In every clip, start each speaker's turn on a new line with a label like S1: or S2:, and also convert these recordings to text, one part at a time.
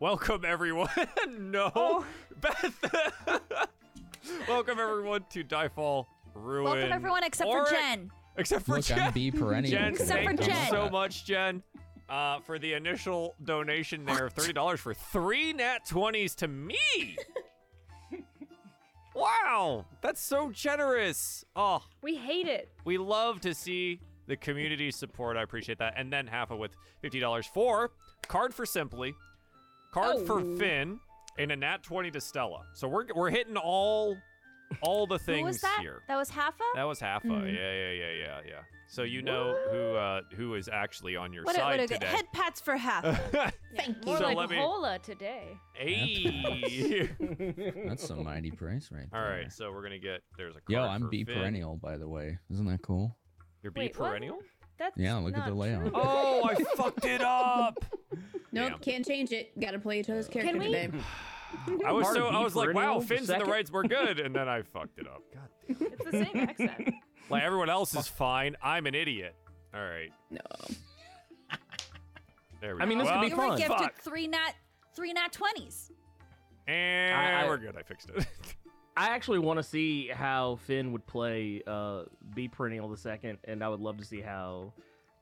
S1: Welcome everyone. no,
S2: Oh.
S1: Beth. Welcome everyone to Diefall Ruin.
S2: Welcome everyone except
S1: Oryx-
S2: for Jen.
S1: Except for
S3: Look,
S1: Jen.
S3: I'm B perennial.
S1: Jen,
S2: Except
S1: thank
S2: for
S1: you
S2: Jen.
S1: so much, Jen, uh, for the initial donation there of thirty dollars for three nat twenties to me. wow, that's so generous. Oh,
S4: We hate it.
S1: we love to see the community support. I appreciate that. And then Halfa with fifty dollars for card for Simply, card for
S2: Oh.
S1: Finn, and a nat twenty to Stella. So we're we're hitting all all the things
S2: Who was that? Hmm.
S1: here.
S2: That was Haffa?
S1: That was Halfa. Yeah, yeah, yeah, yeah, yeah. So you know who uh, who is actually on your
S2: what a,
S1: side
S2: what a good
S1: today.
S2: head pats for Haffa. Thank you.
S4: More
S1: So
S4: like
S1: let me-
S4: Hola today.
S1: Hey.
S3: That's a mighty price right
S1: all
S3: there.
S1: right, so we're gonna get there's a card
S3: Yo, I'm
S1: for
S3: B
S1: Finn.
S3: perennial, by the way. Isn't that cool?
S1: You're B
S4: Wait, what?
S1: perennial.
S4: That's
S3: Yeah, look at
S4: not
S3: the layout.
S4: true.
S1: Oh, I fucked it up.
S5: Nope,
S1: Damn.
S5: can't change it. Gotta play each other's character
S4: we-
S5: today.
S1: I was so
S6: Part B
S1: I was like, wow,
S6: perennial, the
S1: Finn's in the
S6: second?
S1: rights, we're good, and then I fucked it up. God,
S4: It's the same accent.
S1: like everyone else is fine. I'm an idiot. All right,
S5: No.
S1: there we go.
S6: I mean, this
S1: well,
S6: could be
S2: you
S6: fun.
S2: were gifted
S1: Fuck.
S2: three nat three nat twenties.
S1: And
S6: I- I-
S1: we're good. I fixed it.
S6: I actually want to see how Finn would play uh, B perennial the second, and I would love to see how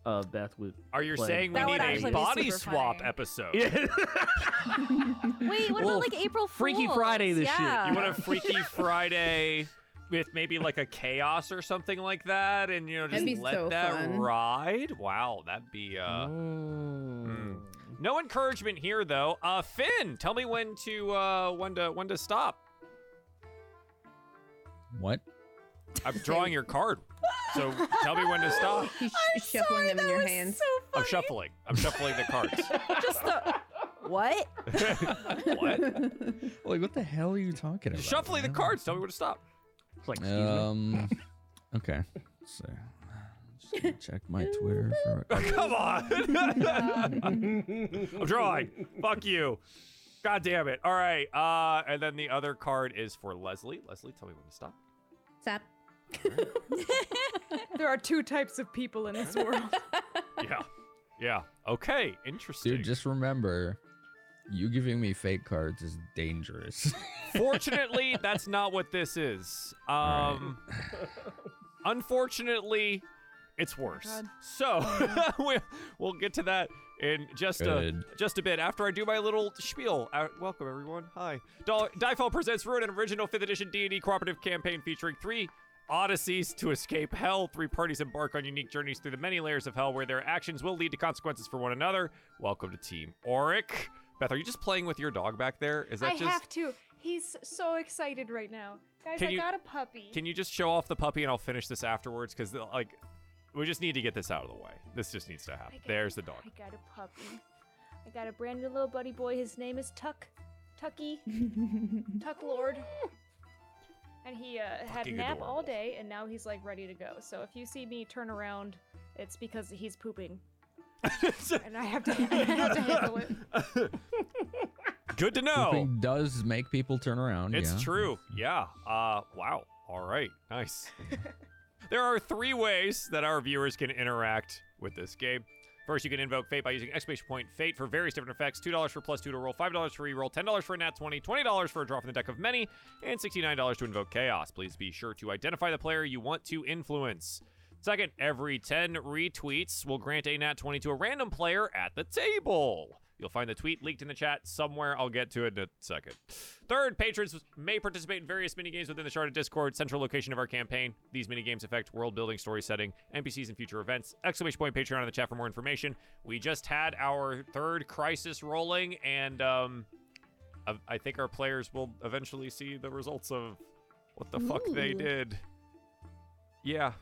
S6: uh, Beth would.
S1: Are you
S6: play
S1: saying we
S2: That would
S1: need
S2: actually
S1: a
S2: be
S1: body
S2: super
S1: swap
S2: funny.
S1: episode?
S6: Yeah.
S2: Wait, what
S6: Well,
S2: about like April Fools?
S6: Freaky Friday this shit.
S2: yeah.
S1: You want a Freaky Friday with maybe like a chaos or something like that, and you know just
S5: That'd be
S1: let
S5: so
S1: that
S5: fun.
S1: ride. Wow, that'd be uh, Hmm.
S6: Mm.
S1: no encouragement here though. Uh, Finn, tell me when to uh, when to when to stop.
S3: What?
S1: I'm drawing your card, so tell me when to stop.
S5: He's sh- shuffling them in your hands.
S2: So
S1: I'm
S2: funny.
S1: shuffling. I'm shuffling the cards.
S2: Just the what?
S1: what?
S3: Like, what the hell are you talking about?
S1: Shuffling the cards. Tell me when to stop.
S6: It's like, excuse me.
S3: Um. okay. So, just gonna check my Twitter for.
S1: Come on. I'm drawing. Fuck you. God damn it. All right. Uh, and then the other card is for Leslie. Leslie, tell me when to stop.
S5: Stop.
S4: There are two types of people in this world.
S1: Yeah. Yeah. Okay. Interesting.
S3: Dude, just remember, you giving me fake cards is dangerous.
S1: Fortunately, that's not what this is. Um, unfortunately, it's worse. so we- we'll get to that in just a
S3: Good.
S1: just a bit after I do my little spiel. Uh, welcome everyone. Hi. Doll- Diefall presents Ruin, an original fifth edition D&D cooperative campaign featuring three odysseys to escape hell. Three parties embark on unique journeys through the many layers of hell, where their actions will lead to consequences for one another. Welcome to Team Auric. Beth, are you just playing with your dog back there? Is that
S4: I
S1: just
S4: have to. He's so excited right now. Guys,
S1: Can
S4: I
S1: you-
S4: got a puppy.
S1: Can you just show off the puppy and I'll finish this afterwards? Because, like, we just need to get this out of the way. This just needs to happen.
S4: I got-
S1: There's the dog.
S4: I got a puppy. I got a brand new little buddy boy. His name is Tuck. Tucky. Tuck Lord. And he uh, had a
S1: Fucking
S4: nap all
S1: adorable.
S4: day, and now he's like ready to go. So if you see me turn around, it's because he's pooping, and I have to, I have to handle it.
S1: Good to know.
S3: Pooping does make people turn around.
S1: It's
S3: yeah.
S1: true. Yeah. Uh, wow. All right. Nice. there are three ways that our viewers can interact with this game. First, you can invoke fate by using exclamation point fate for various different effects. $2 for plus 2 to roll, $5 for reroll, $10 for a nat 20, $20 for a draw from the deck of many, and $69 to invoke chaos. Please be sure to identify the player you want to influence. Second, every 10 retweets will grant a nat 20 to a random player at the table. You'll find the tweet leaked in the chat somewhere. I'll get to it in a second. Third, patrons may participate in various minigames within the Sharded Discord, central location of our campaign. These minigames affect world building, story setting, NPCs, and future events. Exclamation point Patreon in the chat for more information. We just had our third crisis rolling, and um, I- I think our players will eventually see the results of what the fuck they
S5: Ooh.
S1: did. Yeah,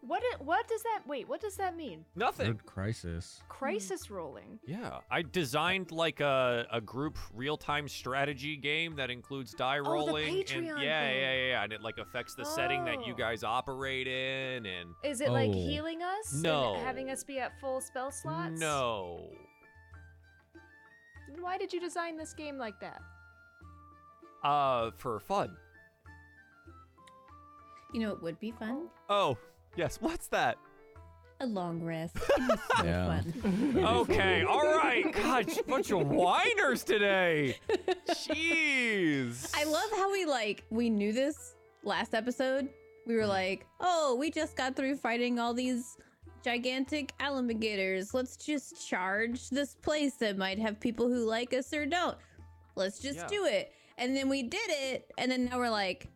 S4: What? i- What does that? Wait, what does that mean?
S1: nothing.
S3: Third crisis.
S4: Crisis rolling.
S1: Yeah, I designed like a, a group real time strategy game that includes die
S5: Oh,
S4: the
S1: rolling and yeah,
S4: Patreon
S1: yeah,
S4: thing.
S1: yeah, yeah, and it like affects the setting that you
S4: Oh.
S1: guys operate in and
S4: Is it like
S3: Oh.
S4: healing us? and
S1: No.
S4: having us be at full spell slots?
S1: no.
S4: Then Why did you design this game like that?
S1: Uh for fun.
S5: You know, it would be fun.
S1: Oh, yes, what's that?
S5: a long rest. It was so
S7: Yeah.
S5: fun.
S1: Okay, all right. God, bunch of whiners today. Jeez.
S5: I love how we like we knew this last episode. We were like, oh, we just got through fighting all these gigantic alligators. Let's just charge this place that might have people who like us or don't. Let's just
S1: Yeah.
S5: do it. And then we did it, and then now we're like,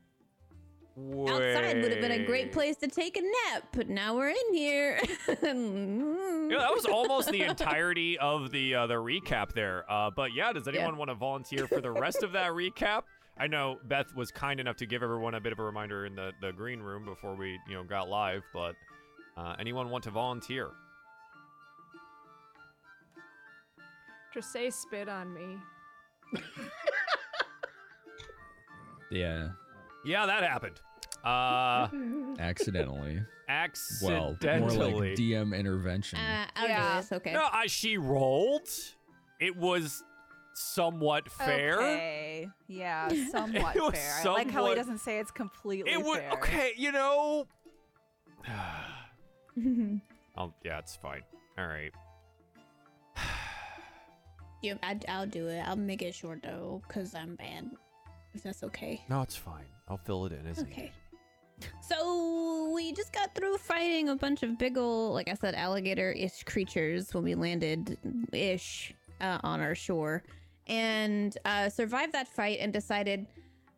S1: Wait.
S5: outside would have been a great place to take a nap, but now we're in here.
S1: Yeah, that was almost the entirety of the uh, the recap there. Uh, but yeah, does
S5: Yeah.
S1: anyone want to volunteer for the rest of that recap? I know Beth was kind enough to give everyone a bit of a reminder in the, the green room before we you know got live. But uh, anyone want to volunteer?
S8: Tressay spit on me.
S7: Yeah,
S1: Yeah, that happened. Uh,
S7: accidentally. well,
S1: accidentally.
S7: more like DM intervention.
S5: Uh, I'll
S8: Yeah.
S5: do this. Okay.
S1: No, I, she rolled. It was somewhat fair.
S9: Okay. Yeah, somewhat
S1: It was
S9: fair. I like how
S1: somewhat-
S9: he doesn't say it's completely
S1: It would
S9: fair.
S1: okay, you know. oh yeah, it's fine. All right.
S5: Yeah, I, I'll do it. I'll make it short though, cause I'm bad. If that's okay.
S1: No, it's fine. I'll fill it in as
S5: Okay. So we just got through fighting a bunch of big ol' like I said, alligator-ish creatures when we landed ish uh, on our shore, and uh, survived that fight and decided,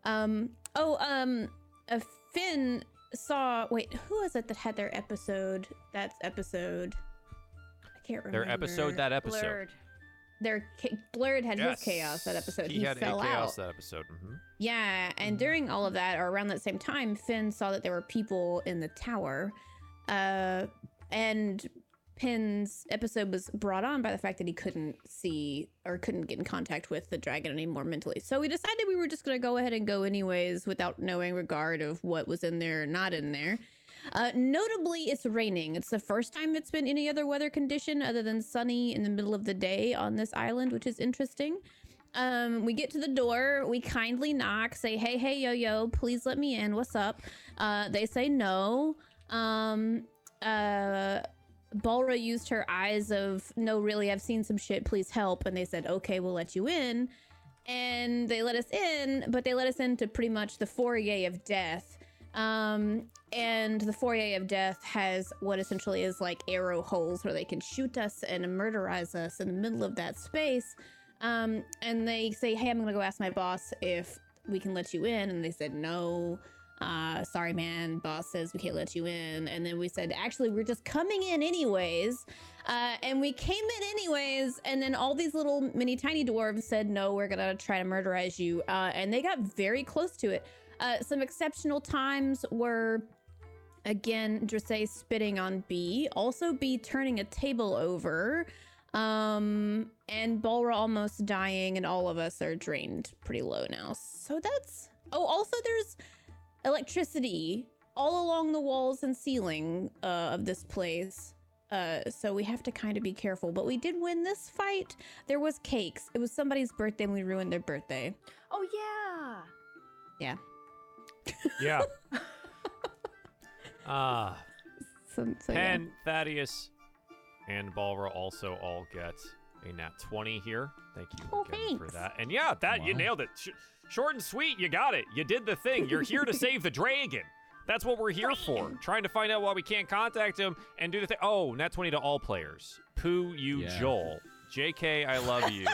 S5: um, oh, um, uh, Finn saw. Wait, who was it that had their episode? That's episode. I can't remember.
S1: Their episode that episode.
S8: Blurred.
S5: Their ca- blurred had
S1: Yes.
S5: his chaos that episode.
S1: He,
S5: He,
S1: had a
S5: fell out.
S1: chaos that episode. hmm
S5: Yeah, and during all of that, or around that same time, Finn saw that there were people in the tower. Uh, and Pin's episode was brought on by the fact that he couldn't see or couldn't get in contact with the dragon anymore mentally. So we decided we were just going to go ahead and go anyways without knowing regard of what was in there or not in there. Uh, notably, it's raining. It's the first time it's been any other weather condition other than sunny in the middle of the day on this island, which is interesting. Um, we get to the door. We kindly knock, say, "Hey, hey, yo, yo, please let me in. What's up?" Uh, they say no. Um, uh, Balra used her eyes of no, really, I've seen some shit. Please help. And they said, "Okay, we'll let you in." And they let us in, but they let us into pretty much the foyer of death. Um, and the foyer of death has what essentially is like arrow holes where they can shoot us and murderize us in the middle of that space. Um, and they say, "Hey, I'm gonna go ask my boss if we can let you in," and they said, "No." Uh, sorry, man. Boss says we can't let you in. And then we said, actually, we're just coming in anyways. Uh, and we came in anyways. And then all these little mini tiny dwarves said, no, we're gonna try to murderize you. Uh, and they got very close to it. Uh, some exceptional times were again Dressay spitting on B, also B turning a table over, um, and Balra almost dying, and all of us are drained pretty low now. So that's oh, also there's electricity all along the walls and ceiling uh, of this place. Uh, so we have to kind of be careful, but we did win this fight. There was cakes. It was somebody's birthday, and we ruined their birthday.
S8: Oh yeah.
S1: Yeah. Ah,
S5: So, so yeah.
S1: Pen, Thaddeus, and Balra also all get a nat 20 here. Thank you
S5: Oh,
S1: again for
S5: thanks.
S1: that. And yeah, that you
S7: Wow.
S1: nailed it. Sh- short and sweet, you got it. You did the thing. You're here to save the dragon. That's what we're here for. Trying to find out why we can't contact him and do the thing. Oh, nat 20 to all players. Pooh, you,
S7: Yeah.
S1: Joel. JK, I love you.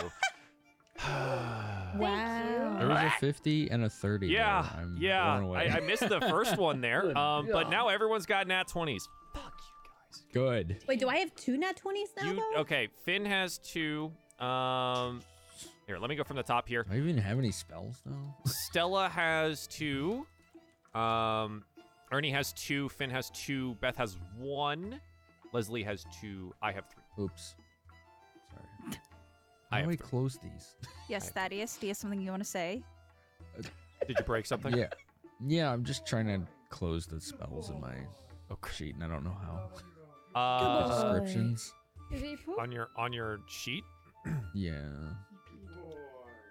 S5: Wow.
S7: There was a 50 and a 30. there.
S1: yeah,
S7: I'm
S1: yeah.
S7: blown away.
S1: I, I missed the first one there.
S6: Good
S1: Um, but
S6: God.
S1: now everyone's got nat 20s. Fuck you guys.
S7: Good.
S5: Wait, do I have two nat 20s now?
S1: You
S5: though?
S1: okay? Finn has two. Um, here, let me go from the top here.
S7: Do I even have any spells though?
S1: Stella has two. Um, Ernie has two. Finn has two. Beth has one. Leslie has two. I have three.
S7: Oops. Sorry.
S1: I
S7: How do
S1: have
S7: I
S1: three.
S7: close these?
S9: Yes, Thaddeus, do you have something you want to say?
S1: Did you break something?
S7: Yeah. Yeah, I'm just trying to close the spells in my sheet, and I don't know how.
S1: Uh,
S7: Descriptions.
S8: Did he poop?
S1: on your on your sheet.
S7: Yeah.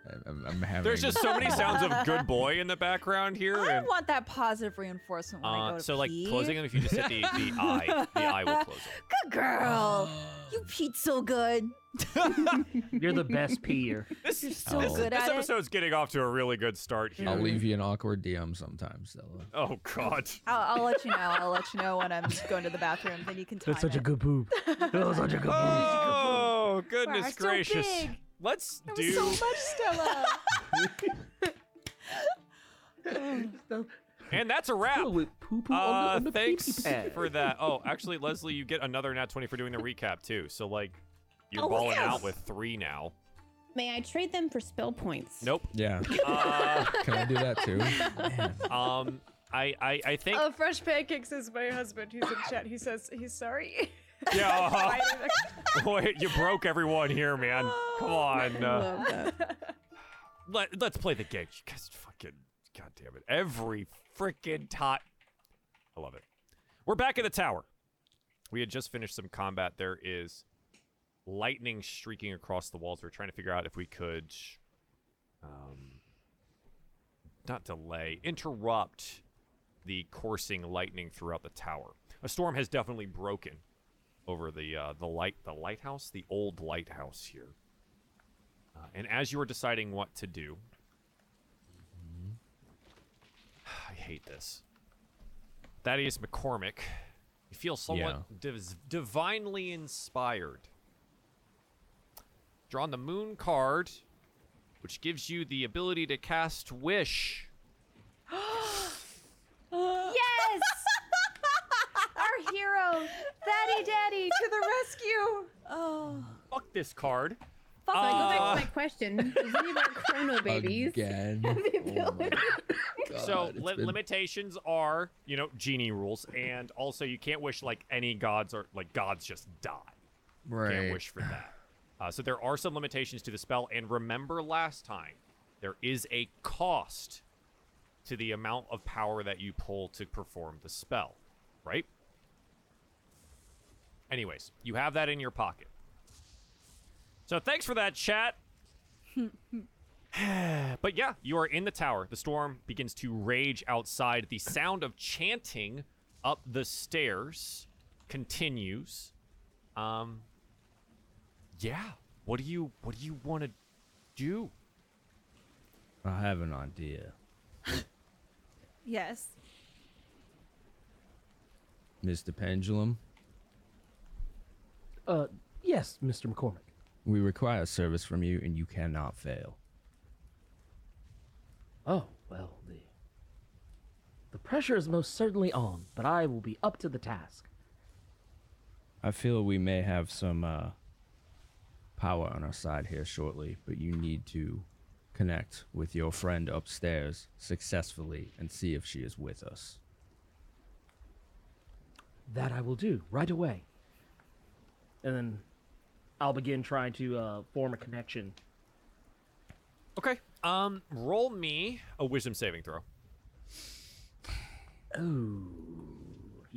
S7: I- I'm, I'm having.
S1: There's just so many sounds of good boy in the background here.
S9: I
S1: and,
S9: want that positive reinforcement when I go
S1: uh,
S9: to
S1: so, like,
S9: pee.
S1: closing them, if you just hit the, the eye, the eye will close them.
S10: Good girl.
S9: Oh,
S10: you peed so good.
S6: You're the best peer.
S1: This,
S10: You're so
S7: Oh.
S10: good
S1: this
S10: at it.
S1: episode's getting off to a really good start here.
S7: I'll leave you an awkward DM sometimes, Stella.
S1: Oh, God.
S9: I'll, I'll let you know. I'll let you know when I'm going to the bathroom. Then you can time it.
S6: good poop. That was such a good
S1: Oh, goodness
S8: Wow, so
S1: gracious.
S8: big.
S1: Let's
S9: There was
S1: do.
S9: so much, Stella.
S1: and that's a wrap.
S6: With poo poo
S1: Uh,
S6: on the, on the
S1: thanks
S6: pee-pee pad.
S1: for that. Oh, actually, Leslie, you get another nat 20 for doing the recap, too. So, like, you're
S5: Oh,
S1: balling
S5: yes.
S1: out with three now.
S5: May I trade them for spell points?
S1: Nope.
S7: Yeah.
S1: Uh,
S7: Can I do that too? Man.
S1: um, I, I, I think.
S4: Uh, fresh pancakes is my husband who's in chat. He says he's sorry.
S1: yeah. uh-huh. Wait, you broke everyone here, man. Come on.
S5: I
S1: Uh,
S5: love that.
S1: let, let's play the game. You guys fucking. God damn it. Every freaking time. I love it. We're back at the tower. We had just finished some combat. There is lightning streaking across the walls. We're trying to figure out if we could. Um, not delay, interrupt the coursing lightning throughout the tower. A storm has definitely broken over the uh, the light the lighthouse, the old lighthouse here. Uh, and as you are deciding what to do, I hate this. Thaddeus McCormick, you feel somewhat div- divinely inspired. Drawn the moon card, which gives you the ability to cast Wish.
S8: Yes! Our hero, Daddy Daddy, to the rescue!
S1: Fuck this card.
S5: So I go back
S1: Uh,
S5: to my question. Is any of our chrono babies?
S7: Again. Oh my God,
S1: so
S7: it's
S1: li-
S7: been-
S1: limitations are you know genie rules and also you can't wish like any gods or like gods just die You can't
S7: Right.
S1: wish for that uh, so there are some limitations to the spell and remember last time there is a cost to the amount of power that you pull to perform the spell right anyways you have that in your pocket so thanks for that chat but yeah, you are in the tower. The storm begins to rage outside. The sound of chanting up the stairs continues. Um Yeah. What do you what do you want to do?
S7: I have an idea.
S9: yes.
S7: Mr. Pendulum,
S6: Uh, yes, Mr. McCormick.
S7: we require service from you and you cannot fail.
S6: Oh well, the the pressure is most certainly on, but I will be up to the task.
S7: I feel we may have some uh, power on our side here shortly, but you need to connect with your friend upstairs successfully and see if she is with us.
S6: That I will do right away. And then I'll begin trying to uh, form a connection.
S1: Okay. Um roll me a wisdom saving throw.
S6: You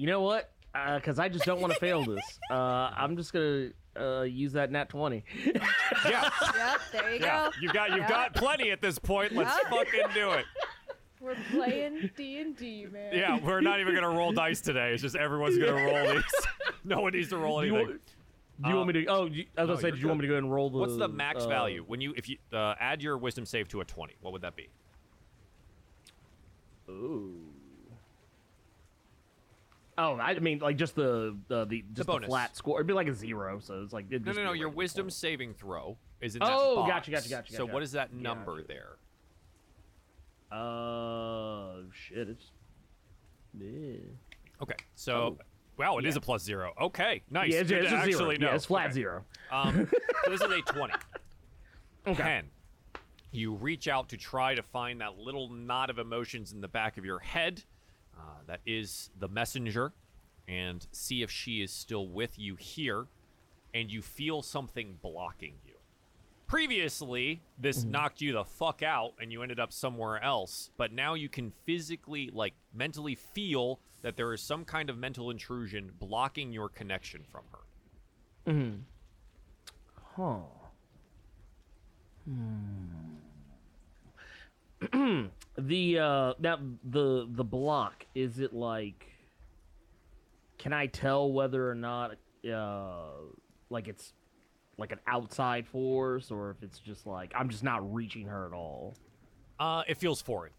S6: know what? Because I just don't want to fail this. Uh, I'm just gonna uh, use that nat twenty.
S1: Yeah.
S9: Yep. There you
S1: Yeah.
S9: go.
S1: You've got you've got plenty at this point. Let's fucking do it.
S4: We're playing D and D, man.
S1: Yeah, we're not even going to roll dice today. It's just everyone's going to roll these. No one needs to roll
S6: Do you,
S1: anything.
S6: do you
S1: Uh,
S6: want me to? Oh, you, I
S1: no,
S6: was gonna say,
S1: you're
S6: do you want
S1: good.
S6: me to go ahead and roll the?
S1: What's the max
S6: uh,
S1: value when you if you uh, add your wisdom save to a twenty? What would that be?
S6: Oh, I mean, like just the uh, the just the,
S1: bonus.
S6: flat score. It'd be like a zero, so it's like it'd
S1: No,
S6: just
S1: no,
S6: be
S1: no.
S6: a
S1: Your
S6: regular
S1: wisdom
S6: 20.
S1: saving throw is in that
S6: Oh,
S1: box.
S6: gotcha, gotcha, gotcha,
S1: So
S6: gotcha.
S1: what is that number there?
S6: Uh, shit, it's. Yeah.
S1: Okay, so wow, it is a plus zero. Okay, nice.
S6: Yeah, it's,
S1: Good
S6: it's
S1: to
S6: a zero.
S1: actually know.
S6: Yeah, it's flat
S1: Okay.
S6: zero.
S1: Um, so this is a twenty.
S6: Okay.
S1: Ten. You reach out to try to find that little knot of emotions in the back of your head. Uh, that is the messenger, and see if she is still with you here. And you feel something blocking you. previously this knocked you the fuck out and you ended up somewhere else but now you can physically like mentally feel that there is some kind of mental intrusion blocking your connection from her
S6: Huh. Hmm. the uh that the the block is it like can I tell whether or not uh like it's like an outside force or if it's just like I'm just not reaching her at all.
S1: Uh, it feels foreign.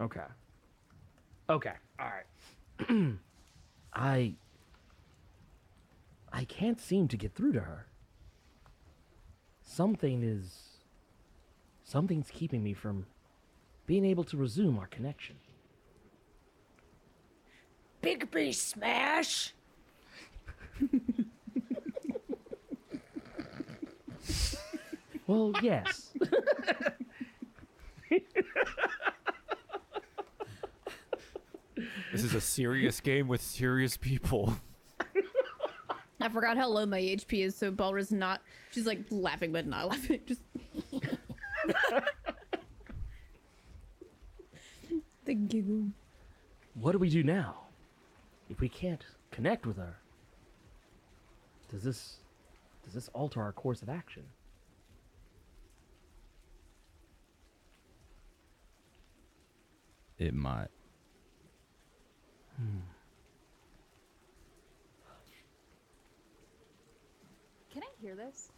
S6: Okay. Okay. All right. I I can't seem to get through to her. Something is something's keeping me from being able to resume our connection.
S4: Big B smash.
S6: Well, yes.
S1: This is a serious game with serious people.
S5: I forgot how low my HP is, so Balra's not. She's like laughing, but not laughing. Just. the giggle.
S6: what do we do now? If we can't connect with her, does this does this alter our course of action?
S3: It might.
S9: Can I hear this?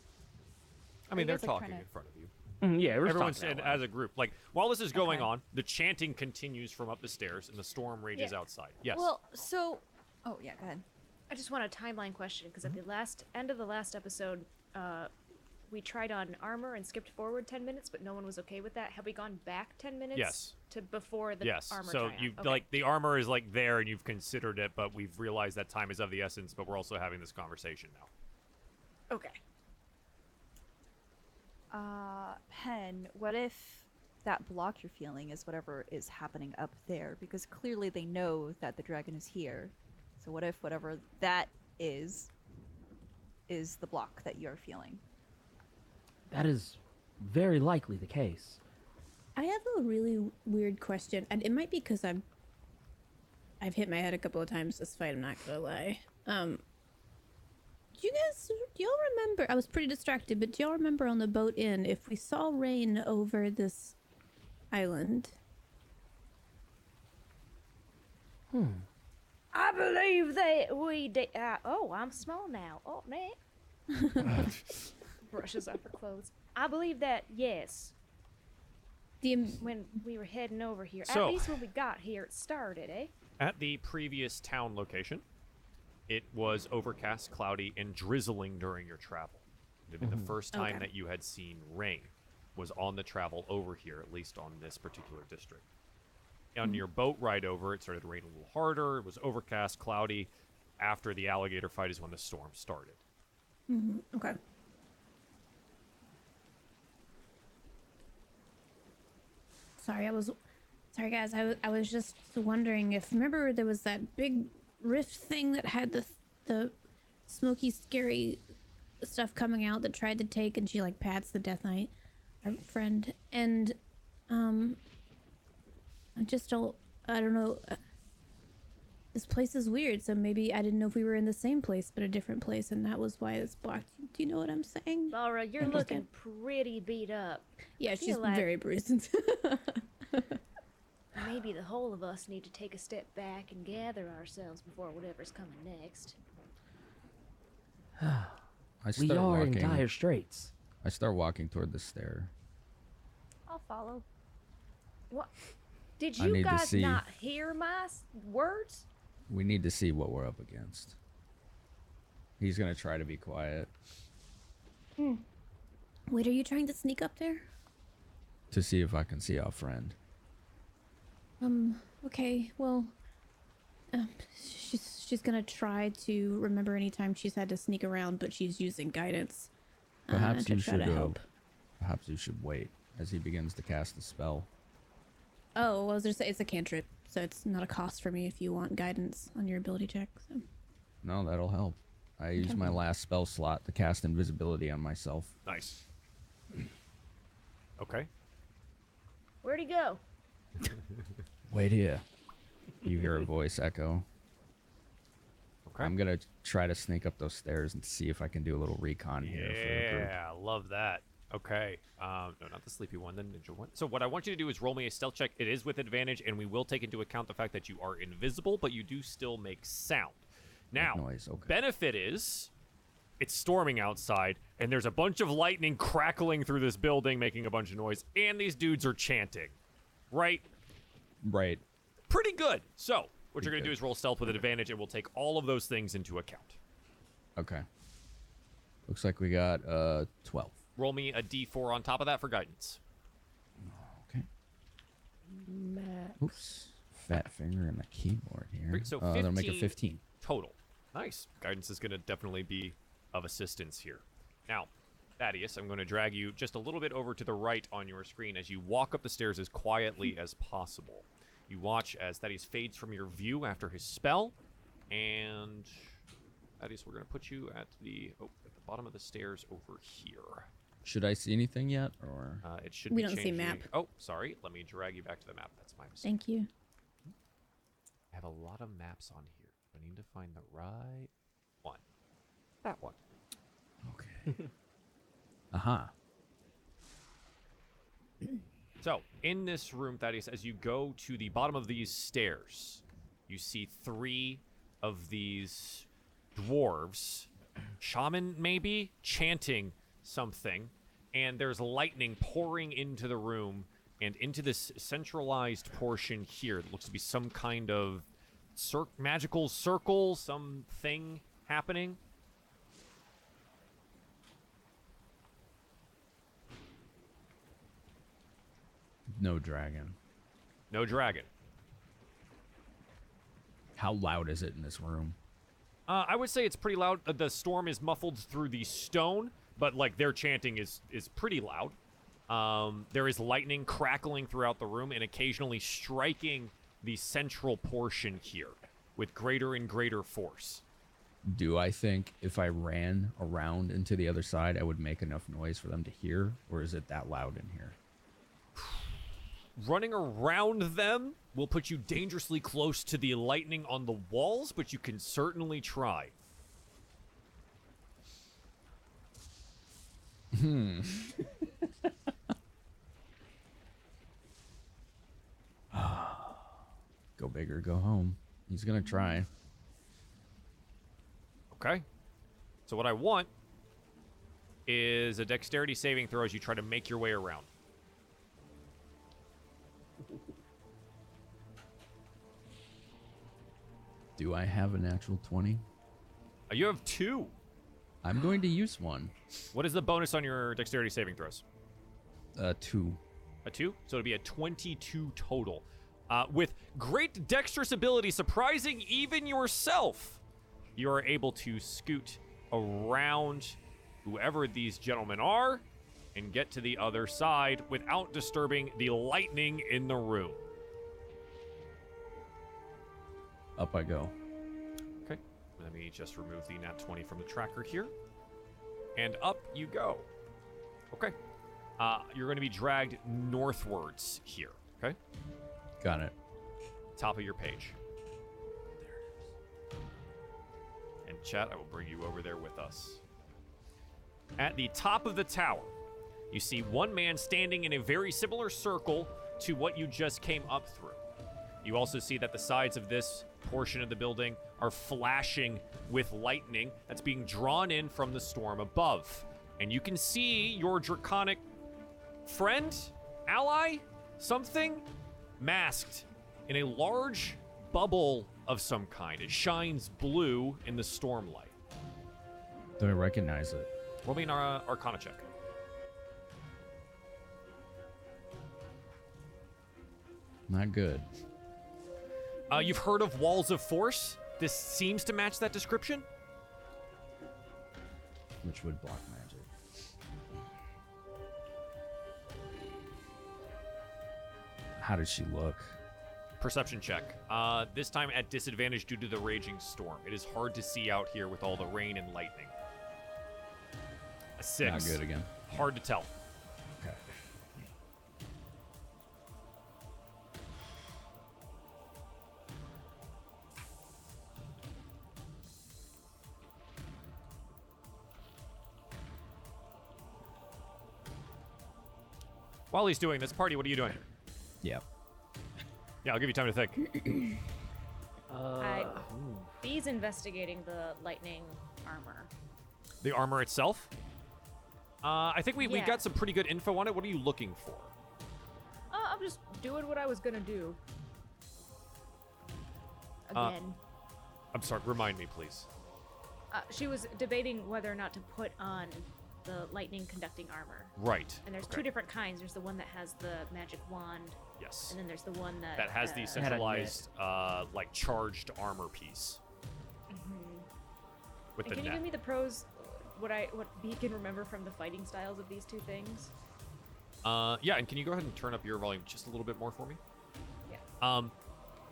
S1: I mean,
S9: you
S1: they're
S9: guys, like, trying
S1: talking
S9: to-
S1: in front of you.
S6: yeah,
S1: Everyone's in, as a group. Like while this is going on, the chanting continues from up the stairs, and the storm rages
S4: Yeah.
S1: outside. Yes.
S9: Well, so. Oh, yeah, go ahead.
S4: I just want a timeline question because at the
S1: Mm-hmm.
S4: last end of the last episode, uh, we tried on armor and skipped forward ten minutes, but no one was okay with that. Have we gone back ten minutes?
S1: Yes.
S4: To before the
S1: yes.
S4: armor.
S1: So
S4: try on?
S1: you
S4: Okay.
S1: like the armor is like there, and you've considered it, but we've realized that time is of the essence. But we're also having this conversation now.
S4: okay.
S9: Uh, Pen, what if that block you're feeling is whatever is happening up there? Because clearly they know that the dragon is here. So what if whatever that is is the block that you're feeling?
S6: That is very likely the case.
S5: I have a really w- weird question, and it might be because I'm. I've hit my head a couple of times this fight. I'm not gonna lie. Um, do you guys, do y'all remember? I was pretty distracted, but do y'all remember on the boat in if we saw rain over this island?
S4: I believe that we did. Uh, oh, I'm small now. Oh, man. Brushes off her clothes. I believe that, yes,
S5: The
S4: when we were heading over here.
S1: So-
S4: At least when we got here, it started, eh?
S1: At the previous town location, it was overcast, cloudy, and drizzling during your travel. It had been the first time
S5: Okay.
S1: that you had seen rain was on the travel over here, at least on this particular district. On your boat ride over, it started raining a little harder. It was overcast, cloudy. After the alligator fight is when the storm started.
S5: okay. Sorry, I was. Sorry, guys. I, w- I was just wondering if remember there was that big rift thing that had the the smoky, scary stuff coming out that tried to take, and she like pats the Death Knight, our friend, and um, I just don't. I don't know. uh, This place is weird, so maybe I didn't know if we were in the same place, but a different place, and that was why it's blocked. Do you know what I'm saying?
S4: Laura, you're looking pretty beat up.
S5: Yeah,
S4: feel
S5: she's
S4: like-
S5: very bruised.
S4: Maybe the whole of us need to take a step back and gather ourselves before whatever's coming next.
S3: I
S6: We
S3: start
S6: are
S3: walking.
S6: in dire straits.
S3: I start walking toward the stair.
S4: I'll follow. What? Did
S3: I
S4: you
S3: need to
S4: guys
S3: see-
S4: not hear my s- words?
S3: We need to see what we're up against. He's gonna try to be quiet
S5: Wait, are you trying to sneak up there?
S3: to see if I can see our friend.
S5: Um. Okay. Well. Um, she's she's gonna try to remember any time she's had to sneak around, but she's using guidance. uh,
S3: Perhaps
S5: to
S3: you
S5: try
S3: should
S5: to
S3: uh,
S5: help.
S3: Perhaps you should wait as he begins to cast the spell.
S5: Oh, well, there's it's a cantrip, so it's not a cost for me if you want guidance on your ability check. So.
S3: No, that'll help. I used my last spell slot to cast invisibility on myself.
S1: Nice. Okay.
S4: Where'd he go?
S3: Wait here. You hear a voice echo.
S1: Okay.
S3: I'm gonna try to sneak up those stairs and see if I can do a little recon here for the group.
S1: yeah, love that. Okay. Um, no, not the sleepy one, the ninja one. So what I want you to do is roll me a stealth check. It is with advantage, and we will take into account the fact that you are invisible, but you do still make sound. Now,
S7: noise, okay.
S1: benefit is it's storming outside, and there's a bunch of lightning crackling through this building, making a bunch of noise, and these dudes are chanting. Right?
S7: Right.
S1: Pretty good. So what you're
S7: Pretty
S1: going to do
S7: good.
S1: is roll stealth with an advantage, and we'll take all of those things into account.
S7: Okay. Looks like we got uh 12.
S1: Roll me a d4 on top of that for guidance.
S7: Okay. Oops. Fat finger and the keyboard here.
S1: Three- So
S7: uh,
S1: 15
S7: that'll make it 15.
S1: total. Nice. Guidance is going to definitely be of assistance here. Now, Thaddeus, I'm going to drag you just a little bit over to the right on your screen as you walk up the stairs as quietly as possible. You watch as Thaddeus fades from your view after his spell, and Thaddeus, we're going to put you at the oh, at the bottom of the stairs over here.
S7: Should I see anything yet or
S1: Uh, it should be
S5: We don't see
S1: changing-
S5: map.
S1: Oh, sorry. Let me drag you back to the map. That's my mistake.
S5: Thank you.
S1: I have a lot of maps on here. I need to find the right one. That one.
S7: Okay. Uh-huh. Aha.
S1: So, in this room, Thaddeus, as you go to the bottom of these stairs, you see three of these dwarves, shaman maybe, chanting something, and there's lightning pouring into the room and into this centralized portion here. It looks to be some kind of cir- magical circle, something happening.
S7: No dragon.
S1: No dragon.
S7: How loud is it in this room?
S1: Uh, I would say it's pretty loud. Uh, the storm is muffled through the stone, but like their chanting is is pretty loud. Um, there is lightning crackling throughout the room and occasionally striking the central portion here with greater and greater force.
S7: Do I think if I ran around into the other side, I would make enough noise for them to hear, or is it that loud in here?
S1: Running around them will put you dangerously close to the lightning on the walls, but you can certainly try.
S7: Go big or go home. He's gonna try.
S1: Okay. So what I want is a dexterity saving throw as you try to make your way around.
S7: Do I have a natural 20?
S1: Uh, You have two.
S7: I'm going to use one.
S1: What is the bonus on your dexterity saving throws?
S7: Uh, two.
S1: A two? So it'll be a 22 total. Uh, with great dexterous ability, surprising even yourself, you are able to scoot around whoever these gentlemen are and get to the other side without disturbing the lightning in the room.
S7: Up I go.
S1: Okay. Let me just remove the nat 20 from the tracker here. And up you go. Okay. Uh, you're going to be dragged northwards here. Okay.
S7: Got it.
S1: top of your page. And chat, I will bring you over there with us. At the top of the tower, you see one man standing in a very similar circle to what you just came up through. You also see that the sides of this portion of the building are flashing with lightning that's being drawn in from the storm above. And you can see your draconic friend, ally, something masked in a large bubble of some kind. It shines blue in the stormlight.
S7: Do I recognize it?
S1: Roll me an uh, Arcana check.
S7: Not good.
S1: Uh, you've heard of Walls of Force. This seems to match that description.
S7: Which would block magic. How does she look?
S1: Perception check. Uh, this time at disadvantage due to the raging storm. It is hard to see out here with all the rain and lightning. A six.
S7: Not good again.
S1: Hard to tell.
S7: Okay.
S1: While he's doing this party, what are you doing?
S3: Yeah.
S1: Yeah, I'll give you time to think.
S4: I, B's investigating the lightning armor.
S1: The armor itself. Uh, I think we, we
S4: Yeah.
S1: got some pretty good info on it. What are you looking for?
S4: Uh, I'm just doing what I was gonna do.
S1: Uh,
S4: Again.
S1: I'm sorry, remind me, please.
S4: Uh, she was debating whether or not to put on the lightning conducting armor.
S1: Right.
S4: And there's
S1: okay,
S4: two different kinds. There's the one that has the magic wand,
S1: Yes.
S4: and then there's the one that
S1: That has
S4: uh,
S1: the
S6: a net.
S1: centralized, uh, like charged armor piece. With
S4: Mm-hmm. And
S1: the
S4: can you
S1: net.
S4: give me the pros? What I what B can remember from the fighting styles of these two things?
S1: Uh, yeah, and can you go ahead and turn up your volume just a little bit more for me?
S4: Yeah.
S1: Um,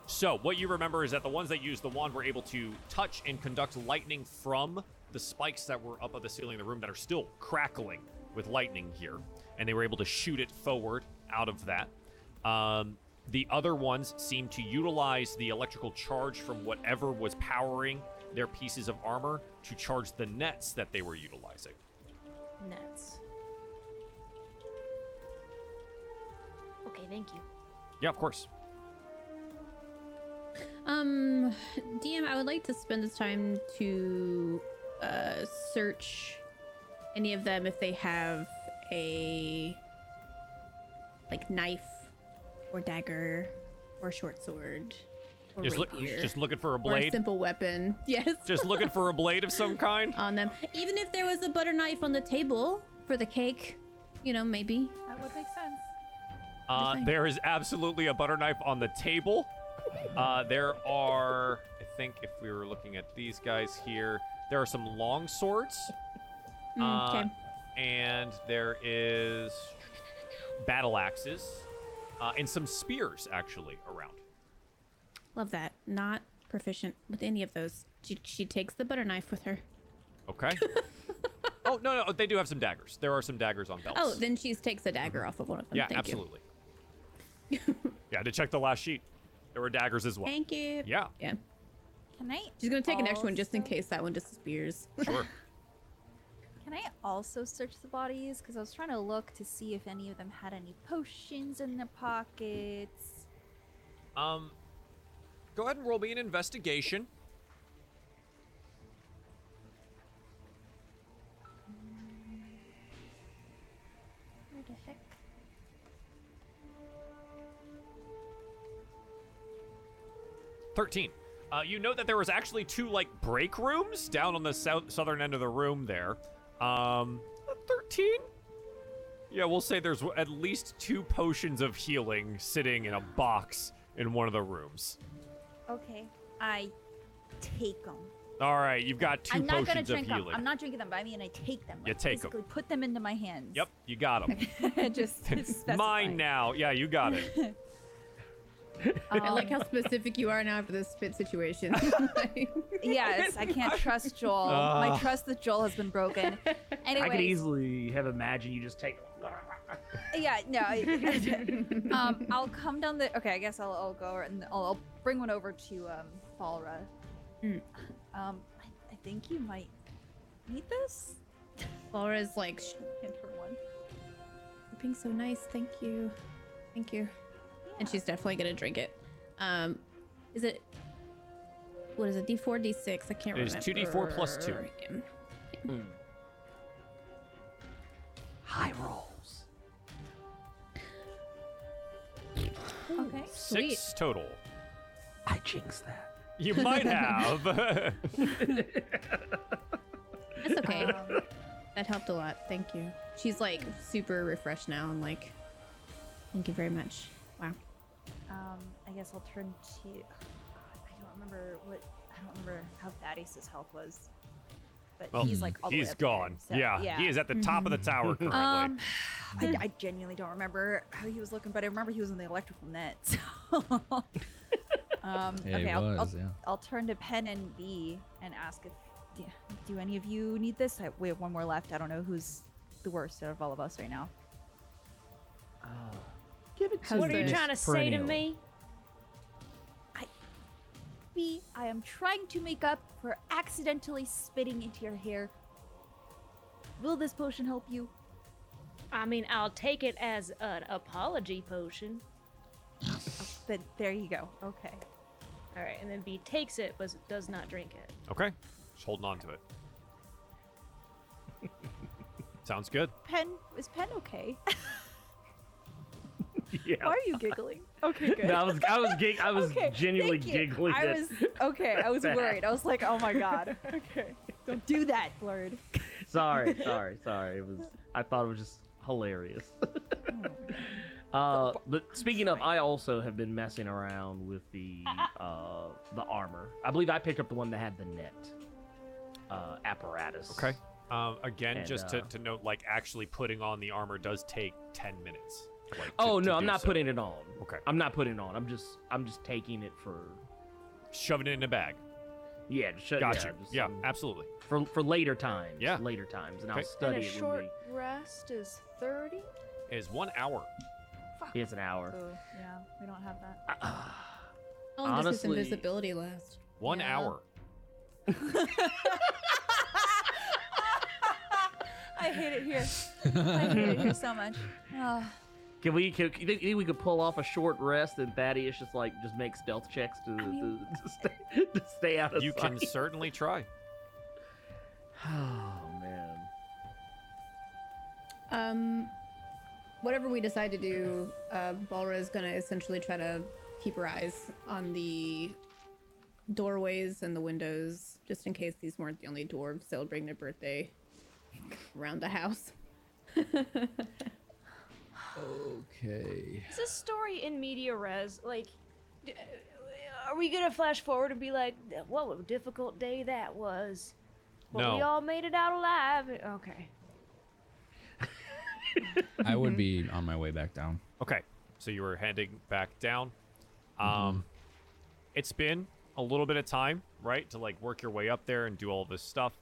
S1: so what you remember is that the ones that used the wand were able to touch and conduct lightning from the spikes that were up at the ceiling of the room that are still crackling with lightning here, and they were able to shoot it forward out of that. Um, the other ones seem to utilize the electrical charge from whatever was powering their pieces of armor to charge the nets that they were utilizing.
S4: Nets. Okay, thank you.
S1: Yeah, of course.
S5: Um, DM, I would like to spend this time to uh, search any of them if they have a like knife or dagger or short sword or
S1: Just, look,
S5: rapier
S1: just looking for a
S5: or a
S1: blade.
S5: simple weapon. Yes,
S1: just looking for a blade of some kind.
S5: on them. Even if there was a butter knife on the table for the cake, you know, maybe.
S2: That would make sense.
S1: Uh, there is absolutely a butter knife on the table. Uh, there are, I think, if we were looking at these guys here, there are some long swords.
S5: Mm,
S1: Uh,
S5: okay.
S1: and there is battle axes uh, and some spears actually around.
S5: Love that. Not proficient with any of those. She, she takes the butter knife with her.
S1: Okay. oh no, no, they do have some daggers. There are some daggers on belts.
S5: Oh, then she takes the dagger off of one of them.
S1: yeah,
S5: Thank
S1: absolutely. yeah, to check the last sheet, there were daggers as
S5: You.
S1: well.
S5: Thank you.
S1: Yeah,
S5: Yeah.
S2: Can I?
S5: She's gonna take an extra one just in
S2: also-
S5: case that one disappears.
S1: sure.
S2: Can I also search the bodies? Because I was trying to look to see if any of them had any potions in their pockets.
S1: Um, go ahead and roll me an investigation.
S2: Where the heck?
S1: Thirteen. Uh, you know that there was actually two like break rooms down on the south southern end of the room there. Um, thirteen. Yeah, we'll say there's at least two potions of healing sitting in a box in one of the rooms.
S2: Okay, I take them.
S1: All right, you've got 2
S2: I'm not gonna
S1: potions
S2: drink
S1: of
S2: them.
S1: healing.
S2: I'm not drinking them, but I mean, I take them.
S1: You
S2: like,
S1: take 'em.
S2: basically Put them into my hands.
S1: Yep, you got them.
S2: Just specify.
S1: Mine now. Yeah, you got it.
S5: I like how specific you are now after this spit situation.
S2: Yes, I can't trust Joel. my
S1: Ah.
S2: trust with Joel has been broken. Anyway,
S6: I could easily have imagined you just take.
S2: Yeah, no. I- um, I'll come down the. Okay, I guess I'll, I'll go over and I'll, I'll bring one over to um, Balra.
S5: Mm.
S2: Um, I, I think you might need this.
S5: Laura's like, "Shh,
S2: Hand her one.
S5: you're being so nice. Thank you. Thank you. And she's definitely gonna drink it. Um, is it? What is it? D four, D six. I can't
S1: It
S5: remember.
S1: is 2d4 plus two.
S5: Yeah.
S6: High rolls.
S2: Okay.
S1: Six total.
S6: I jinxed that.
S1: You might have.
S5: That's okay.
S2: Um,
S5: That helped a lot. Thank you. She's like super refreshed now and like, thank you very much. Wow.
S2: um, I guess I'll turn to. oh, God, I don't remember what. I don't remember how bad Ace's health was. But
S1: Well,
S2: he's like all the way
S1: He's
S2: up there,
S1: gone.
S2: so,
S1: yeah, he is at the top of the tower currently.
S2: Um, I, I genuinely don't remember how he was looking, but I remember he was in the electrical net. So. um,
S3: Yeah,
S2: okay,
S3: he
S2: I'll, I'll,
S3: was, yeah.
S2: I'll turn to Pen and B and ask if do, do any of you need this? I, we have one more left. I don't know who's the worst out of all of us right now.
S6: Give it to
S5: How's
S4: What are you
S5: this?
S4: trying to say to me?
S2: B, I am trying to make up for accidentally spitting into your hair. Will this potion help you?
S8: I mean, I'll take it as an apology potion.
S9: But there you go. Okay.
S8: All right, and then B takes it but does not drink it.
S1: Okay. Just holding on to it. Sounds good.
S9: Pen is Pen okay?
S6: Yeah.
S9: Why are you giggling? Okay, good.
S6: No, I was, I was, gig- I was
S9: okay,
S6: genuinely
S9: thank you.
S6: giggling.
S9: I
S6: at-
S9: was okay. I was
S6: that.
S9: worried. I was like, oh my god. Okay, don't do that, Blurred.
S6: sorry, sorry, sorry. It was. I thought it was just hilarious. uh, but speaking of, I also have been messing around with the uh, the armor. I believe I picked up the one that had the net uh, apparatus.
S1: Okay. Um, again,
S6: And,
S1: just
S6: uh,
S1: to, to note, like actually putting on the armor does take ten minutes. like, to-
S6: Oh
S1: to
S6: no, I'm
S1: do
S6: not
S1: so.
S6: putting it on.
S1: Okay.
S6: I'm not putting it on. I'm just I'm just taking it for
S1: Shoving it in a bag.
S6: yeah. Just, shut-
S1: Got you.
S6: just,
S1: Yeah,
S6: um,
S1: absolutely.
S6: for for later times.
S1: Yeah.
S6: Later times, and
S1: Okay.
S6: I'll study
S8: and a
S6: it
S8: short
S6: when
S8: rest is thirty.
S1: It is one hour.
S6: we. It's an hour.
S2: Oh,
S6: Ah,
S9: yeah, we don't have that.
S5: How long does
S6: Honestly-
S5: this invisibility last?
S1: One
S9: Yeah.
S1: hour.
S9: I hate it here. I hate it here so much. Ah,
S6: Can we? Can, you think we could pull off a short rest and Thaddeus just like just make stealth checks to to, to, stay, to stay out of
S1: You
S6: sight?
S1: can certainly try.
S6: Oh man.
S5: Um, whatever we decide to do, uh, Balra is gonna essentially try to keep her eyes on the doorways and the windows, just in case these weren't the only dwarves celebrating their birthday around the house.
S7: Okay.
S8: Is this story in media res? Like, d- uh, are we gonna flash forward and be like, "What a difficult day that was," but we
S1: No.
S8: all made it out alive? Okay.
S7: I would be on my way back down.
S1: Okay, so you were heading back down. Um, it's been a little bit of time, right, to like work your way up there and do all this stuff.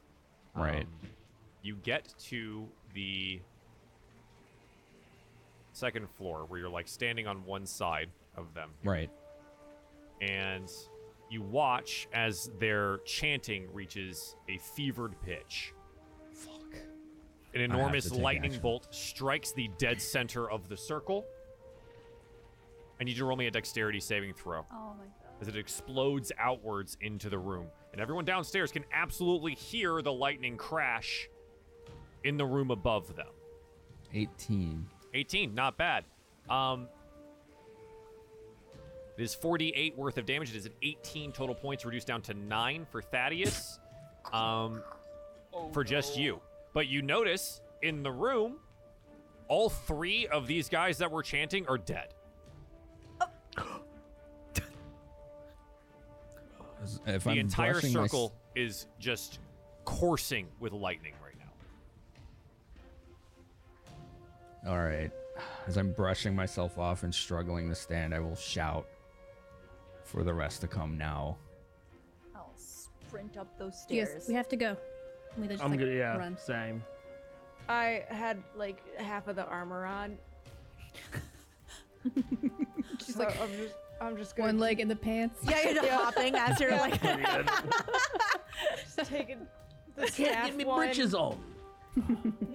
S7: Right.
S1: Um, you get to the second floor where you're like standing on one side of them,
S7: Right.
S1: and you watch as their chanting reaches a fevered pitch.
S7: Fuck.
S1: An
S7: have to
S1: enormous
S7: take
S1: lightning
S7: action.
S1: bolt strikes the dead center of the circle. I need you to roll me a dexterity saving throw
S9: oh my god.
S1: as it explodes outwards into the room. And everyone downstairs can absolutely hear the lightning crash in the room above them.
S7: 18.
S1: 18, not bad. Um, it is 48 worth of damage. It is at 18 total points, reduced down to 9 for Thaddeus, um, for just you. But you notice in the room, all three of these guys that were chanting are dead.
S7: If
S1: the
S7: I'm
S1: entire
S7: brushing my s-
S1: circle is just coursing with lightning right now.
S7: All right. As I'm brushing myself off and struggling to stand, I will shout for the rest to come now.
S9: I'll sprint up those stairs.
S5: Yes, we have to go. We just, like, Run.
S6: Same.
S4: I had like half of the armor on. She's like, I'm just, I'm just gonna
S5: One leg in the pants.
S9: yeah, you're just hopping as you're like.
S4: just taking the
S6: Can't
S4: staff
S6: get me
S4: one.
S6: britches on.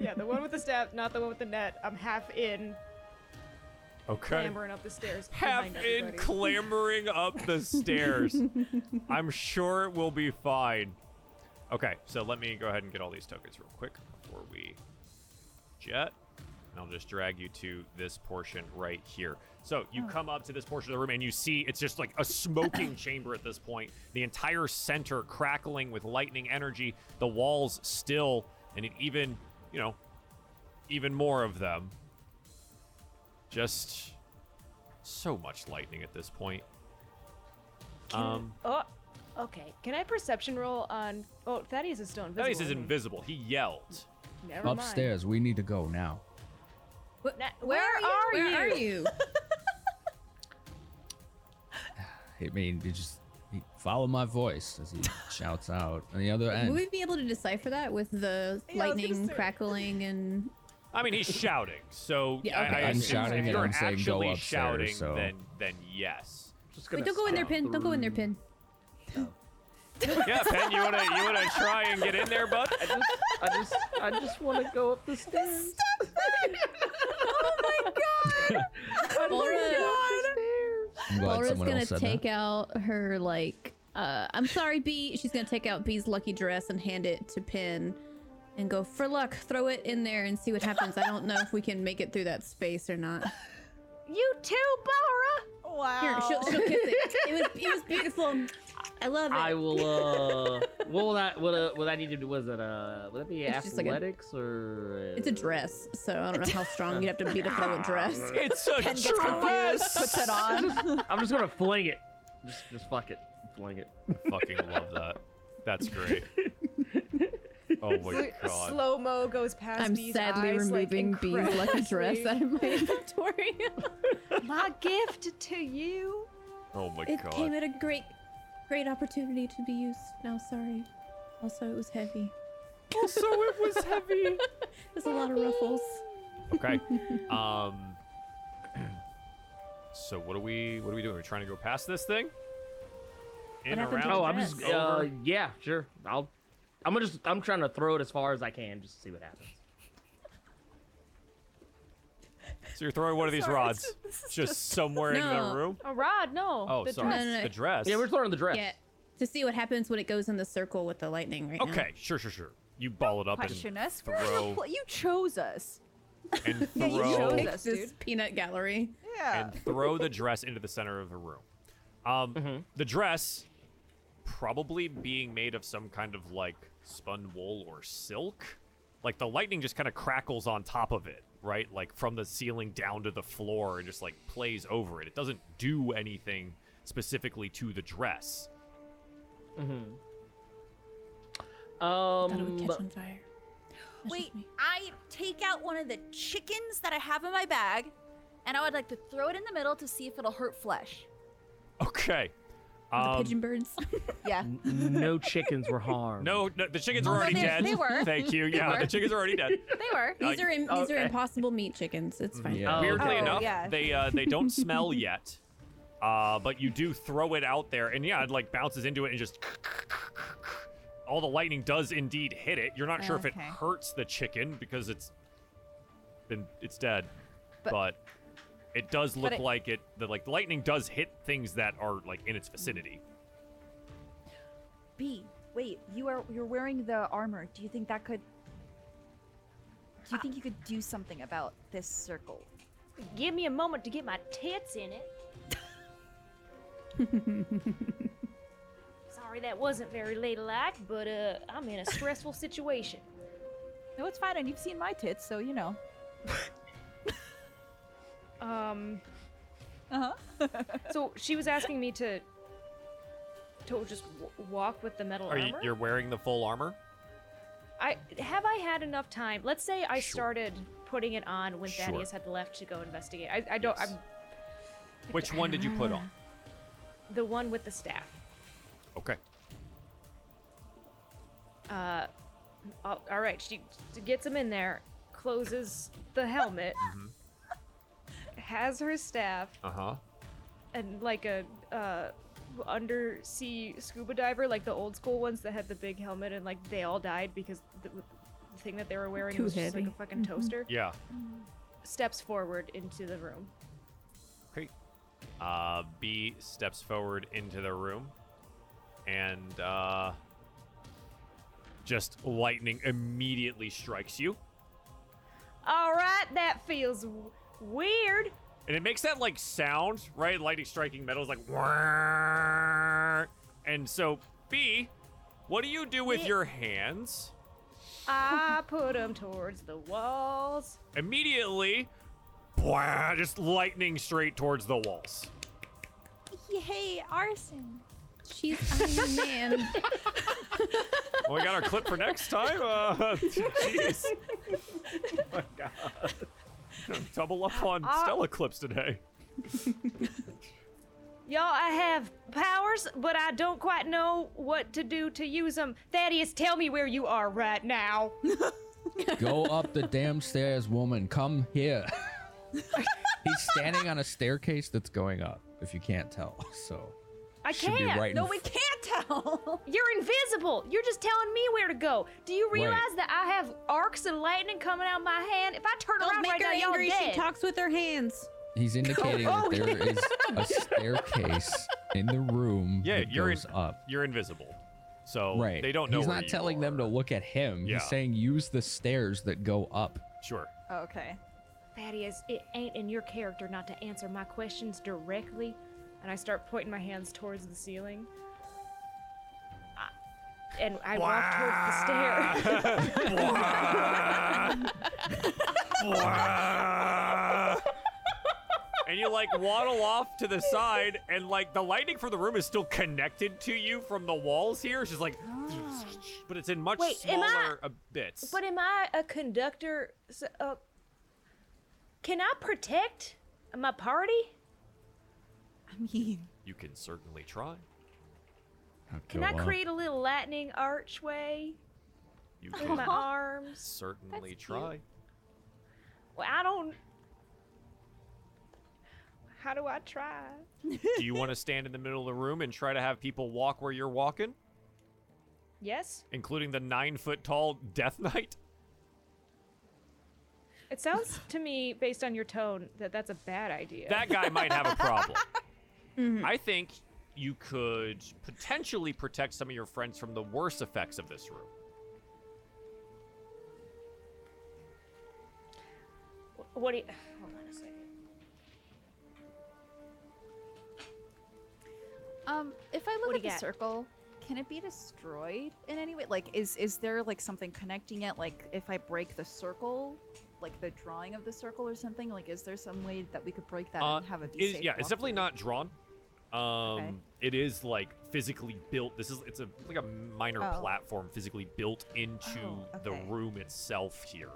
S4: Yeah, the one with the staff, not the one with the net. I'm half in,
S1: Okay.
S4: clambering up the stairs.
S1: Half
S4: behind
S1: in
S4: everybody.
S1: clambering up the stairs. I'm sure it will be fine. Okay, so let me go ahead and get all these tokens real quick before we jet. And I'll just drag you to this portion right here. So you come up to this portion of the room and you see it's just like a smoking chamber at this point. The entire center crackling with lightning energy, the walls still, and it even, you know, even more of them. Just so much lightning at this point. Um,
S4: Oh, okay. Can I perception roll on? Oh, Thaddeus is still invisible.
S1: Thaddeus is
S4: isn't he?
S1: invisible. He yelled.
S4: Never mind.
S7: Upstairs, we need to go now.
S4: Na-
S9: Where are
S5: Where are
S9: you?
S5: you?
S7: I mean, you just you follow my voice as he shouts out on the other
S5: Would we
S7: end.
S5: be able to decipher that with the
S9: Yeah, I was gonna
S5: lightning
S9: say.
S5: crackling and
S1: I mean, he's shouting. So
S5: Yeah,
S1: I-
S5: okay.
S1: I,
S5: I'm
S1: assume
S5: shouting
S1: if
S5: and
S1: you're
S7: I'm saying
S1: actually
S7: go upstairs,
S1: shouting,
S7: so-
S1: then then yes.
S6: Just
S5: Wait,
S6: gonna
S5: don't go in there,
S6: sneak
S5: Pin. Don't go in there,
S6: through.
S5: Pin.
S1: Yeah, Pen, you wanna you wanna try and get in there, bud?
S6: I just, I just, I just want to go up the stairs.
S7: I'm glad
S5: Laura's
S7: someone
S5: gonna
S7: else said
S5: take
S7: that.
S5: out her like uh I'm sorry, B. She's gonna take out B's lucky dress and hand it to Pin and go, for luck, throw it in there and see what happens. I don't know if we can make it through that space or not.
S8: You too, Bora.
S9: Wow.
S5: Here, she'll, she'll kiss it. It was it was beautiful. I love it.
S6: I will. Uh, what will that? What? Uh, what I need to do? Was it? Uh, would that be
S5: It's just like a-
S6: athletics or? uh,
S5: it's a dress, so I don't know how strong you'd have to be to throw a dress.
S6: Ah,
S1: It's a dress.
S9: Put it on.
S6: I'm just gonna fling it. Just, just fuck it. Fling it.
S1: Fucking love that. That's great. Oh my god.
S4: Slow mo goes past.
S5: I'm
S4: Bee's
S5: sadly
S4: eyes, like,
S5: removing B's lucky dress
S4: incredulously.
S5: out of my inventory.
S9: My gift to you.
S1: Oh my
S5: it
S1: god.
S5: came at a great, great opportunity to be used. Now, sorry. Also, it was heavy.
S1: Also, it was heavy.
S5: There's a lot of ruffles.
S1: Okay. Um. So what are we? What are we doing? Are we trying to go past this thing? In
S5: happened to
S1: around.
S5: the
S6: Oh, I'm just.
S5: Dress.
S6: Uh,
S1: over.
S6: yeah, sure. I'll. I'm gonna just. I'm trying to throw it as far as I can, just to see what happens.
S1: So you're throwing one of these rods just, somewhere in
S5: No.
S1: the room.
S8: A rod, no.
S1: Oh,
S8: the
S1: sorry.
S8: dress.
S5: No, no, no.
S1: The dress.
S6: Yeah, we're throwing the dress.
S5: Yeah, to see what happens when it goes in the circle with the lightning right now.
S1: okay. Sure. Sure. Sure. You ball it up
S9: Question
S1: and,
S9: us. We're in
S1: throw-
S9: a pla- you chose us.
S1: and
S9: Yeah, you
S1: throw
S9: chose
S5: Pick
S9: us,
S5: this
S9: dude.
S5: peanut gallery.
S9: Yeah.
S1: and throw the dress into the center of the room. Um, The dress, probably being made of some kind of like spun wool or silk, like the lightning just kind of crackles on top of it, right? Like from the ceiling down to the floor and just like plays over it. It doesn't do anything specifically to the dress.
S5: Thought it would
S6: Mm-hmm. Um.
S5: catch on fire. That's
S2: Wait,
S5: just me.
S2: I take out one of the chickens that I have in my bag, and I would like to throw it in the middle to see if it'll hurt flesh.
S1: Okay.
S5: the
S1: Um,
S5: pigeon birds.
S9: Yeah.
S6: no chickens were harmed.
S1: no, no, the chickens are already
S2: Oh, they-
S1: dead.
S2: they were.
S1: Thank you. Yeah, the
S2: were.
S1: chickens are already dead.
S2: They were.
S1: Uh,
S5: these are im- these are
S6: okay.
S5: impossible meat chickens. It's fine.
S7: Yeah. Oh,
S1: Weirdly
S9: okay.
S1: enough,
S9: yeah.
S1: they uh, they don't smell yet, uh, but you do throw it out there, and yeah, it like bounces into it and just. All the lightning does indeed hit it. You're not sure if it
S9: Okay.
S1: hurts the chicken because it's been it's dead, but,
S9: But-
S1: it does look
S9: it-
S1: like it. The like lightning does hit things that are like in its vicinity.
S9: B. Wait. You are. You're wearing the armor. Do you think that could? Do you think you could do something about this circle?
S8: Give me a moment to get my tits in it. Sorry, that wasn't very ladylike, but uh, I'm in a stressful situation.
S9: No, it's fine. And you've seen my tits, so you know.
S4: Um.
S9: Uh huh.
S4: So she was asking me to to just w- walk with the metal
S1: Are you,
S4: armor.
S1: you're wearing the full armor?
S4: I have I had enough time. Let's say I started putting it on when
S1: Sure.
S4: Thaddeus had left to go investigate. I, I don't.
S1: Yes.
S4: I'm
S1: Which one did you put on?
S4: the one with the staff.
S1: Okay.
S4: Uh, all, all right. She gets him in there, closes the helmet,
S5: Mm-hmm.
S4: has her staff,
S1: Uh huh.
S4: and like a uh, undersea scuba diver, like the old school ones that had the big helmet, and like they all died because the, the thing that they were wearing
S5: Too
S4: was just like a
S5: heavy. Mm-hmm.
S4: fucking toaster.
S1: Yeah.
S4: Steps forward into the room.
S1: Great. Uh, B steps forward into the room, and uh, just lightning immediately strikes you,
S4: All right, that feels w- weird.
S1: and it makes that like sound, right? Lightning striking metal is like, "Wah." and so B, what do you do with your hands?
S4: I put them towards the walls.
S1: Immediately, "Bwah," just lightning straight towards the walls.
S2: Yay, arson.
S5: She's Iron Man.
S1: Well, we got our clip for next time. Uh, jeez. Oh my God. Double up on
S4: Uh,
S1: Stella clips today.
S4: Y'all, I have powers, but I don't quite know what to do to use them. Thaddeus, tell me where you are right now.
S7: Go up the damn stairs, woman. Come here. He's standing on a staircase that's going up. If you can't tell, so
S4: I
S7: should be
S4: can't.
S7: right.
S2: No,
S7: in
S2: we
S7: f-
S2: can't tell.
S4: You're invisible. You're just telling me where to go. Do you
S7: Wait.
S4: realize that I have arcs and lightning coming out of my hand? If I turn
S5: Don't
S4: around
S5: make
S4: right
S5: her
S4: now,
S5: angry.
S4: y'all
S5: She
S4: dead.
S5: talks with her hands.
S3: He's indicating
S9: oh,
S3: that there is a staircase in the room
S1: Yeah,
S3: that
S1: you're in-
S3: goes up.
S1: You're invisible, so
S3: Right.
S1: they don't know.
S3: He's
S1: where
S3: not
S1: you
S3: telling
S1: are.
S3: them to look at him.
S1: Yeah.
S3: He's saying use the stairs that go up.
S1: Sure.
S9: Okay.
S4: Thaddeus, it ain't in your character not to answer my questions directly. And I start pointing my hands towards the ceiling. I- And I walk towards the stair.
S1: and you like waddle off to the side, and like the lighting from the room is still connected to you from the walls here. It's just like, but it's in much
S4: Ah. Wait, am I-
S1: smaller uh, bits.
S4: but am I a conductor? S- Uh, can I protect my party?
S9: I mean,
S1: you can certainly try.
S4: Can I create a little lightning archway
S1: You
S4: with
S1: can
S4: my arms?
S1: certainly try.
S4: Well, I don't. How do I try?
S1: Do you want to stand in the middle of the room and try to have people walk where you're walking,
S4: Yes?
S1: including the nine foot tall Death Knight?
S4: It sounds to me, based on your tone, that that's a bad idea.
S1: That guy might have a problem. I think you could potentially protect some of your friends from the worst effects of this room.
S4: Wh- What do you. Hold on a second.
S9: um, if I
S4: What
S9: look
S4: do
S9: at
S4: you
S9: the
S4: got?
S9: circle, can it be destroyed in any way? Like, is is there like something connecting it? Like, if I break the circle, like the drawing of the circle or something, like, is there some way that we could break that
S1: Uh,
S9: and have a
S1: it is- yeah, it's definitely
S9: walkthrough?
S1: not drawn. Um, it is like physically built. This is it's a like a minor
S9: Oh.
S1: platform physically built into
S9: Oh,
S1: the
S9: okay. Hmm.
S1: room itself here.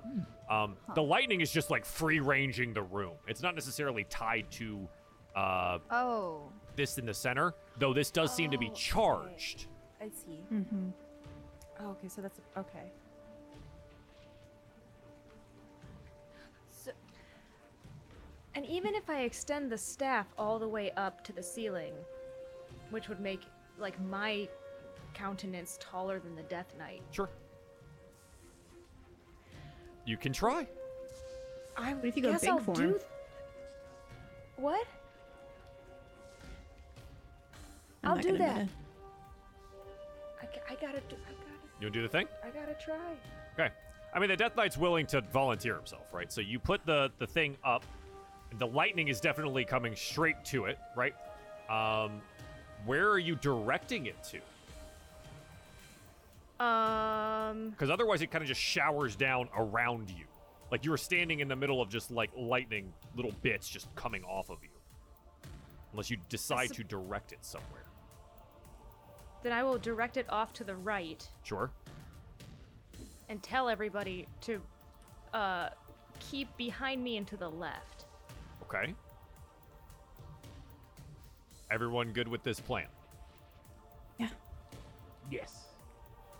S1: Um, The lightning is just like free ranging the room. It's not necessarily tied to uh,
S9: Oh,
S1: this in the center, though. This does seem to be
S9: Oh, okay.
S1: charged.
S9: I see.
S2: Hmm.
S5: Mm-hmm.
S9: Oh, okay, so that's okay.
S4: And even if I extend the staff all the way up to the ceiling, which would make, like, my countenance taller than the Death Knight,
S1: Sure. You can try.
S4: I
S5: if you go
S4: guess
S5: big
S4: I'll
S5: for
S4: do.
S5: him?
S4: th- What?
S5: I'm
S4: I'll
S5: not
S4: do
S5: gonna
S4: that.
S5: meta.
S4: I, ca- I gotta do. I gotta.
S1: You wanna do the thing?
S4: I gotta try.
S1: Okay. I mean, the Death Knight's willing to volunteer himself, right? So you put the the thing up. The lightning is definitely coming straight to it, right? Um, where are you directing it to?
S4: Um.
S1: Because otherwise, it kind of just showers down around you. Like you were standing in the middle of just like lightning little bits just coming off of you. Unless you decide
S4: sup-
S1: to direct it somewhere.
S4: Then I will direct it off to the right
S1: Sure.
S4: and tell everybody to uh, keep behind me and to the left.
S1: Okay. Everyone good with this plan?
S5: Yeah.
S6: Yes.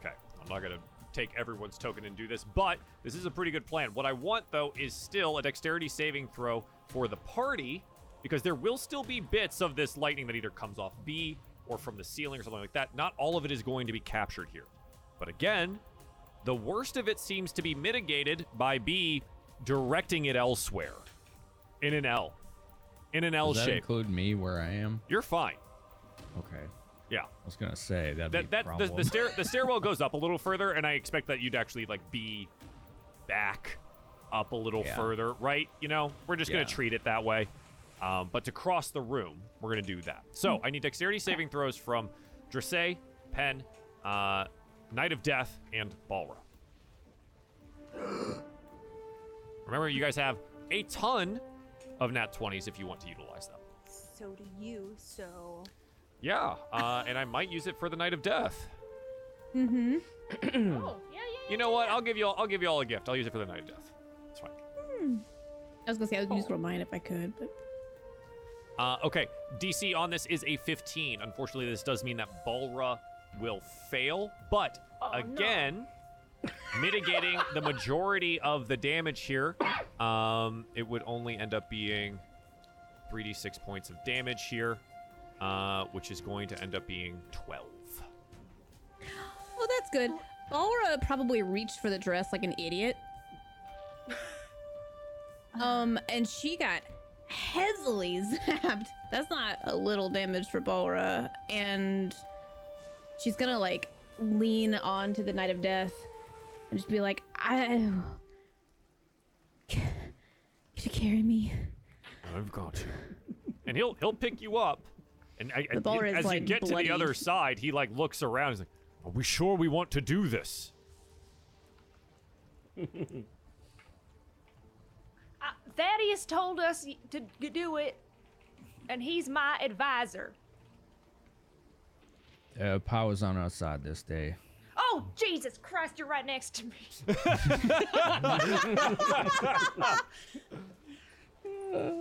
S1: Okay, I'm not gonna take everyone's token and do this, but this is a pretty good plan. What I want though is still a dexterity saving throw for the party, because there will still be bits of this lightning that either comes off B or from the ceiling or something like that. Not all of it is going to be captured here. But again, the worst of it seems to be mitigated by B directing it elsewhere. In an L. In an L
S3: Does that
S1: shape.
S3: include me where I am?
S1: You're fine.
S3: Okay. I
S1: Yeah.
S3: was gonna say
S1: That
S3: that'd be a
S1: that the,
S3: problem.
S1: the stair the stairwell goes up a little further, and I expect that you'd actually like be back up a little
S3: Yeah.
S1: further, right? You know, we're just gonna
S3: Yeah.
S1: treat it that way. Um, but to cross the room, we're gonna do that. So
S3: Hmm.
S1: I need dexterity saving throws from Dressay, Pen, uh, Knight of Death, and Balra. Remember, you guys have a ton of nat twenties if you want to utilize them.
S9: So do you. So
S1: Yeah, uh, and I might use it for the Knight of Death.
S5: Mm-hmm.
S4: Oh, yeah, yeah.
S1: You know what? I'll give you all. I'll give you all a gift. I'll use it for the night of death. It's fine.
S5: I was gonna say I would use roll mine if I could, but
S1: Uh, okay. DC on this is a 15. Unfortunately, this does mean that Balra will fail, but again, mitigating the majority of the damage here, um, it would only end up being 3d6 points of damage here, uh, which is going to end up being 12.
S5: well, that's good. Balra probably reached for the dress like an idiot. um, and she got heavily zapped. That's not a little damage for Balra. And she's gonna like lean onto the Knight of Death and just be like, I. Could you carry me?
S1: I've got you. And he'll he'll pick you up. And I,
S5: The baller is,
S1: as you
S5: like,
S1: get to
S5: bloody.
S1: the other side, he like looks around. He's like, "Are we sure we want to do this?"
S4: Uh, Thaddeus told us y- to g- do it, and he's my advisor.
S7: Uh, power's on our side this day.
S4: Oh, Jesus Christ, you're right next to me.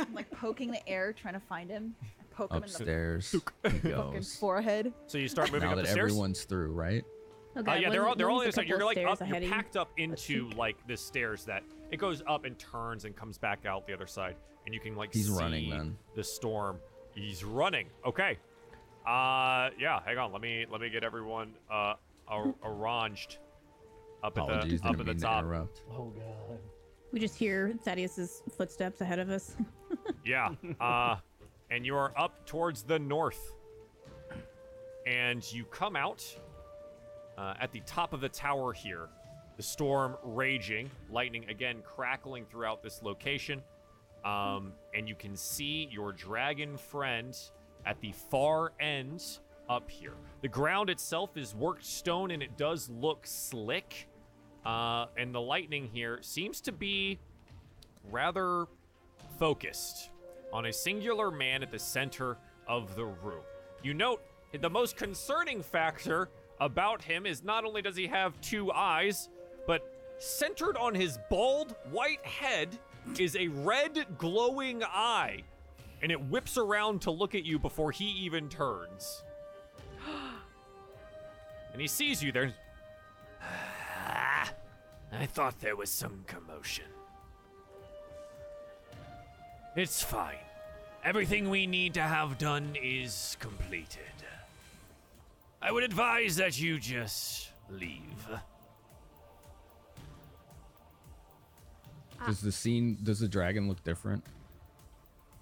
S9: I'm like poking the air, trying to find him. I poke him in
S7: Upstairs he
S9: the fucking
S7: goes.
S9: forehead.
S1: So you start moving
S7: Now
S1: up
S7: that
S1: the stairs.
S7: everyone's through, right?
S5: Okay.
S1: Uh, yeah, they're all they're all in the
S5: inside.
S1: side. You're like up, you're packed up into like this stairs that it goes up and turns and comes back out the other side, and you can like
S7: He's
S1: see
S7: running, then.
S1: the storm. He's running. Okay. Uh, yeah. Hang on. Let me let me get everyone uh ar- arranged up at
S7: Apologies,
S1: the up
S7: didn't
S1: at the
S7: mean to
S1: top.
S7: interrupt.
S6: Oh god.
S5: We just hear Thaddeus's footsteps ahead of us.
S1: Yeah. Uh, and you are up towards the north. And you come out uh, at the top of the tower here. The storm raging, lightning again crackling throughout this location. Um, and you can see your dragon friend at the far end up here. The ground itself is worked stone and it does look slick. Uh, and the lightning here seems to be rather focused on a singular man at the center of the room. You note the most concerning factor about him is not only does he have two eyes, but centered on his bald white head is a red glowing eye, and it whips around to look at you before he even turns. and he sees you there. Ah, I thought there was some commotion. It's fine. Everything we need to have done is completed. I would advise that you just leave.
S7: Does the scene, does the dragon look different?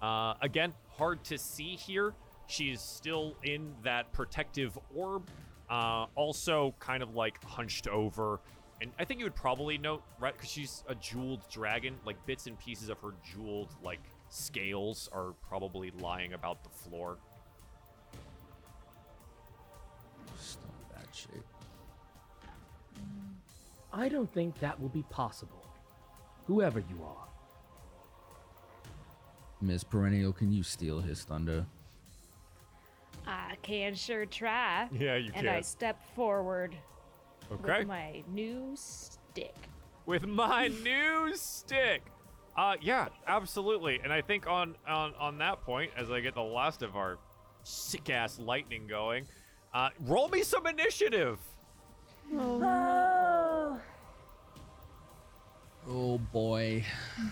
S1: Uh, again, hard to see here. She's still in that protective orb, uh, also kind of like hunched over. And I think you would probably note, right? Because she's a jeweled dragon, like bits and pieces of her jeweled, like, scales are probably lying about the floor.
S7: Still in bad shape.
S6: I don't think that will be possible. Whoever you are.
S7: Ms. Perennial, can you steal his thunder?
S4: I can sure try.
S1: Yeah, you
S4: And I step forward
S1: Okay.
S4: with my new stick.
S1: with my new stick. Uh, yeah, absolutely. And I think on on on that point, as I get the last of our sick ass lightning going, uh, roll me some initiative.
S7: Oh boy.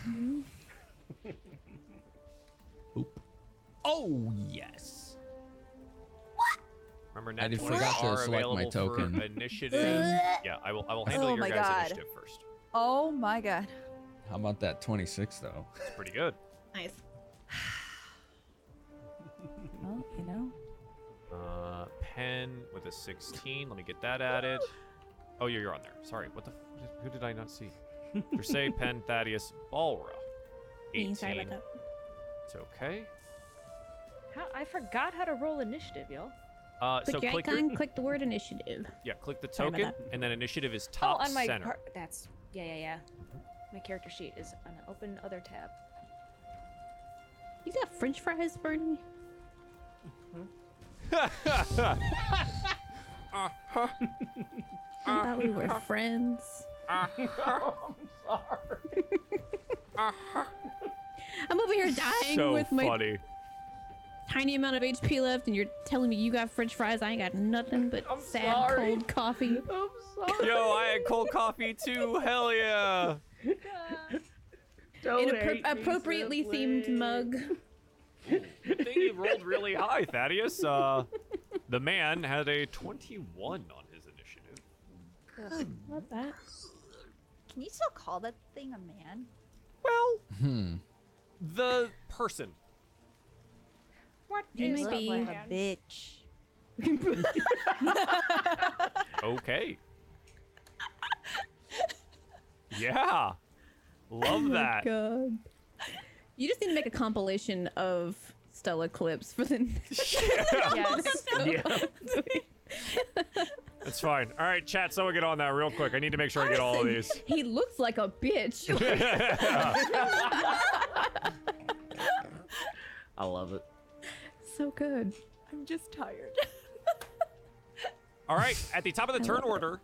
S7: Mm-hmm. Oop. Oh yes.
S1: Remember, nat
S7: did
S1: 20s
S7: forgot to
S1: are
S7: select my
S1: available for
S7: token.
S1: initiative. yeah, I will. I will handle
S9: Oh
S1: your
S9: my
S1: guys'
S9: God.
S1: initiative first.
S9: Oh my god.
S7: How about that 26 though?
S1: It's pretty good.
S5: Nice.
S9: Well, you know.
S1: Uh, pen with a 16. Let me get that added. Oh, you're, you're on there. Sorry. What the? F- who did I not see? Persei, Pen, Thaddeus, Balra. 18.
S5: Being sorry about that.
S1: It's okay.
S4: How, I forgot how to roll initiative, y'all.
S1: Uh,
S5: Click
S1: so
S5: your
S1: click your-
S5: icon, click the word initiative.
S1: yeah, click the
S5: Sorry about
S1: token, and then initiative is top
S4: oh, on my
S1: center.
S4: par- that's yeah, yeah, yeah. My character sheet is on an open other tab.
S5: You got French fries, Bernie? I thought we were friends. I'm sorry. I'm over here dying with my tiny amount of HP left, and you're telling me you got French fries. I ain't got nothing but sad
S6: sorry.
S5: cold coffee.
S6: I'm sorry.
S1: Yo, I had cold coffee too. Hell yeah.
S5: In a pro- appropriately themed mug.
S1: I think you rolled really high, Thaddeus. Uh, the man had a 21 on his initiative.
S5: Love that.
S9: Can you still call that thing a man?
S1: Well,
S3: Hmm.
S1: the person.
S4: What
S5: You
S4: is
S5: may
S4: a
S5: be-
S9: Like
S4: man?
S9: a bitch.
S1: Okay. yeah. Love that.
S5: Oh God. You just need to make a compilation of Stella clips for the next
S4: Yes.
S6: Yeah.
S1: That's fine. All right, chat, someone get on that real quick. I need to make sure I get all of these.
S5: He looks like a bitch.
S6: I love it.
S5: so good.
S9: I'm just tired.
S1: All right, at the top of the turn order,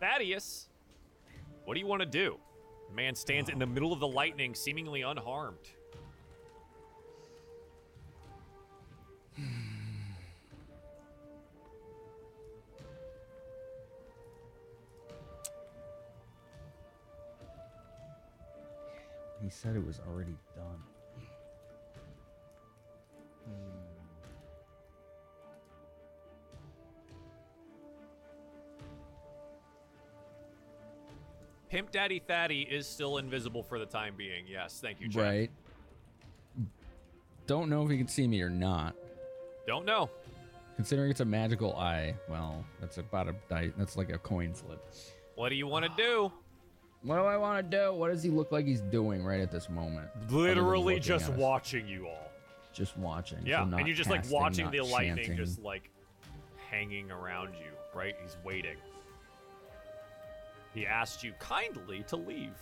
S1: Thaddeus, what do you want to do? The man stands in the middle of the lightning, seemingly unharmed.
S7: He said it was already done.
S1: Pimp Daddy Thaddy is still invisible for the time being. Yes, thank you, Jack.
S3: Right. Don't know if he can see me or not.
S1: Don't know.
S3: Considering it's a magical eye, well, that's about a di- that's like a coin flip.
S1: What do you want to do?
S3: What do I want to do? What does he look like he's doing right at this moment?
S1: Literally
S3: looking
S1: just
S3: at us.
S1: watching you all.
S3: Just watching. so
S1: Yeah,
S3: not
S1: and you're just like
S3: casting,
S1: watching
S3: not
S1: the lightning
S3: chanting.
S1: just like hanging around you, right? He's waiting. He asked you kindly to leave.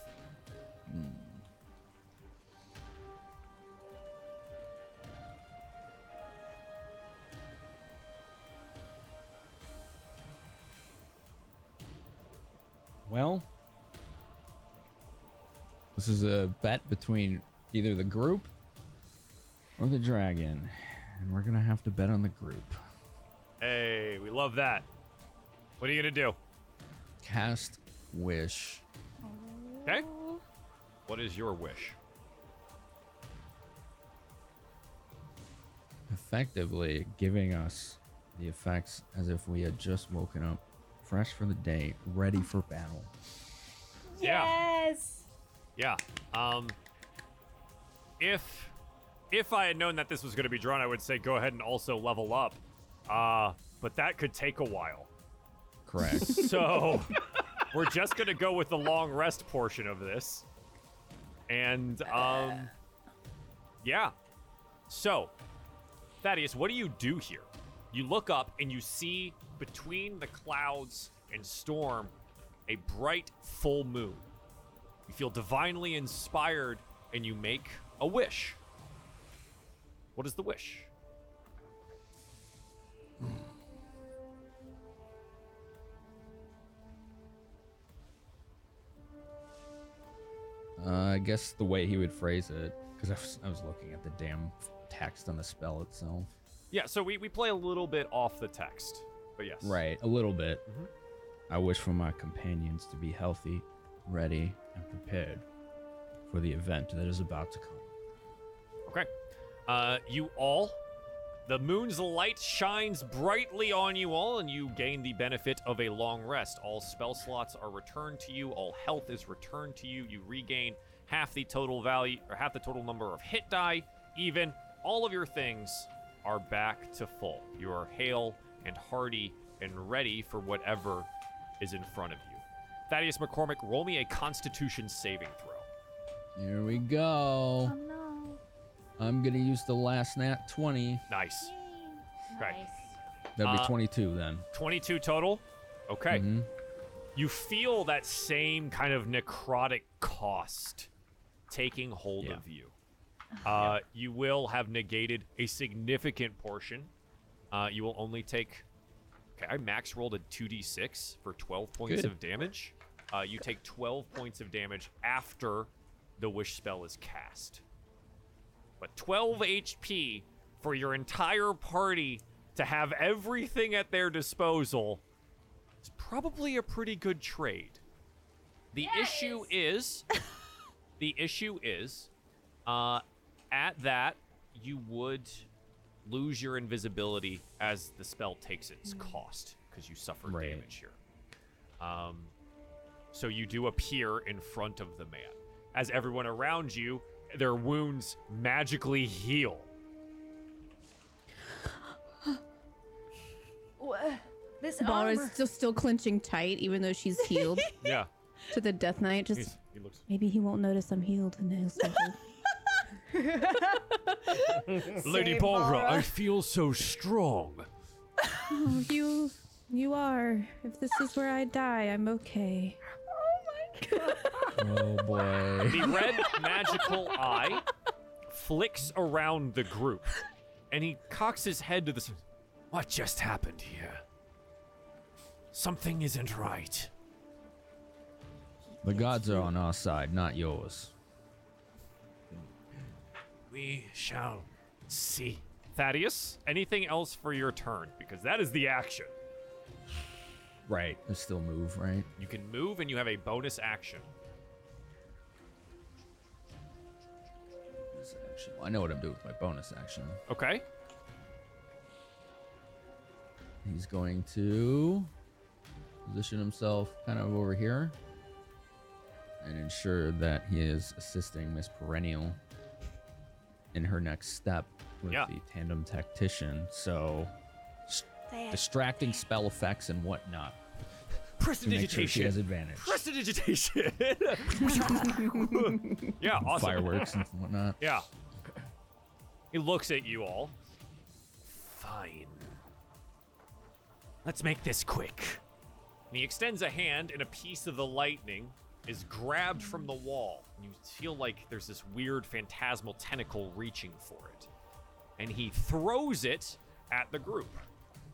S3: Well, this is a bet between either the group or the dragon, and we're gonna have to bet on the group.
S1: Hey, we love that. What are you gonna do?
S3: Cast wish.
S1: Okay. What is your wish?
S3: effectively giving us the effects as if we had just woken up, fresh for the day, ready for battle.
S4: Yes.
S1: Yeah. Um. If if I had known that this was gonna be drawn, I would say go ahead and also level up. Uh, but that could take a while.
S3: Correct.
S1: So we're just gonna go with the long rest portion of this. And um Yeah. So, Thaddeus, what do you do here? You look up and you see between the clouds and storm a bright full moon. You feel divinely inspired and you make a wish. What is the wish?
S3: uh, I guess the way he would phrase it, because I was, I was looking at the damn text on the spell itself.
S1: Yeah, so we, we play a little bit off the text. But yes.
S3: Right, a little bit. I wish for my companions to be healthy, ready, and prepared for the event that is about to come.
S1: Okay. Uh, you all, the moon's light shines brightly on you all, and you gain the benefit of a long rest. All spell slots are returned to you. All health is returned to you. You regain half the total value, or half the total number of hit die. Even all of your things are back to full. You are hale and hearty and ready for whatever is in front of you. Thaddeus McCormick, roll me a Constitution saving throw.
S3: Here we go.
S9: Oh no.
S3: I'm gonna use the last nat 20.
S1: Nice. Okay.
S3: That'd be
S1: Uh,
S3: 22 then.
S1: 22 total. Okay.
S3: Mhm.
S1: You feel that same kind of necrotic cost taking hold
S3: Yeah.
S1: of you. Uh, You will have negated a significant portion. Uh, you will only take. Okay, I max rolled a 2d6 for 12 points
S3: Good.
S1: of damage. Uh, you take 12 points of damage after the wish spell is cast. But 12 HP for your entire party to have everything at their disposal is probably a pretty good trade. The issue is, the issue is, uh, at that you would lose your invisibility as the spell takes its cost because you suffer
S3: Right.
S1: damage here. Um, So you do appear in front of the man. As everyone around you, their wounds magically heal.
S8: Wha- This
S5: Ball is
S8: armor.
S5: still, still clenching tight, even though she's healed
S1: Yeah.
S5: to the Death Knight. Just
S1: he's- he looks.
S5: maybe he won't notice I'm healed and he'll still heal.
S1: Lady Balra, I feel so strong.
S5: Oh, you, you are. If this is where I die, I'm okay.
S3: Oh boy.
S1: The red magical eye flicks around the group, and he cocks his head to the. s- What just happened here? Something isn't right.
S7: The gods are on our side, not yours.
S1: We shall see. Thaddeus, anything else for your turn? Because that is the action.
S7: Right. They still move, right?
S1: You can move and you have a bonus action.
S7: This action- I know what I'm doing with my bonus action.
S1: Okay.
S7: He's going to position himself kind of over here and ensure that he is assisting Miss Perennial in her next step with
S1: Yeah.
S7: the tandem tactician. So, s- distracting spell effects and whatnot. To make sure she has
S1: Prestidigitation.
S7: advantage.
S1: Prestidigitation. yeah, awesome.
S7: Fireworks and whatnot.
S1: Yeah. He looks at you all. Fine. Let's make this quick. And he extends a hand, and a piece of the lightning is grabbed from the wall. You feel like there's this weird phantasmal tentacle reaching for it. And he throws it at the group.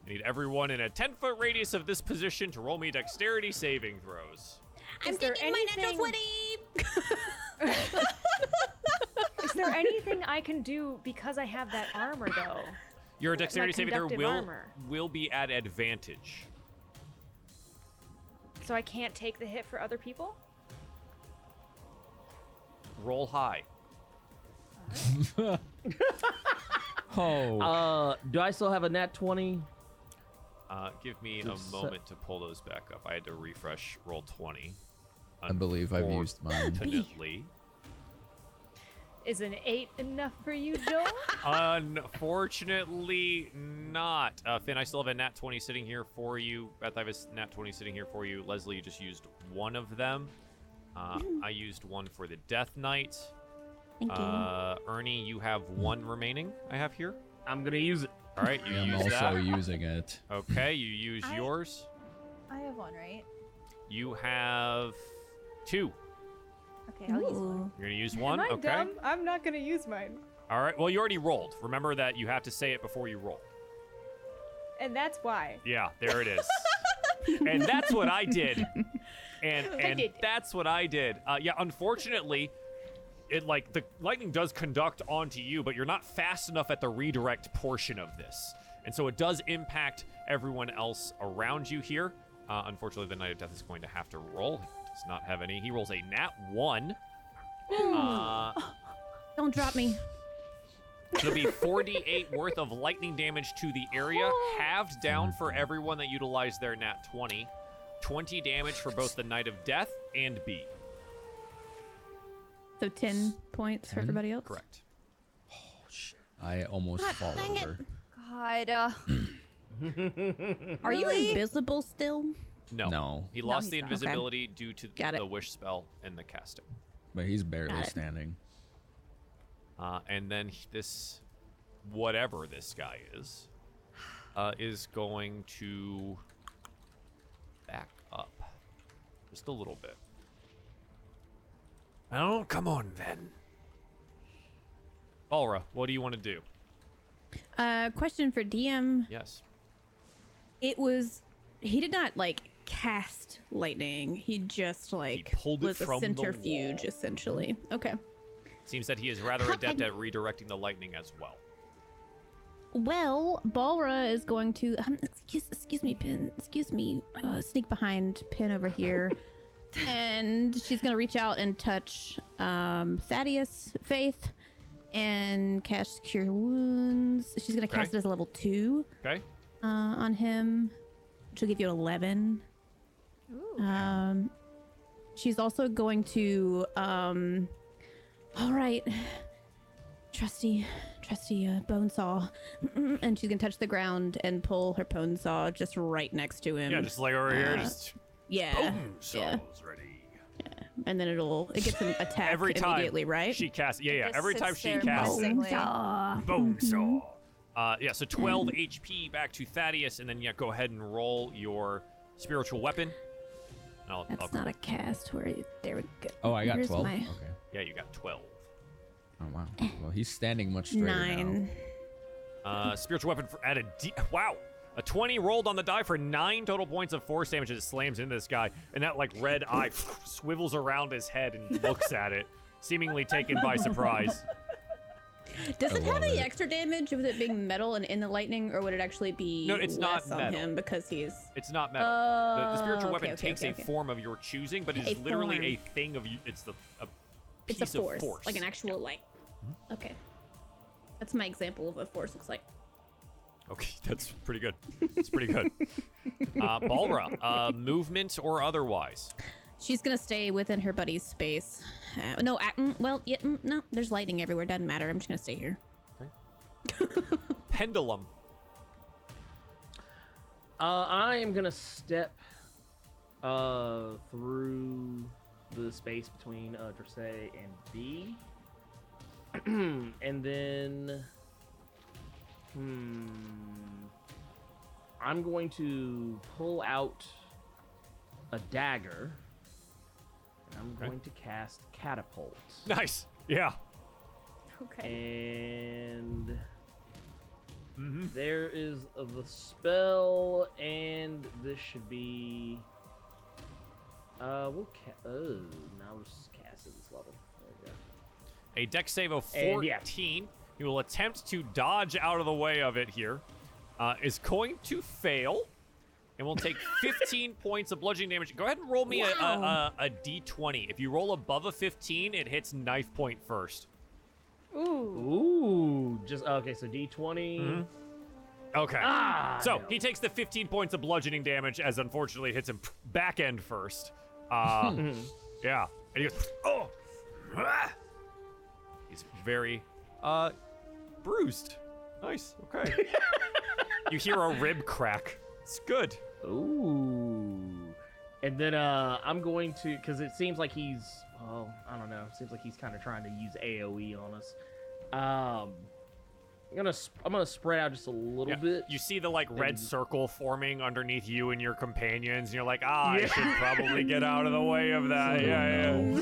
S1: I need everyone in a 10 foot radius of this position to roll me dexterity saving throws.
S2: I'm
S8: Is there
S2: thinking my natural
S8: anything-
S2: 20.
S8: Is there anything I can do because I have that armor, though?
S1: Your dexterity saving throw
S8: conductive
S1: will,
S8: armor.
S1: will be at advantage.
S8: So I can't take the hit for other people?
S1: Roll high.
S7: Oh,
S6: Uh, do I still have a nat twenty?
S1: Uh, give me a
S6: Just, uh,
S1: moment to pull those back up. I had to refresh roll 20.
S7: I believe I've used mine.
S1: Unfortunately.
S8: Is an eight enough for you, Joel?
S1: Unfortunately, not. Uh, Finn, I still have a nat 20 sitting here for you. Beth, I have a s- nat 20 sitting here for you. Leslie, you just used one of them. Uh, I used one for the Death Knight.
S5: Thank you.
S1: Uh, Ernie, you have one remaining I have here.
S6: I'm gonna use it.
S1: All right, you
S7: I'm
S1: use
S7: also
S1: that.
S7: using it.
S1: Okay, you use
S9: I-
S1: yours.
S9: I have one, right?
S1: You have two.
S9: Okay, I'll use one.
S5: Ooh.
S1: You're going to use one?
S4: Am I
S1: okay.
S4: dumb? I'm not gonna use mine.
S1: All right. Well, you already rolled. Remember that you have to say it before you roll.
S4: And that's why.
S1: Yeah, there it is. and that's what I did. And and that's what I did. Uh, yeah, unfortunately, it like the lightning does conduct onto you, but you're not fast enough at the redirect portion of this, and so it does impact everyone else around you here. Uh, unfortunately, the knight of death is going to have to roll. He does not have any. He rolls a nat one. Uh,
S5: Don't drop me.
S1: It'll be 48 worth of lightning damage to the area,
S5: Oh.
S1: halved down for everyone that utilized their nat 20. 20 damage for both the Knight of Death and B.
S5: So ten points for everybody else.
S1: Mm-hmm. Correct.
S7: I almost fall over.
S2: God. uh,
S5: Are you invisible still?
S1: No.
S7: No.
S1: He lost
S5: he's
S1: the
S5: not. Okay.
S1: invisibility due to
S5: Got it.
S1: the wish spell and the casting.
S7: But he's barely
S5: Got it.
S7: standing.
S1: Uh, and then he- this, whatever this guy is, uh, is going to back up just a little bit. Oh, come on then. Alra, what do you want to do?
S5: Uh, question for DM.
S1: Yes.
S5: It was he did not like cast lightning. He just like
S1: pulled it
S5: was
S1: from
S5: a
S1: the
S5: centrifuge
S1: wall.
S5: essentially. Okay.
S1: Seems that he is rather adept at redirecting the lightning as well.
S5: Well, Balra is going to um, excuse excuse me, Pin. Excuse me. Uh, sneak behind Pin over here. and she's going to reach out and touch um, Thaddeus Faith and cast Cure Wounds. She's going to cast
S1: Okay.
S5: it as a level 2
S1: Okay.
S5: uh, on him, which will give you an 11. Um, She's also going to um all right. Trusty, trusty uh, bone saw, and she's gonna touch the ground and pull her bone saw just right next to him.
S1: Yeah, just like over here,
S5: Uh,
S1: just
S5: yeah,
S1: boom,
S5: yeah.
S1: souls ready.
S5: and then it'll it gets an attack
S1: Every time
S5: immediately, right?
S1: she casts, yeah, yeah.
S2: just
S1: Every
S2: sits
S1: time she
S2: there
S1: casts,
S2: menacingly.
S5: Mm-hmm.
S1: boom saw. Uh, yeah, so 12 HP back to Thaddeus, and then yeah, go ahead and roll your spiritual weapon. And I'll, I'll,
S5: That's not a cast. Where you, there we go.
S3: Oh, I got
S5: Here's
S3: 12.
S5: my
S3: Okay.
S1: yeah, you got 12.
S3: Oh, wow. Well, he's standing much straighter now.
S5: nine.
S1: Uh, spiritual weapon for, at a D. Wow. A 20 rolled on the die for nine total points of force damage as it slams into this guy, and that like red eye swivels around his head and looks at it, seemingly taken by surprise.
S5: Does it have
S3: love
S5: any
S3: it.
S5: extra damage with it being metal and in the lightning, or would it actually be
S1: No, it's not
S5: less on
S1: metal.
S5: him because he's
S1: It's not metal. the, the spiritual
S5: Oh,
S1: weapon
S5: okay, okay,
S1: takes
S5: okay,
S1: a
S5: okay.
S1: form of your choosing, but it's
S5: A
S1: literally
S5: form.
S1: a thing of you. It's the a piece
S5: it's a force,
S1: of force,
S5: like an actual like.
S3: Mm-hmm.
S5: Okay, that's my example of what force looks like.
S1: Okay, that's pretty good. It's pretty good. uh, Balra, uh, movement or otherwise.
S5: She's gonna stay within her buddy's space. Uh, no, uh, mm, well, yeah, mm, no, there's lighting everywhere. Doesn't matter. I'm just gonna stay here.
S1: Pendulum.
S6: Uh, I am gonna step uh, through the space between uh, Dresse and B, and then hmm, I'm going to pull out a dagger, and I'm
S1: Okay.
S6: going to cast catapult,
S1: Nice. Yeah.
S4: Okay.
S6: and
S1: Mm-hmm.
S6: there is the spell, and this should be. Uh, we'll ca- oh, now we'll just cast at this level. There
S1: A deck save of
S6: And,
S1: 14.
S6: yeah.
S1: He will attempt to dodge out of the way of it here. Uh, is going to fail and will take 15 points of bludgeoning damage. Go ahead and roll me a
S5: Wow.
S1: a, a, a d20. If you roll above a 15, it hits knife point first.
S6: we
S4: Ooh.
S6: go. Ooh, just okay. So D 20
S1: Mm-hmm. Okay.
S6: Ah,
S1: So
S6: no.
S1: he takes the 15 points of bludgeoning damage as unfortunately it hits him back end first. Uh, yeah. And he goes, oh! Ah!" He's very uh, bruised. Nice. Okay. you hear a rib crack. It's good.
S6: Ooh, and then uh, I'm going to because it seems like he's. Well, I don't know. It seems like he's kind of trying to use AOE on us. Um, I'm gonna sp- I'm gonna spread out just a little
S1: Yeah.
S6: bit.
S1: You see the like red
S6: And-
S1: circle forming underneath you and your companions, and you're like, ah, I should probably get out of the way of that. yeah, yeah.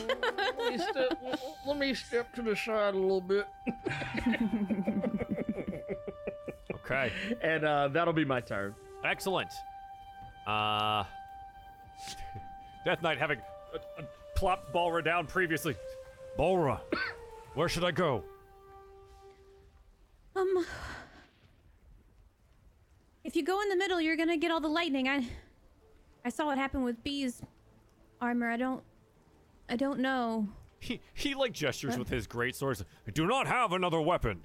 S6: let me step, let me step to the side a little bit.
S1: Okay.
S6: And uh, that'll be my turn.
S1: Excellent. Uh, Death Knight having uh, uh, plopped Balra down previously. Balra, where should I go?
S5: Um, if you go in the middle, you're gonna get all the lightning. I, I saw what happened with B's armor. I don't, I don't know.
S1: He he like gestures with his great swords. I do not have another weapon.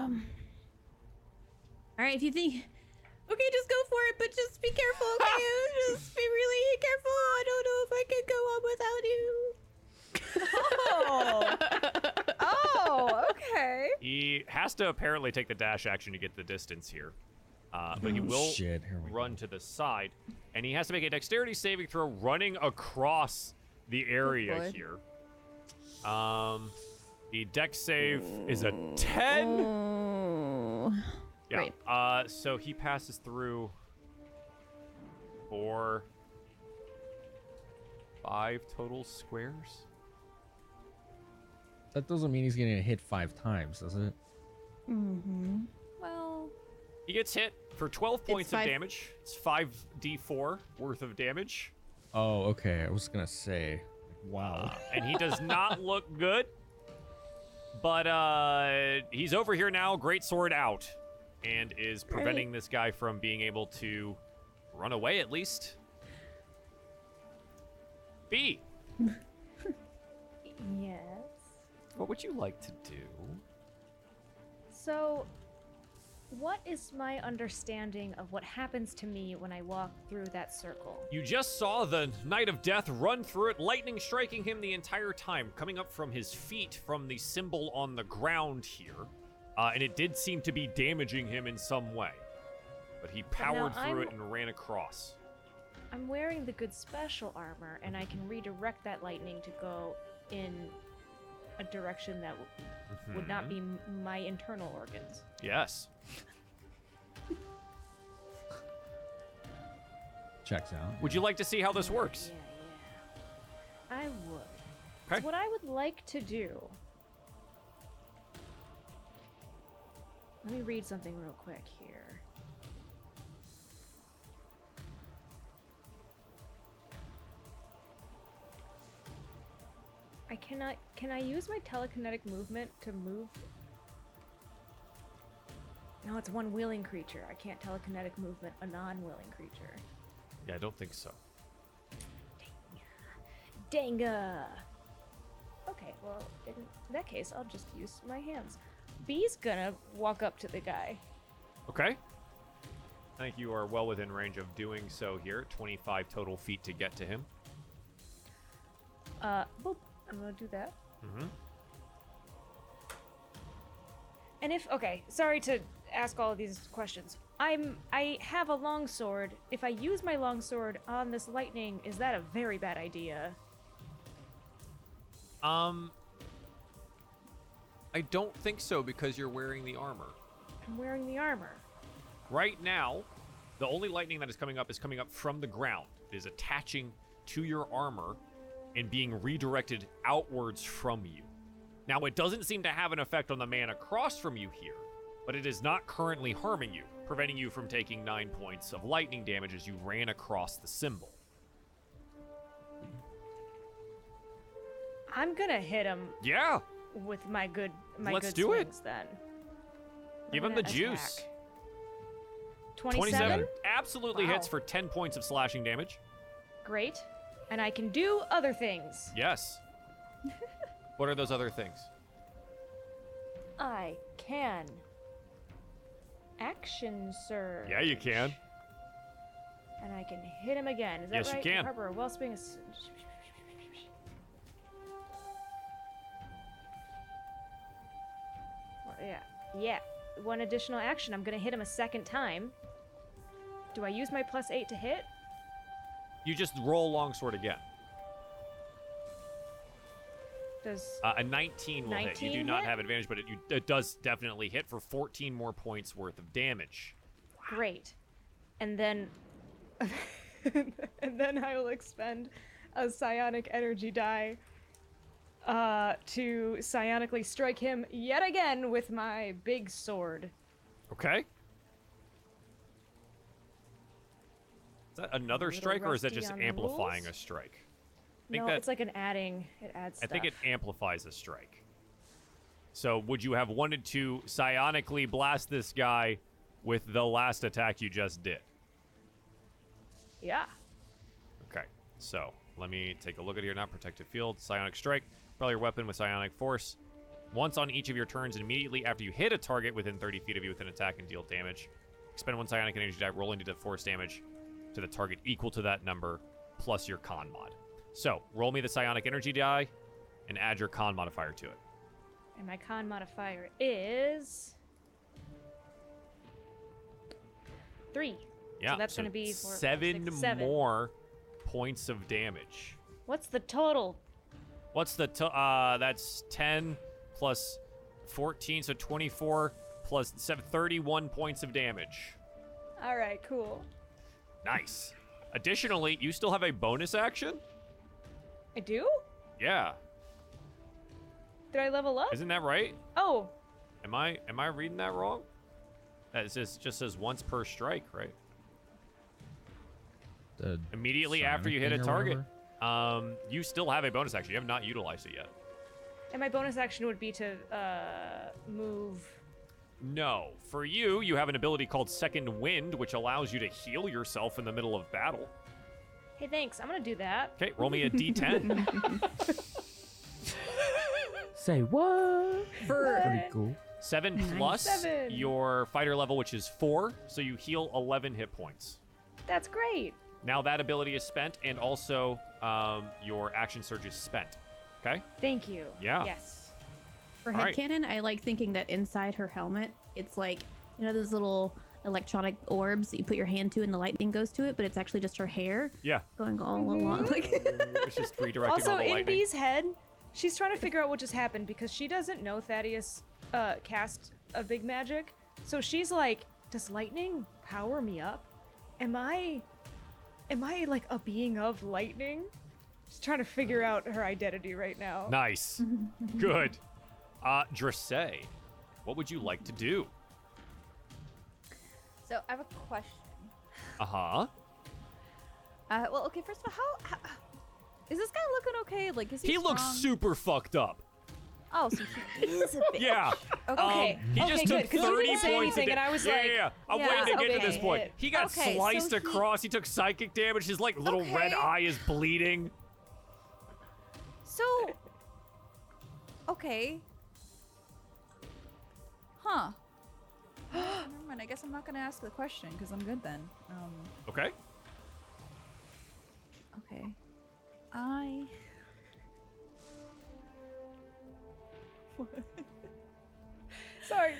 S5: All right, if you think, okay, just go for it, but just be careful, okay? just be really careful. I don't know if I can go on without you.
S9: Oh. oh, okay.
S1: He has to apparently take the dash action to get the distance here, uh, but he
S3: Oh,
S1: will
S3: shit, here we
S1: run to the side, and he has to make a dexterity saving throw running across the area
S9: boy.
S1: here. Um, the dex save is a ten.
S5: Oh,
S1: Yeah.
S5: Right.
S1: Uh, so he passes through four, five total squares.
S3: That doesn't mean he's getting hit five times, does it?
S2: Well,
S1: He gets hit for 12 points
S5: five-
S1: of damage. It's 5d4 worth of damage.
S3: Oh, okay. I was gonna say. Wow.
S1: And he does not look good. But uh, he's over here now, great sword out, and is preventing this guy from being able to run away at least. B,
S8: Yes.
S1: what would you like to do?
S4: So What is my understanding of what happens to me when I walk through that circle?
S1: You just saw the Knight of Death run through it, lightning striking him the entire time, coming up from his feet from the symbol on the ground here. Uh, and it did seem to be damaging him in some way. But he powered through
S4: I'm-
S1: it and ran across.
S4: I'm wearing the good special armor, and I can redirect that lightning to go in a direction that w- would not be m- my internal organs.
S1: Yes.
S11: Checks out.
S1: Would you like to see how this works?
S4: I would.
S1: Okay.
S4: What I would like to do. Let me read something real quick here. I cannot. Can I use my telekinetic movement to move? No, it's one willing creature. I can't telekinetic movement a non-willing creature.
S1: Yeah, I don't think so.
S4: Danga. Okay, well, in that case, I'll just use my hands. B's gonna walk up to the guy.
S1: Okay. I think you are well within range of doing so here. 25 total feet to get to him.
S4: Uh, boop. I'm gonna do that.
S1: Mhm.
S4: And if okay, sorry to ask all of these questions. I'm I have a long sword. If I use my long sword on this lightning, is that a very bad idea?
S1: Um, I don't think so because you're wearing the armor.
S4: I'm wearing the armor.
S1: Right now, the only lightning that is coming up is coming up from the ground. It is attaching to your armor and being redirected outwards from you. Now, it doesn't seem to have an effect on the man across from you here, but it is not currently harming you, preventing you from taking nine points of lightning damage as you ran across the symbol.
S4: I'm gonna hit him
S1: Yeah,
S4: with my good my
S1: Let's
S4: good
S1: do it.
S4: swings then.
S1: give
S4: I'm
S1: him the
S4: gonna
S1: juice.
S4: attack.
S1: 27 absolutely
S4: Wow.
S1: hits for 10 points of slashing damage.
S4: Great. And I can do other things.
S1: Yes. what are those other things?
S4: I can. Action surge.
S1: Yeah, you can.
S4: And I can hit him again. Is that
S1: Yes, you
S4: right?
S1: can.
S4: Harbor a wellspring is. Well, yeah. Yeah. One additional action. I'm gonna hit him a second time. Do I use my plus eight to hit?
S1: You just roll longsword again.
S4: Does
S1: Uh, a 19 will hit. You do
S4: 19
S1: not
S4: hit?
S1: have advantage, but it, you, it does definitely hit for 14 more points worth of damage.
S4: Great. And then and then I will expend a psionic energy die uh to psionically strike him yet again with my big sword.
S1: Okay. Is that another
S4: little
S1: strike, or is that
S4: rusty
S1: just
S4: on the
S1: amplifying a
S4: rules.
S1: strike? I think
S4: No,
S1: that,
S4: it's like an adding. It adds
S1: I
S4: stuff.
S1: think it amplifies a strike. So, would you have wanted to psionically blast this guy with the last attack you just did?
S4: Yeah.
S1: Okay, so let me take a look at here. Not protective field, psionic strike. Probably your weapon with psionic force. Once on each of your turns, and immediately after you hit a target within 30 feet of you with an attack and deal damage, expend one psionic energy die, rolling to the force damage to the target equal to that number plus your con mod. So roll me the psionic energy die and add your con modifier to it.
S4: And my con modifier is 3.
S1: Yeah,
S4: So that's gonna be four, five,
S1: seven
S4: six, seven.
S1: more points of damage.
S4: What's the total?
S1: What's the to- uh that's 10 plus 14 so 24 plus seven- 31 points of damage.
S4: All right, cool.
S1: Nice. Additionally, you still have a bonus action?
S4: I do?
S1: Yeah.
S4: Did I level up?
S1: Isn't that right?
S4: Oh,
S1: Am I am I reading that wrong? That says just says once per strike, right?
S11: The
S1: Immediately
S11: Psionic
S1: after you hit a
S11: thing or
S1: target. Um you still have a bonus action. You have not utilized it yet.
S4: And my bonus action would be to uh, move.
S1: No. For you, you have an ability called Second Wind, which allows you to heal yourself in the middle of battle.
S4: Hey, thanks. I'm gonna do that.
S1: Okay, roll me a d10.
S3: Say what?
S12: For
S3: Pretty cool.
S1: Seven plus
S4: Seven.
S1: your fighter level, which is four, so you heal 11 hit points.
S4: That's great.
S1: Now that ability is spent, and also um, your action surge is spent. Okay?
S4: Thank you.
S1: Yeah.
S4: Yes.
S5: For
S1: All right.
S5: headcanon, I like thinking that inside her helmet, it's like, you know, those little electronic orbs that you put your hand to and the lightning goes to it, but it's actually just her hair
S1: Yeah.
S5: going all along. Like,
S1: It's just redirecting
S4: also,
S1: all the
S4: in
S1: lightning.
S4: Bee's head, she's trying to figure out what just happened because she doesn't know Thaddeus uh, cast a big magic. So she's like, "Does lightning power me up? Am I, am I like a being of lightning?" She's trying to figure out her identity right now.
S1: Nice. Good. Uh, Dressay, what would you like to do?
S2: So I have a question.
S1: Uh huh.
S9: Uh, well, okay. First of all, how, how is this guy looking? Okay, like is he?
S1: He looks
S9: strong?
S1: super fucked up.
S9: Oh, so he is a bit.
S1: Yeah.
S4: Okay.
S1: um, He
S4: okay,
S1: just
S4: good,
S1: took
S4: 'cause you
S1: 30
S4: didn't
S1: points.
S4: say
S1: a
S4: anything,
S1: da-
S4: and I was
S1: yeah,
S4: like,
S1: yeah, yeah. I'm
S2: yeah,
S1: waiting to get
S4: okay.
S1: to this point.
S4: hit.
S1: He got
S2: Okay, so
S1: sliced
S2: he-
S1: across. He took psychic damage. His like little red
S2: Okay.
S1: eye is bleeding.
S2: So, okay. Huh.
S9: Never mind. I guess I'm not gonna ask the question because I'm good then. Um,
S1: Okay.
S9: okay. I.
S4: Sorry.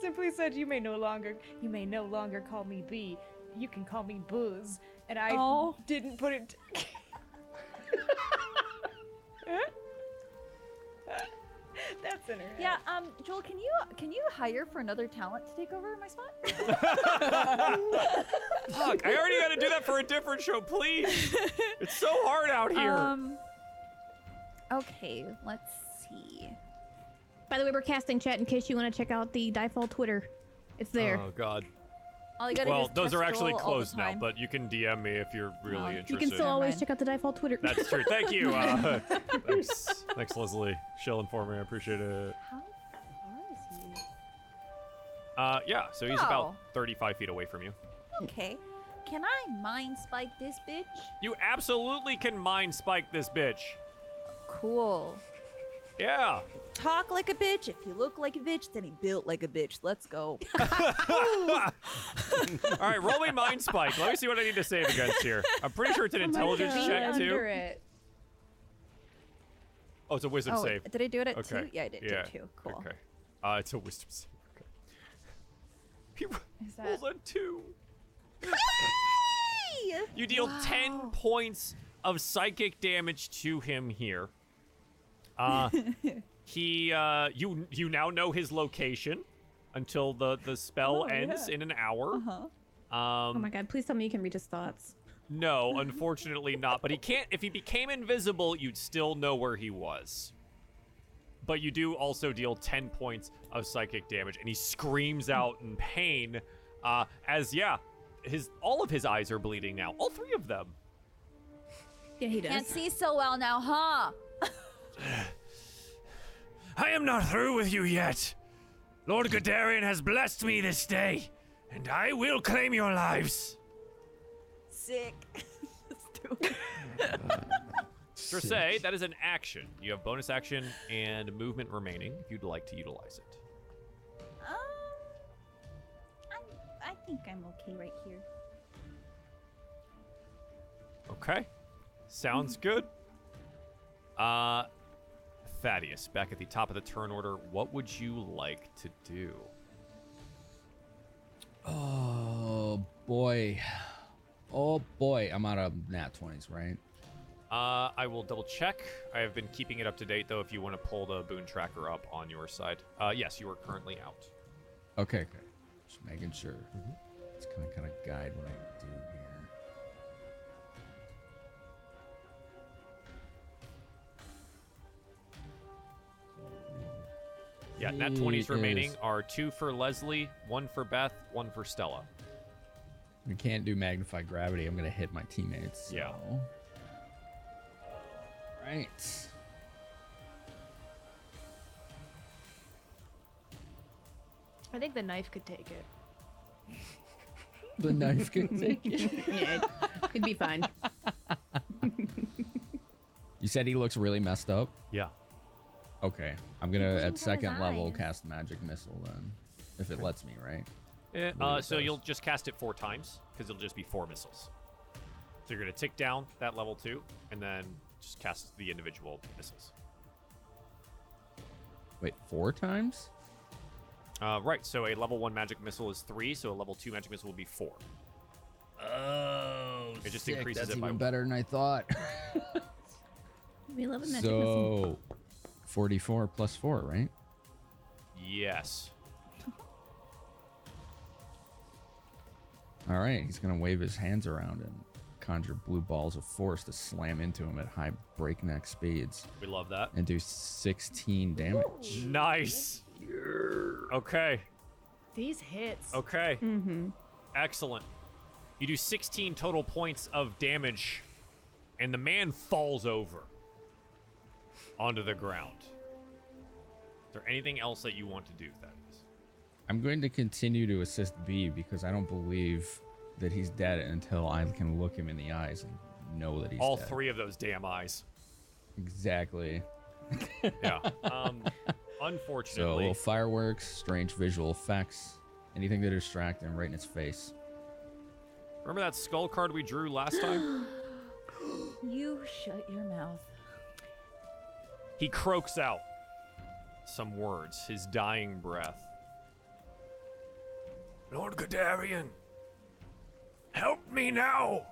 S4: Simply said, you may no longer, you may no longer call me B. You can call me Buzz. And I
S9: Oh.
S4: didn't put it. That's in her. head.
S9: Yeah. Um, Joel, can you can you hire for another talent to take over my spot?
S1: Fuck. I already had to do that for a different show. Please. It's so hard out here.
S9: Um. Okay. Let's see.
S5: by the way, we're casting chat in case you want to check out the Difall Twitter. It's there.
S1: Oh God.
S9: All you gotta do
S1: Well,
S9: is
S1: those are
S9: test
S1: actually
S9: roll all the
S1: closed now,
S9: time.
S1: but you can DM me if you're really
S9: Oh, you
S1: interested.
S5: you can still
S9: Never
S5: always
S9: mind.
S5: check out the Difall Twitter.
S1: That's true. Thank you. Uh, thanks, thanks, Leslie. She'll inform me. I appreciate it.
S9: How far is
S1: Uh, yeah. So he's about
S9: Wow.
S1: 35 feet away from you.
S9: he?
S2: Okay. Can I mind spike this bitch?
S1: You absolutely can mind spike this bitch.
S2: Cool.
S1: Yeah.
S2: Talk like a bitch. If you look like a bitch, then he built like a bitch. Let's go.
S1: All right. Roll me mind spike. Let me see what I need to save against here. I'm pretty sure it's
S9: Oh
S1: an intelligence check too.
S5: it.
S1: Oh, it's a wisdom
S9: Oh,
S1: save.
S9: did I do it at
S1: Okay.
S9: two? Yeah, I did
S1: Yeah.
S9: do two. Cool.
S1: Okay. Uh, it's a wisdom save. Okay. He ro- rolls a two. You deal 10 points of psychic damage to him here. Uh, he, uh, you, you now know his location until the, the spell
S9: Oh,
S1: ends in an hour.
S9: Uh-huh.
S5: Oh
S1: Um,
S5: my god, please tell me you can read his thoughts.
S1: no, unfortunately not. But he can't. If he became invisible, you'd still know where he was. But you do also deal 10 points of psychic damage, and he screams out in pain. Uh, as yeah, his all of his eyes are bleeding now. All three of them.
S5: Yeah, he does.
S2: Can't see so well now, huh?
S1: I am not through with you yet. Lord Godarian has blessed me this day, and I will claim your lives.
S2: Sick.
S1: Dressay, that is an action. You have bonus action and movement remaining if you'd like to utilize it.
S9: Um, I, I think I'm okay right here.
S1: Okay.
S3: Hmm.
S1: Sounds good. Uh Thaddeus, back at the top of the turn order, what would you like to do?
S3: Oh boy. Oh boy. I'm out of nat 20s, right?
S1: Uh I will double check. I have been keeping it up to date though if you want to pull the boon tracker up on your side. Uh yes, you are currently out.
S3: Okay, okay. Just making sure. It's gonna kind of guide what I do here.
S1: Yeah, nat
S3: He
S1: 20s remaining
S3: is-
S1: are 2 for Leslie, 1 for Beth, 1 for Stella.
S3: We can't do magnify gravity. I'm gonna hit my teammates.
S1: Yeah.
S3: so- Right.
S4: I think the knife could take it.
S3: The knife can take it.
S5: yeah, it- it'd be fine.
S3: You said he looks really messed up.
S1: Yeah.
S3: Okay, I'm gonna
S5: Including
S3: at
S5: from his
S3: second level
S5: eyes.
S3: cast magic missile then, if it lets me, right?
S1: Eh,
S3: Believe
S1: uh,
S3: it
S1: so
S3: does.
S1: you'll just cast it four times because it'll just be four missiles. So you're gonna tick down that level two, and then just cast the individual missiles.
S3: Wait, four times?
S1: Uh, right. So a level one magic missile is three. So a level two magic missile will be four.
S3: Oh,
S1: It just sick, increases
S3: that's
S1: it by
S3: even
S1: one.
S3: better than I thought.
S5: We love a magic missile.
S3: so, 44 plus four, right?
S1: Yes.
S3: All right, he's gonna wave his hands around and conjure blue balls of force to slam into him at high breakneck speeds
S1: We love that.
S3: and do 16 damage.
S1: Nice. Okay.
S8: These
S1: Oh,
S8: hits.
S1: Okay. Excellent. You do 16 total points of damage, and the man falls over onto the ground. Is there anything else that you want to do, Thaddeus?
S3: I'm going to continue to assist B because I don't believe that he's dead until I can look him in the eyes and know that he's
S1: All
S3: dead.
S1: three of those damn eyes.
S3: Exactly.
S1: Yeah. um,
S3: So
S1: unfortunately,
S3: little fireworks, strange visual effects, anything to distract him right in his face.
S1: remember that skull card we drew last time?
S2: You shut your mouth.
S1: he croaks out some words, his dying breath. Lord Gadarian, help me now!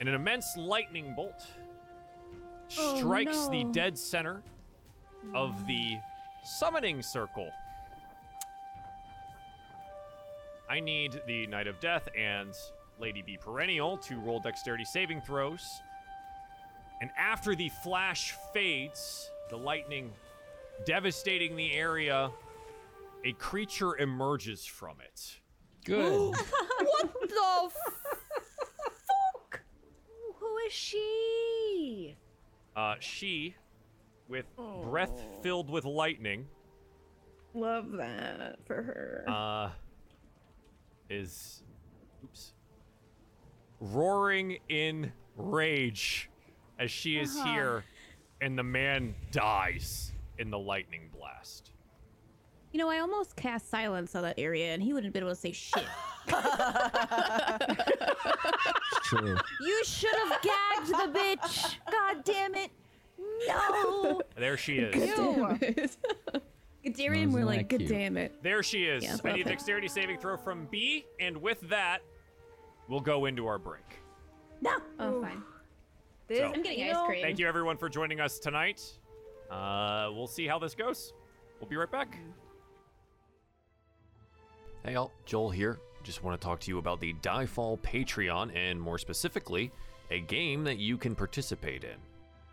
S1: And an immense lightning bolt strikes the
S5: no.
S1: dead center of the summoning circle. I need the Knight of Death and Lady B Perennial to roll dexterity saving throws. And after the flash fades, the lightning devastating the area, a creature emerges from it.
S3: Good.
S2: The
S8: Who is she?
S1: Uh, she, with breath filled with lightning,
S5: Love that for her.
S1: uh, is, oops, roaring in rage as she is here, and the man dies in the lightning blast.
S5: you know, I almost cast silence on that area, and he wouldn't have been able to say shit.
S3: It's true.
S2: You should have gagged the bitch. God damn it. No.
S1: There she is.
S5: Gadarian, we're
S3: Wasn't
S5: like,
S3: that
S5: good
S3: cute?"
S5: damn it.
S1: There she is.
S5: Yeah,
S1: I need
S5: perfect.
S1: dexterity saving throw from B, and with that, we'll go into our break.
S10: No.
S5: Oh, fine.
S8: This,
S1: So-
S5: I'm getting
S8: you
S5: ice
S8: know,
S5: cream.
S1: Thank you everyone for joining us tonight. Uh, we'll see how this goes. We'll be right back. Hey y'all, Joel here. Just want to talk to you about the Diefall Patreon and more specifically, a game that you can participate in.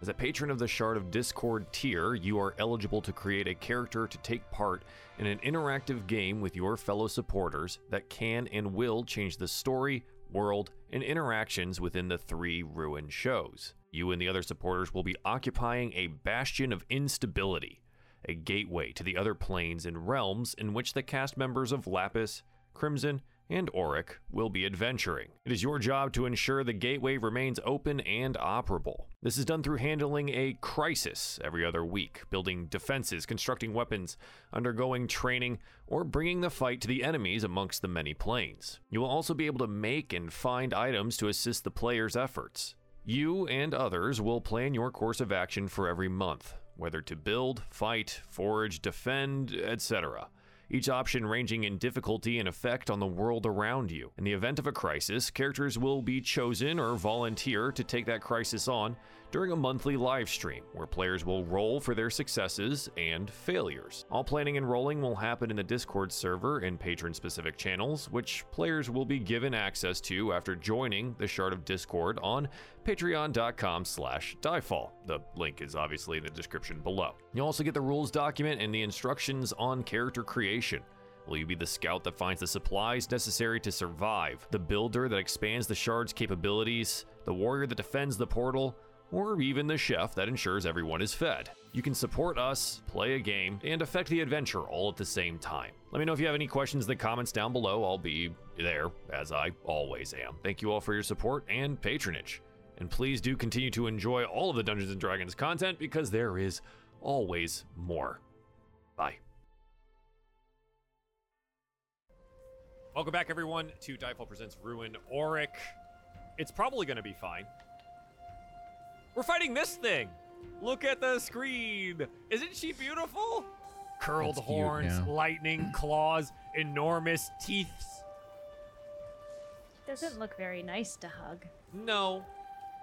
S1: As a patron of the Shard of Discord tier, you are eligible to create a character to take part in an interactive game with your fellow supporters that can and will change the story, world, and interactions within the three ruined shows. You and the other supporters will be occupying a bastion of instability a gateway to the other planes and realms in which the cast members of Lapis, Crimson, and Auric will be adventuring. It is your job to ensure the gateway remains open and operable. This is done through handling a crisis every other week, building defenses, constructing weapons, undergoing training, or bringing the fight to the enemies amongst the many planes. You will also be able to make and find items to assist the player's efforts. You and others will plan your course of action for every month, whether to build, fight, forage, defend, etc. Each option ranging in difficulty and effect on the world around you. In the event of a crisis, characters will be chosen or volunteer to take that crisis on during a monthly live stream where players will roll for their successes and failures. All planning and rolling will happen in the Discord server and patron specific channels, which players will be given access to after joining the Shard of Discord on patreon.com slash diefall. The link is obviously in the description below. You'll also get the rules document and the instructions on character creation. Will you be the scout that finds the supplies necessary to survive, the builder that expands the shard's capabilities, the warrior that defends the portal, or even the chef that ensures everyone is fed? You can support us, play a game, and affect the adventure all at the same time. Let me know if you have any questions in the comments down below. I'll be there, as I always am. Thank you all for your support and patronage. And please do continue to enjoy all of the Dungeons and Dragons content because there is always more. Bye. Welcome back, everyone, to Dipole Presents Ruin Auric. It's probably going to be fine. We're fighting this thing. Look at the screen. Isn't she beautiful? Curled
S3: That's cute
S1: horns,
S3: now.
S1: lightning, claws, enormous teeth.
S4: Doesn't look very nice to hug.
S1: No,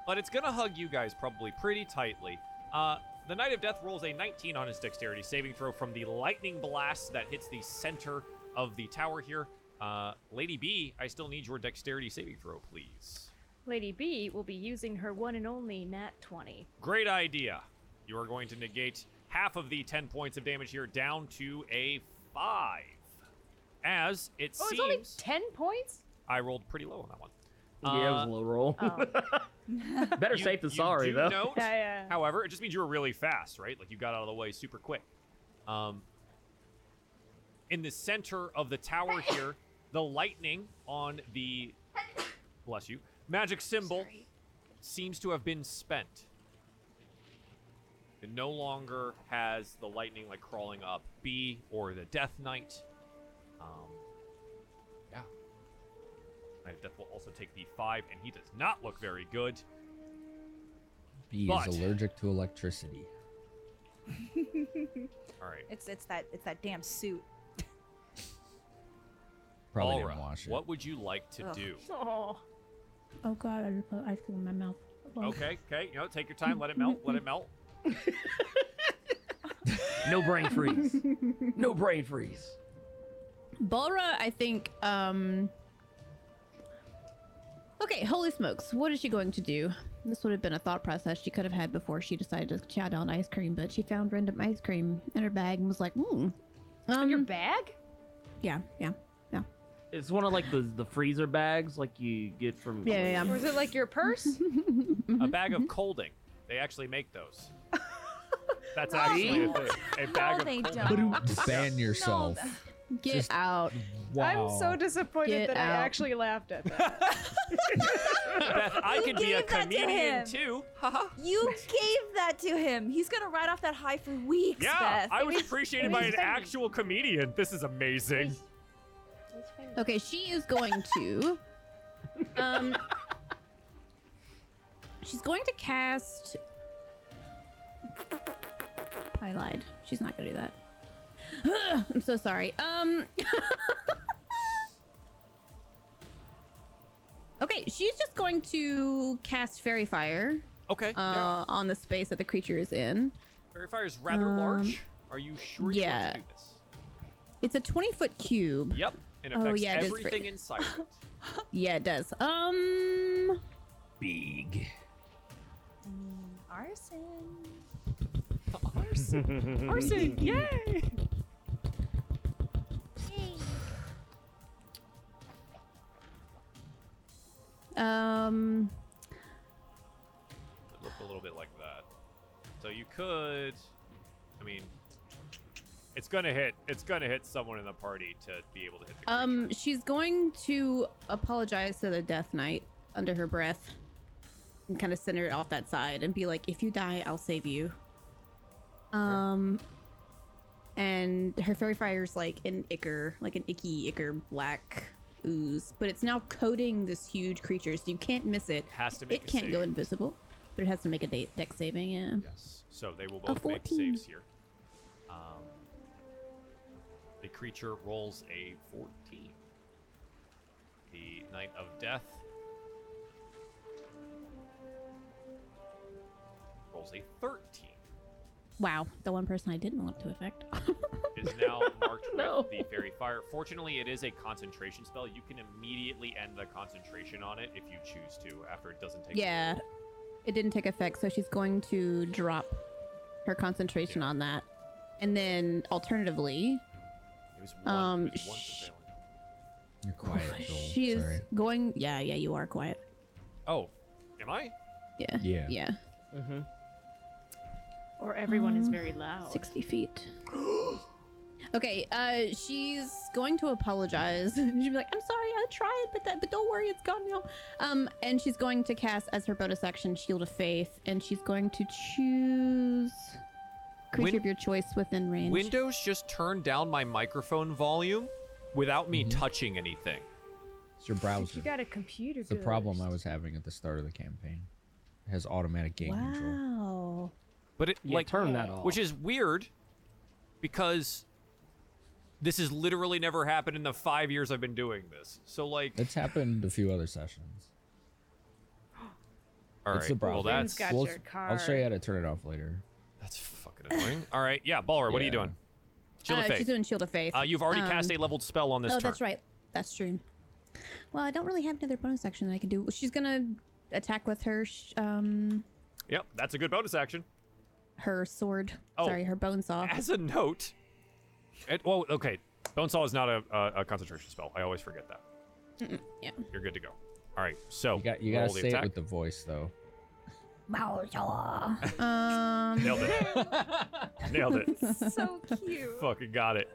S1: but it's gonna hug you guys probably pretty tightly. Uh, the Knight of Death rolls a 19 on his dexterity saving throw from the lightning blast that hits the center of the tower here. Uh, Lady B, I still need your dexterity saving throw, please.
S4: Lady B will be using her one and only nat 20.
S1: Great idea. You are going to negate half of the 10 points of damage here down to a 5. As it
S4: Oh,
S1: seems.
S4: it's only 10 points?
S1: I rolled pretty low on that one.
S6: yeah, it was a
S1: Uh,
S6: low roll.
S4: Oh.
S6: Better
S1: You-
S6: safe than
S1: you
S6: sorry,
S1: do
S6: though.
S1: note,
S4: Yeah, yeah.
S1: However, it just means you were really fast, right? Like you got out of the way super quick. Um, in the center of the tower here, the lightning on the bless you magic symbol seems to have been spent. It no longer has the lightning like crawling up B or the Death Knight. Um, yeah. Knight of Death will also take the five, and he does not look very good.
S3: B
S1: But-
S3: is allergic to electricity.
S1: All right.
S9: It's it's that it's that damn suit.
S3: Probably
S1: Alra,
S3: didn't wash it.
S1: What would you like to
S9: Ugh.
S1: do?
S4: Oh.
S5: Oh god, I just put ice cream in my mouth.
S1: Okay, okay. You know, take your time. Let it melt. Let it melt.
S6: No brain freeze. no brain freeze.
S5: Bulra, I think, um. Okay, holy smokes, what is she going to do? This would have been a thought process she could have had before she decided to chow down ice cream, but she found random ice cream in her bag and was like, hmm. Um,
S4: Your bag?
S5: yeah, yeah, yeah.
S6: It's one of like the the freezer bags like you get from
S5: Yeah, yeah, yeah.
S4: Or is it like your purse?
S1: A bag of colding. They actually make those. That's actually a, thing. a bag
S9: they
S1: of
S9: don't.
S1: colding.
S3: Ban yourself.
S5: Get
S3: Just-
S5: out.
S3: Wow.
S4: I'm so disappointed
S5: Get
S4: that
S5: out.
S4: I actually laughed at that.
S1: Beth, I could be a
S10: gave that to
S1: comedian
S10: him?
S1: too.
S10: You gave that to him. He's gonna ride off that high for weeks,
S1: Yeah,
S10: Beth.
S1: I was appreciated by an actual comedian. This is amazing.
S5: Okay, she is going to. um, she's going to cast. I lied. She's not gonna do that. I'm so sorry. Um. okay, she's just going to cast Fairy Fire
S1: Okay.
S5: uh, on the space that the creature is in.
S1: Fairy fire is rather
S5: um,
S1: large. Are you sure you want
S5: yeah.
S1: to do this?
S5: It's a 20 foot cube.
S1: Yep. And
S5: Oh,
S1: affects
S5: yeah, it is for-
S1: everything inside. of it.
S5: Yeah, it does. Um.
S3: big.
S9: Arson.
S4: Arson, yay!
S5: Um.
S1: It looked a little bit like that. So you could, I mean, it's gonna hit. It's gonna hit someone in the party to be able to hit. The creature.
S5: Um, she's going to apologize to the Death Knight under her breath and kind of send her off that side and be like, if you die, I'll save you. Um, and her fairy fire's like an ichor, like an icky ichor black ooze, but it's now coating this huge creature, so you can't miss it.
S1: has to make
S5: It
S1: a
S5: can't
S1: save.
S5: go invisible, but it has to make a date deck saving. Yeah.
S1: Yes. So they will both make
S5: 14.
S1: saves here. Um, the creature rolls a 14. The Knight of Death rolls a 13.
S5: Wow, the one person I didn't want to affect.
S1: is now marked
S6: No.
S1: with the fairy fire. Fortunately, it is a concentration spell. You can immediately end the concentration on it if you choose to after it doesn't take.
S5: Yeah, it didn't take effect, so she's going to drop her concentration on that, and then alternatively,
S1: It was one.
S5: Um,
S1: it was one
S5: sh-
S1: surveillance.
S3: You're quiet, Joel.
S5: she is
S3: Sorry.
S5: going. Yeah, yeah, you are quiet.
S1: Oh, am I?
S5: Yeah,
S3: Yeah.
S5: yeah.
S6: Mm-hmm.
S4: Or everyone is
S5: Um,
S4: very loud.
S5: Sixty feet. Okay, uh, she's going to apologize. She'll be like, "I'm sorry, I tried, but that, but don't worry, it's gone now." Um, and she's going to cast as her bonus action Shield of Faith, and she's going to choose creature
S1: Win-
S5: of your choice within range.
S1: Windows just turned down my microphone volume without me
S6: Mm-hmm.
S1: touching anything.
S3: It's your browser.
S4: You got a computer.
S3: It's the problem I was having at the start of the campaign. It has automatic game control.
S5: wow.
S1: But it
S6: Yeah,
S1: like
S6: turn that off.
S1: which is weird because this has literally never happened in the five years I've been doing this. So like,
S3: It's happened a few other sessions.
S1: all
S3: it's the
S1: right, well
S3: browser.
S1: that's
S4: got
S3: We'll-
S4: your
S3: I'll show you
S4: card.
S3: how to turn it off later.
S1: that's fucking annoying. All right, yeah, Balra, what are you
S3: Yeah.
S1: doing? Shield
S5: uh,
S1: of
S5: She's
S1: Faith.
S5: doing Shield of Faith.
S1: Uh, you've already cast
S5: Um,
S1: a leveled spell on this
S5: Oh,
S1: turn.
S5: that's right. That's true. Well, I don't really have another bonus action that I can do. She's gonna attack with her sh- um
S1: Yep, that's a good bonus action.
S5: her sword.
S1: Oh.
S5: Sorry, her bone saw.
S1: As a note, it, well, okay, Bonesaw is not a, a, a concentration spell. I always forget that.
S5: yeah.
S1: You're good to go. All right, so
S3: You got you gotta
S1: roll Oh, the
S3: say
S1: attack.
S3: it with the voice though.
S5: Um,
S1: Nailed it. Nailed it.
S9: so cute.
S1: Fucking got it.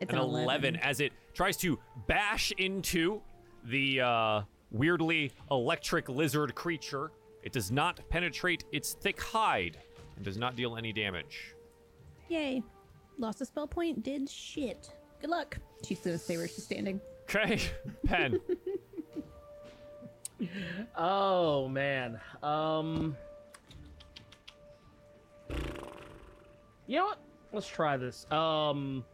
S5: it's
S1: an 11. as it tries to bash into the uh, weirdly electric lizard creature. It does not penetrate its thick hide and does not deal any damage.
S5: Yay! Lost a spell point. Did shit. Good luck. She's gonna stay where she's standing.
S1: Okay, Pen.
S6: Oh man. Um. You know what? Let's try this. Um.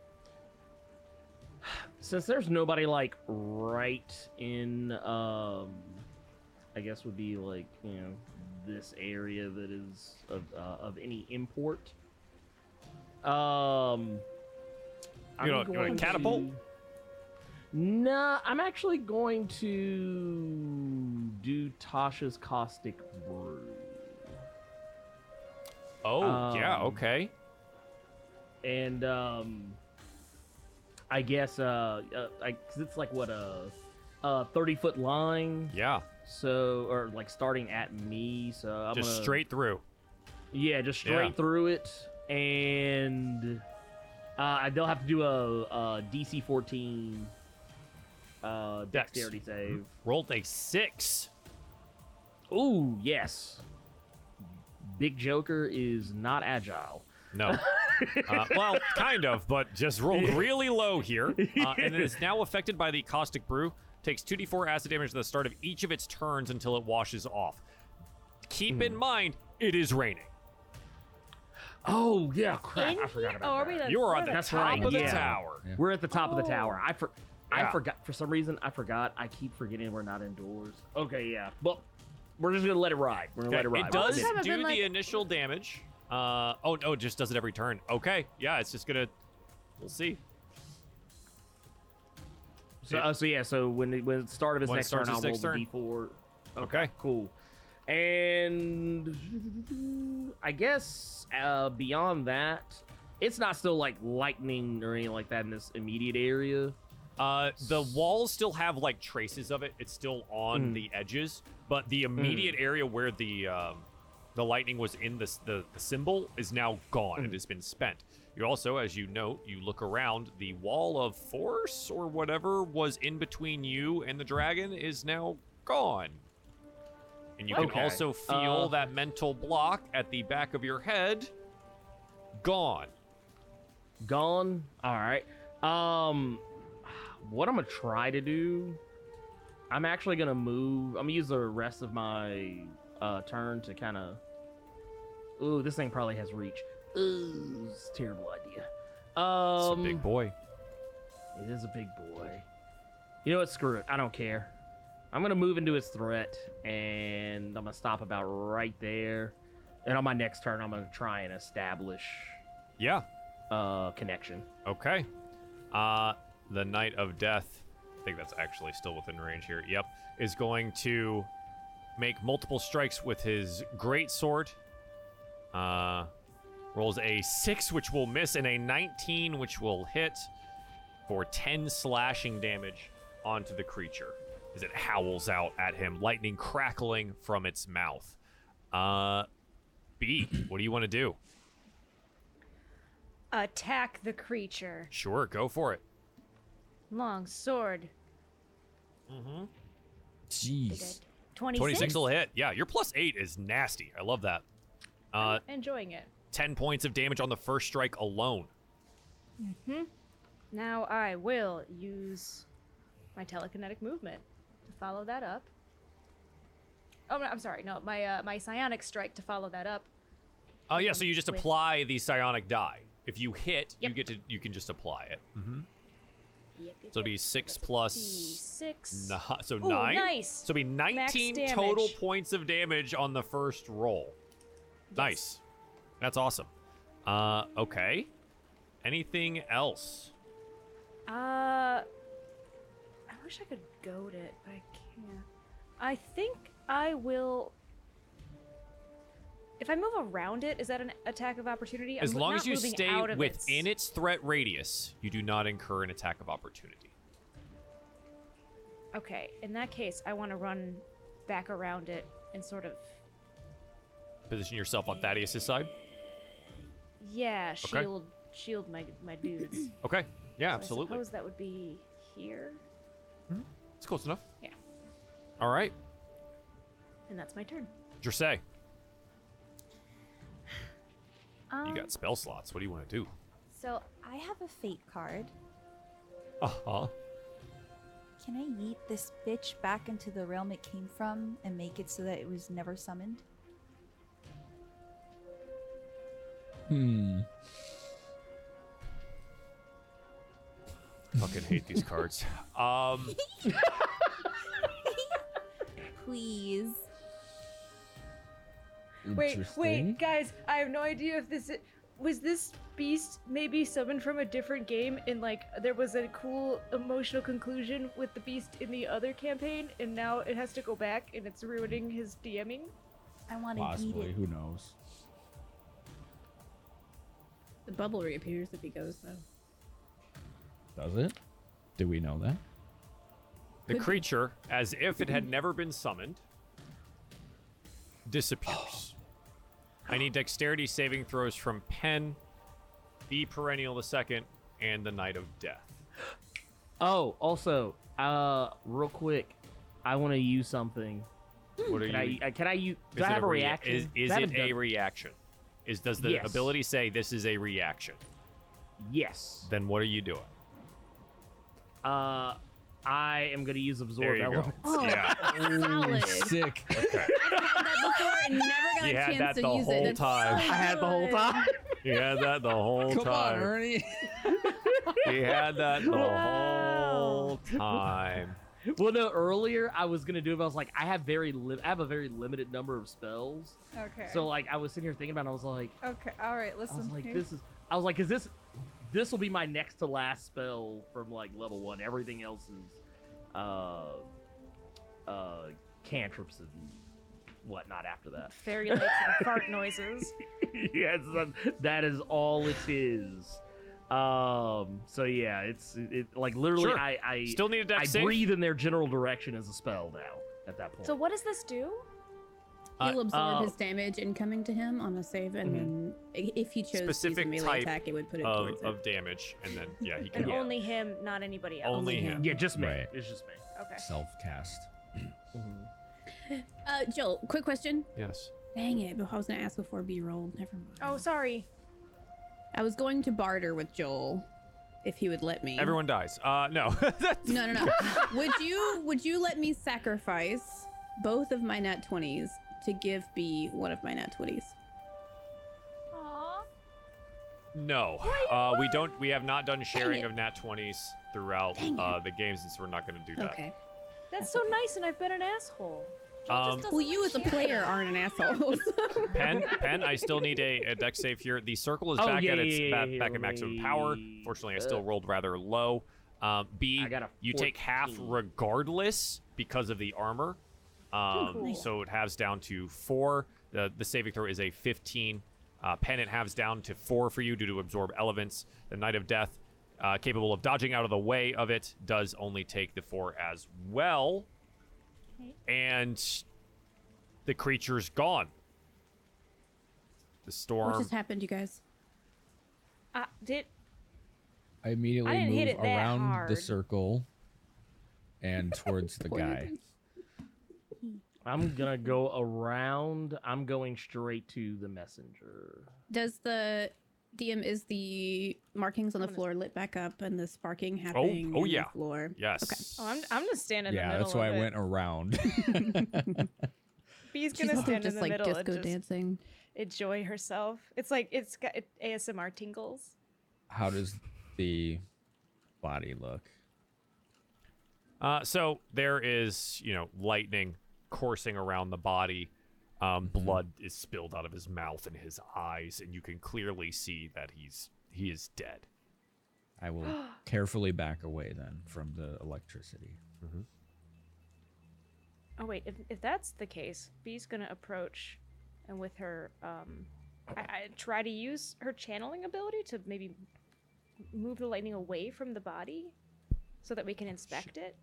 S6: Since there's nobody like right in, um, I guess would be like you know this area that is of uh, of any import. Um.
S1: You know- you know,
S6: going
S1: catapult?
S6: to- Nah, I'm actually going to do Tasha's caustic brew.
S1: Oh, yeah,
S6: Um,
S1: okay.
S6: And um I guess uh, uh I, cause it's like what a uh 30 foot line.
S1: Yeah,
S6: So or like starting at me, so I'm
S1: just
S6: gonna-
S1: straight through.
S6: Yeah, just straight
S1: Yeah.
S6: through it and uh they'll have to do a, a DC 14 uh
S1: Dex.
S6: dexterity save.
S1: Rolled a six.
S6: Ooh, yes. Big Joker is not agile.
S1: No. Uh, well, kind of, but just rolled really low here. Uh, and it is now affected by the caustic brew. Takes 2d4 acid damage at the start of each of its turns until it washes off. Keep
S6: Hmm.
S1: in mind, it is raining.
S6: Oh yeah, crap!
S4: In
S6: I forgot
S4: here?
S6: about
S4: Oh, are
S6: that.
S4: we the-
S1: You are
S4: we're
S1: on the
S6: That's
S8: Oh,
S1: top
S6: right,
S1: of the
S6: yeah.
S1: tower.
S3: Yeah.
S6: We're at the top of the
S4: Oh.
S6: tower. I for-
S1: Yeah.
S6: I forgot for some reason. I forgot. I keep forgetting we're not indoors. Okay, yeah. Well, we're just gonna let it ride. We're gonna let it
S1: Okay,
S6: ride.
S1: It
S6: We'll
S1: does
S6: let
S1: do the
S8: been like-
S1: initial damage. Uh, oh, no, it just does it every turn. Okay, yeah, it's just gonna. We'll see.
S6: So, uh, so yeah. So when it, when it started his
S1: When it
S6: next
S1: starts
S6: turn, I'll
S1: his
S6: roll
S1: next
S6: the
S1: turn.
S6: d4.
S1: Okay.
S6: Cool. And I guess uh, beyond that, it's not still like lightning or anything like that in this immediate area.
S1: Uh, the walls still have like traces of it. It's still
S6: Hmm.
S1: on the edges, but the immediate area where the um, the lightning was in the, s- the the symbol is now gone.
S6: Hmm.
S1: It has been spent. You also, as you know, you look around. The wall of force or whatever was in between you and the dragon is now gone. And you can
S6: Okay.
S1: also feel
S6: Uh,
S1: that mental block at the back of your head gone.
S6: gone. All right. Um, what I'm gonna try to do, I'm actually gonna move. I'm gonna use the rest of my uh, turn to kind of. Ooh, this thing probably has reach. Ooh, it's a terrible idea.
S1: It's
S6: Um,
S1: a big boy.
S6: It is a big boy. You know what? Screw it. I don't care. I'm gonna move into its threat, and I'm gonna stop about right there. And on my next turn, I'm gonna try and establish
S1: Yeah.
S6: uh connection.
S1: Okay. Uh the Knight of Death, I think that's actually still within range here. Yep. Is going to make multiple strikes with his great sword. Uh rolls a 6 which will miss and a 19 which will hit for 10 slashing damage onto the creature as it howls out at him, lightning crackling from its mouth. Uh B, what do you want to do?
S4: attack the creature.
S1: Sure, go for it.
S4: Long sword.
S3: Jeez.
S4: 26.
S1: 26 will hit. Yeah, your plus 8 is nasty. I love that. Uh,
S4: Enjoying it.
S1: 10 points of damage on the first strike alone.
S4: Now I will use my telekinetic movement to follow that up. Oh, no, I'm sorry. No, my uh, my psionic strike to follow that up.
S1: Oh yeah, so you just
S4: Wait.
S1: apply the psionic die. If you hit, you
S4: Yep.
S1: get to you can just apply it.
S4: Yep, yep,
S1: So it'll
S4: yep.
S1: be six plus
S4: D6.
S1: ni- so
S4: Ooh,
S1: nine.
S4: nice.
S1: So it'll be
S4: Max
S1: nineteen total
S4: damage.
S1: points of damage on the first roll. Nice, that's awesome. Uh, okay. Anything else?
S4: Uh, I wish I could goad it, but I can't. I think I will. If I move around it, is that an attack of opportunity? I'm
S1: as
S4: mo-
S1: long
S4: not
S1: as you
S4: moving
S1: stay
S4: out of
S1: within its
S4: its...
S1: threat radius, you do not incur an attack of opportunity.
S4: Okay, in that case, I want to run back around it and sort of,
S1: Position yourself on Thaddeus' side.
S4: yeah, shield shield my my dudes. So
S1: Okay. Yeah,
S4: I
S1: absolutely.
S4: suppose that would be here,
S1: It's close enough.
S4: Yeah.
S1: All right,
S4: and that's my turn.
S1: Jersey.
S2: Um,
S1: You
S4: Um,
S1: got spell slots. What do you want to do?
S2: So I have a fate card.
S1: Uh huh.
S9: Can I yeet this bitch back into the realm it came from and make it so that it was never summoned?
S3: Hmm.
S1: Fucking hate these cards. Um,
S2: Please.
S4: Wait,
S3: Interesting.
S4: wait, guys, I have no idea if this i- was this beast maybe summoned from a different game and like there was a cool emotional conclusion with the beast in the other campaign and now it has to go back and it's ruining his DMing.
S9: I want to eat
S3: Possibly.
S9: it.
S3: Who knows?
S5: The bubble reappears if he goes though.
S3: Does it? Do we know that?
S1: the creature, as if it had never been summoned, disappears. I need dexterity saving throws from Pen, the Perennial the Second, and the Knight of Death.
S6: Oh, also, uh, real quick, I want to use something.
S1: What are
S6: Can
S1: you?
S6: I? uh, Can I use? Do
S1: is
S6: I
S1: it
S6: have a
S1: rea-
S6: reaction?
S1: Is,
S6: Do
S1: is
S6: I have
S1: it a
S6: done-
S1: reaction? Is does the
S6: Yes.
S1: ability say this is a reaction?
S6: Yes.
S1: Then what are you doing?
S6: Uh, I am gonna use
S1: There
S6: absorb
S1: you go.
S6: element.
S5: Oh,
S1: Yeah.
S5: Solid.
S3: Sick.
S5: I don't have that before and never got
S1: You
S5: a
S1: had
S5: chance
S1: that
S5: to
S1: the
S5: use
S1: whole
S5: it. That's
S1: time.
S5: so
S6: I had the
S5: good.
S6: whole time.
S1: He had that the whole
S3: Come on,
S1: time.
S3: Ernie.
S1: He had that the whole time.
S6: well, no, earlier I was gonna do it. But I was like, I have very, li- I have a very limited number of spells.
S9: Okay.
S6: So like, I was sitting here thinking about. it, I was like,
S9: okay. All right.
S6: I was like, this is. I was like, is this? This will be my next to last spell from like level one. Everything else is, uh, uh, cantrips and whatnot after that.
S4: Fairy lights and fart noises.
S6: yes, that- that is all it is. Um. So yeah, it's it like literally.
S1: Sure.
S6: I I
S1: Still need a dex
S6: I
S1: save.
S6: breathe in their general direction as a spell now. At that point.
S4: So what does this do?
S5: He'll absorb
S6: uh,
S5: his damage incoming to him on a save, and then i- if he chose
S1: Mhm. Specific
S5: to use a melee
S1: type
S5: attack, it would put it
S1: of,
S5: towards
S1: of
S5: it.
S1: damage, and then yeah, he
S4: And
S1: can
S4: only him, not anybody else.
S1: only him.
S6: Yeah, just me.
S3: Right.
S6: It's just me.
S4: Okay.
S3: Self cast.
S6: Mm-hmm.
S5: Uh, Jill, quick question.
S1: Yes.
S5: Dang it! I was gonna ask before B rolled. Never mind.
S4: Oh, sorry.
S5: I was going to barter with Joel, if he would let me.
S1: Everyone dies. Uh, no. That's-
S5: No, no, no. would you would you let me sacrifice both of my nat twenties to give B one of my nat twenties?
S2: Aww.
S1: no. Uh, we don't. We have not done sharing of nat twenties throughout
S5: Dang it.
S1: uh, the game since we're not going to do that.
S5: Okay.
S4: That's so nice, and I've been an asshole.
S1: Um,
S5: Well, you as a player aren't an asshole.
S1: pen, pen. I still need a, a dex save here. The circle is
S6: Oh,
S1: back
S6: yeah,
S1: at
S6: yeah,
S1: its
S6: yeah,
S1: back,
S6: yeah,
S1: back at maximum power.
S6: wait.
S1: Fortunately, I still rolled rather low. Um, B.
S6: I got a
S1: you take half
S6: 14.
S1: regardless because of the armor. Um, So it halves down to four. The, the saving throw is a 15. Uh, pen, it halves down to four for you due to absorb elements. The Knight of Death, uh, capable of dodging out of the way of it, does only take the four as well. And the creature's gone. The
S5: what
S1: storm
S5: just happened, you guys?
S4: I Uh, did.
S3: I immediately
S4: I didn't
S3: move
S4: hit it that
S3: around the
S4: hard.
S3: circle and towards the guy.
S6: I'm gonna go around. I'm going straight to the messenger.
S5: Does the DM is the markings on the floor lit back up and the sparking happening?
S1: oh
S5: on the
S1: yeah.
S5: floor.
S1: Yes.
S4: Oh, I'm I'm just standing in the
S3: yeah,
S4: middle.
S3: that's why
S4: of
S3: I
S4: it.
S3: went around.
S4: B's
S5: She's
S4: gonna
S5: still
S4: stand in
S5: just
S4: the
S5: like
S4: middle
S5: disco
S4: and just
S5: dancing.
S4: enjoy herself. It's like it's got it, ASMR tingles.
S3: How does the body look?
S1: Uh, so there is, you know, lightning coursing around the body. Um, Blood is spilled out of his mouth and his eyes, and you can clearly see that he's he is dead.
S3: I will carefully back away then from the electricity.
S4: Oh wait, if, if that's the case, B's gonna approach, and with her, um, I, I try to use her channeling ability to maybe move the lightning away from the body, so that we can inspect it.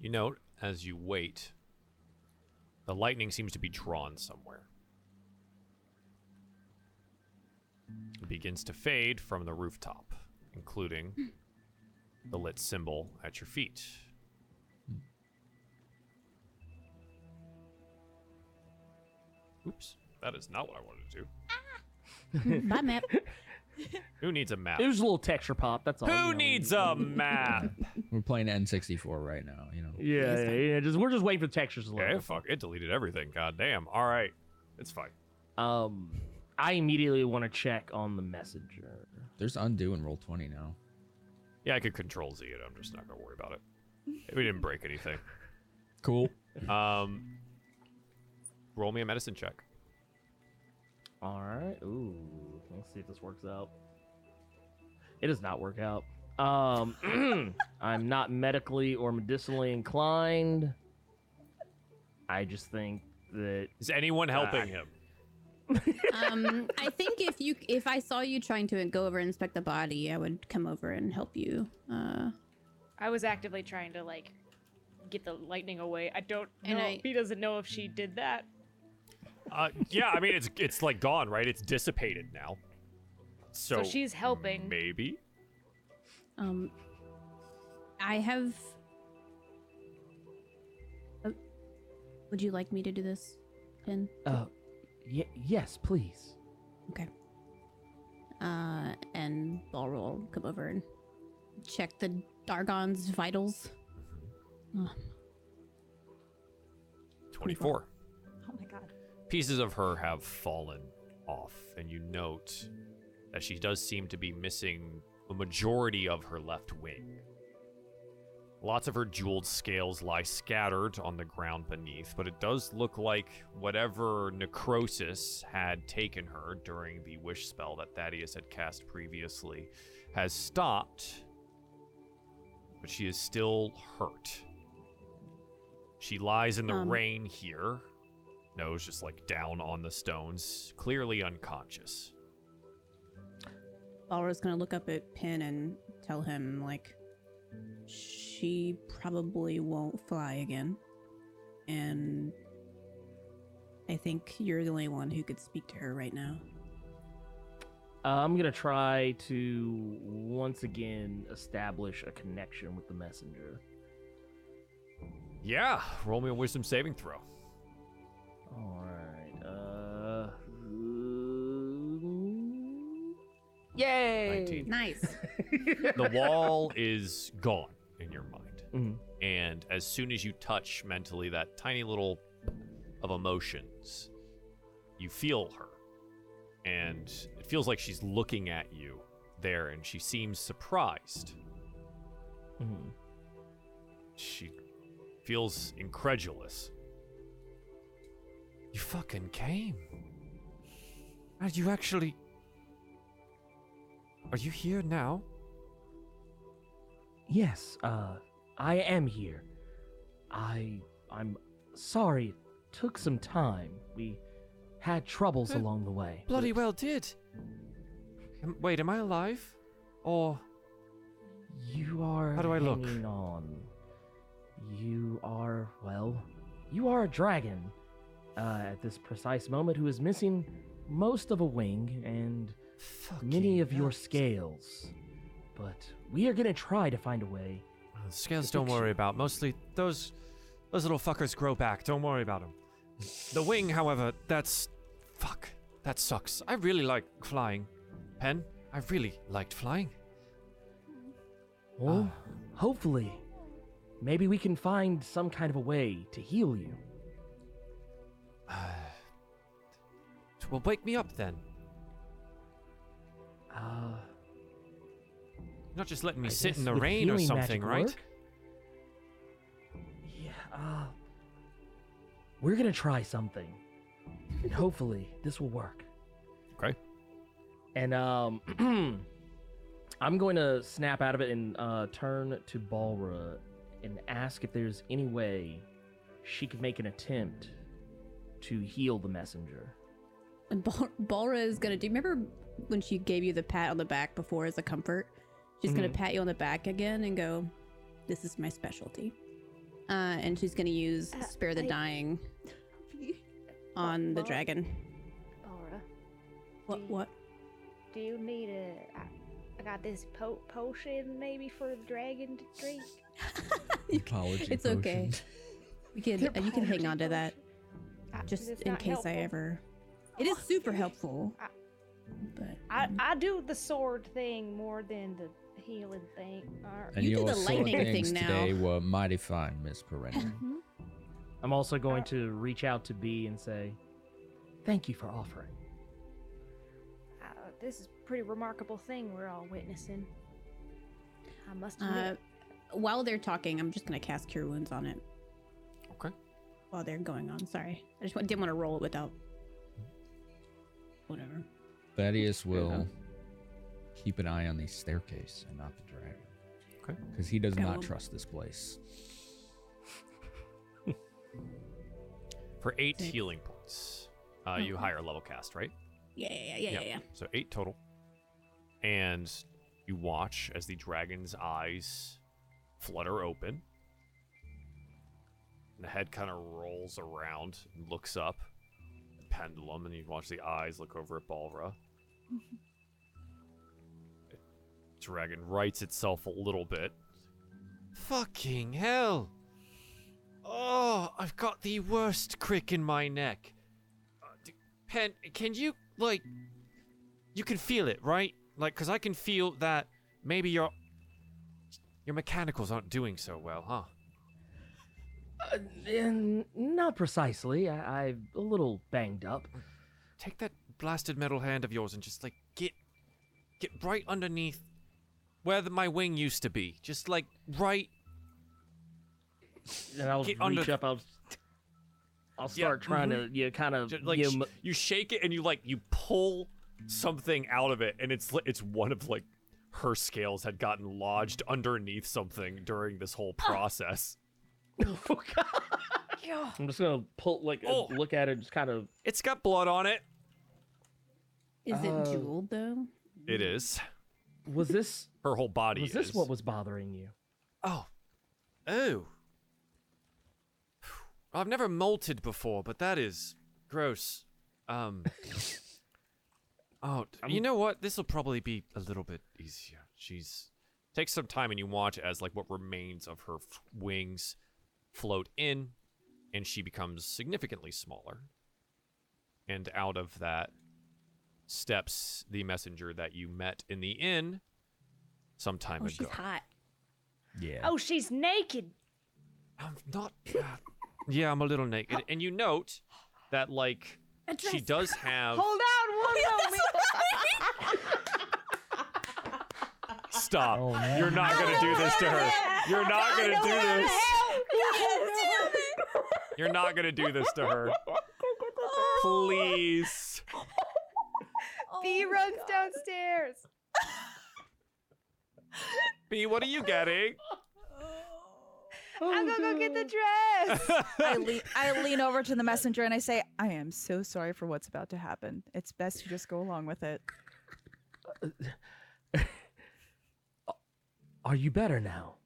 S1: You note as you wait, the lightning seems to be drawn somewhere. It begins to fade from the rooftop, including the lit symbol at your feet. Oops, that is not what I wanted to do.
S5: Bye, map.
S1: Who needs a map?
S6: It was a little texture pop. That's all. you know,
S1: Who
S6: we-
S1: needs a map?
S3: We're playing N64 right now, you know.
S6: Yeah, yeah, yeah. Just we're just waiting for the textures to load.
S1: okay, Eh, fuck, it deleted everything. God damn. All right, it's fine.
S6: Um, I immediately want to check on the messenger.
S3: There's undo and roll 20 now.
S1: Yeah, I could control Z it. I'm just not gonna worry about it. We didn't break anything.
S3: Cool.
S1: Um, roll me a medicine check.
S6: All right. Ooh, let's see if this works out. It does not work out. Um, I'm not medically or medicinally inclined. I just think that
S1: Is anyone helping
S6: Ah.
S1: him?
S5: um, I think if you if I saw you trying to go over and inspect the body, I would come over and help you. Uh,
S4: I was actively trying to like get the lightning away. I don't know.
S5: And I-
S4: B doesn't know if she did that.
S1: Uh, yeah, I mean it's it's like gone, right? It's dissipated now. So,
S4: So, she's helping.
S1: Maybe.
S5: um, I have. Uh, would you like me to do this, Pin?
S6: Uh, y- yes, please.
S5: Okay. Uh, and Balro will come over and check the Dargon's vitals.
S1: Twenty-four
S9: Oh my god.
S1: pieces of her have fallen off, and you note that she does seem to be missing a majority of her left wing. Lots of her jeweled scales lie scattered on the ground beneath, but it does look like whatever necrosis had taken her during the wish spell that Thaddeus had cast previously has stopped, but she is still hurt. She lies in the
S5: Um,
S1: rain here, nose just like down on the stones, clearly unconscious.
S5: Balro's gonna look up at Pin and tell him, like, she probably won't fly again. And I think you're the only one who could speak to her right now.
S6: Uh, I'm gonna try to once again establish a connection with the messenger.
S1: Yeah, roll me a wisdom saving throw.
S6: All right. Uh. Yay!
S1: 19.
S5: Nice.
S1: the wall is gone in your mind.
S6: Mhm.
S1: And as soon as you touch mentally that tiny little of emotions, you feel her. And it feels like she's looking at you there and she seems surprised.
S6: Mhm.
S1: She feels incredulous. You fucking came. Are you actually. Are you here now?
S6: Yes, uh, I am here. I I'm sorry it took some time. We had troubles
S1: Eh,
S6: along the way.
S1: Bloody well did. Am- wait, am I alive? Or
S6: You are
S1: How do I look?
S6: hanging on. You are well, you are a dragon uh, at this precise moment who is missing most of a wing and
S1: Fucking
S6: many of your
S1: nuts.
S6: scales, but we are gonna try to find a way.
S1: Uh, Scales, don't worry about. Mostly those those little fuckers grow back. Don't worry about them. The wing, however, that's fuck. That sucks. I really like flying. Pen, I really liked flying.
S6: Well, Uh, hopefully, maybe we can find some kind of a way to heal you.
S1: Well, wake me up then.
S6: Uh,
S1: You're not just letting me
S6: I
S1: sit in
S6: guess
S1: the
S6: with
S1: rain or
S6: healing
S1: something,
S6: magic
S1: right?
S6: work? Yeah. Uh, we're gonna try something, and hopefully, this will work.
S1: Okay.
S6: And um, I'm going to snap out of it and uh, turn to Balra and ask if there's any way she could make an attempt to heal the messenger.
S5: And Bal- Balra is gonna do. Remember when she gave you the pat on the back before as a comfort? She's gonna pat you on the back again and go, "This is my specialty," uh, and she's gonna use
S8: Uh,
S5: spare the
S8: I-
S5: dying on the
S8: Bal-
S5: dragon.
S8: Aura,
S5: What? What?
S8: do you need a? I, I got this po- potion maybe for the dragon to drink.
S3: Apology.
S5: It's okay. You can uh, you can hang on to that
S8: I- 'cause
S5: just
S8: it's
S5: in
S8: not
S5: case I
S8: helpful.
S5: ever. It is super helpful.
S8: I-
S5: But
S8: I, I do the sword thing more than the healing thing. Or,
S5: And You do
S3: your
S5: the
S3: sword
S5: lightning thing
S3: things
S5: now. Mhm.
S3: today were mighty fine, Miss Perrin.
S6: I'm also going to reach out to B and say, "Thank you for offering."
S8: uh, this is a pretty remarkable thing we're all witnessing. I must admit.
S5: uh, while they're talking, I'm just gonna cast Cure Wounds on it.
S1: Okay.
S5: While they're going on, sorry, I just wa- didn't want to roll it without. Whatever.
S3: Thaddeus will keep an eye on the staircase and not the dragon.
S1: Okay.
S3: Because he does
S5: Okay,
S3: not
S5: well-
S3: trust this place.
S1: For eight
S5: Six.
S1: healing points, uh, you higher level cast, right?
S5: Yeah, yeah, yeah, yeah, yeah.
S1: So eight total. And you watch as the dragon's eyes flutter open. And the head kind of rolls around and looks up. Pendulum, and you watch the eyes look over at Balra.
S5: Mm-hmm.
S1: dragon rights itself a little bit. Fucking hell! Oh, I've got the worst crick in my neck. Uh, d- Pen, can you, like, you can feel it, right? Like, cause I can feel that maybe your your mechanicals aren't doing so well, huh?
S6: Uh, n- not precisely. I- I'm a little banged up.
S1: Take that blasted metal hand of yours and just like get get right underneath where the, my wing used to be. Just like right.
S6: and I'll
S1: Get
S6: reach
S1: under-
S6: up. I'll I'll
S1: Yeah, mm-hmm.
S6: start trying to you know, kind of
S1: ju- Like
S6: you
S1: sh-
S6: know,
S1: you shake it and you like you pull something out of it and it's li- it's one of like her scales had gotten lodged underneath something during this whole process.
S6: m- I'm just gonna pull like a-
S1: Oh.
S6: look at it, just kind of.
S1: It's got blood on it.
S5: Is
S6: Oh.
S5: it jeweled though?
S1: It is.
S6: Was this
S1: Her whole body
S6: was
S1: is.
S6: this what was bothering you?
S1: Oh. Oh. I've never molted before, but that is gross. Um. oh, d- you know what? This will probably be a little bit easier. She's takes some time, and you watch as like what remains of her f- wings float in, and she becomes significantly smaller. And out of that steps the messenger that you met in the inn some time
S5: Oh,
S1: ago.
S5: she's hot.
S3: Yeah.
S8: oh, she's naked.
S1: I'm not. Uh, yeah, I'm a little naked. And you note that, like, she does have.
S4: Hold on, one moment.
S1: Stop. You're not going to do this to her. You're not going to do this. You're not going to do this to her. Please.
S9: Oh
S4: B runs downstairs.
S1: B, what are you getting?
S6: Oh,
S4: I'm gonna go get the dress.
S9: I, le- I lean over to the messenger and I say, I am so sorry for what's about to happen. It's best you just go along with it.
S6: Are you better now?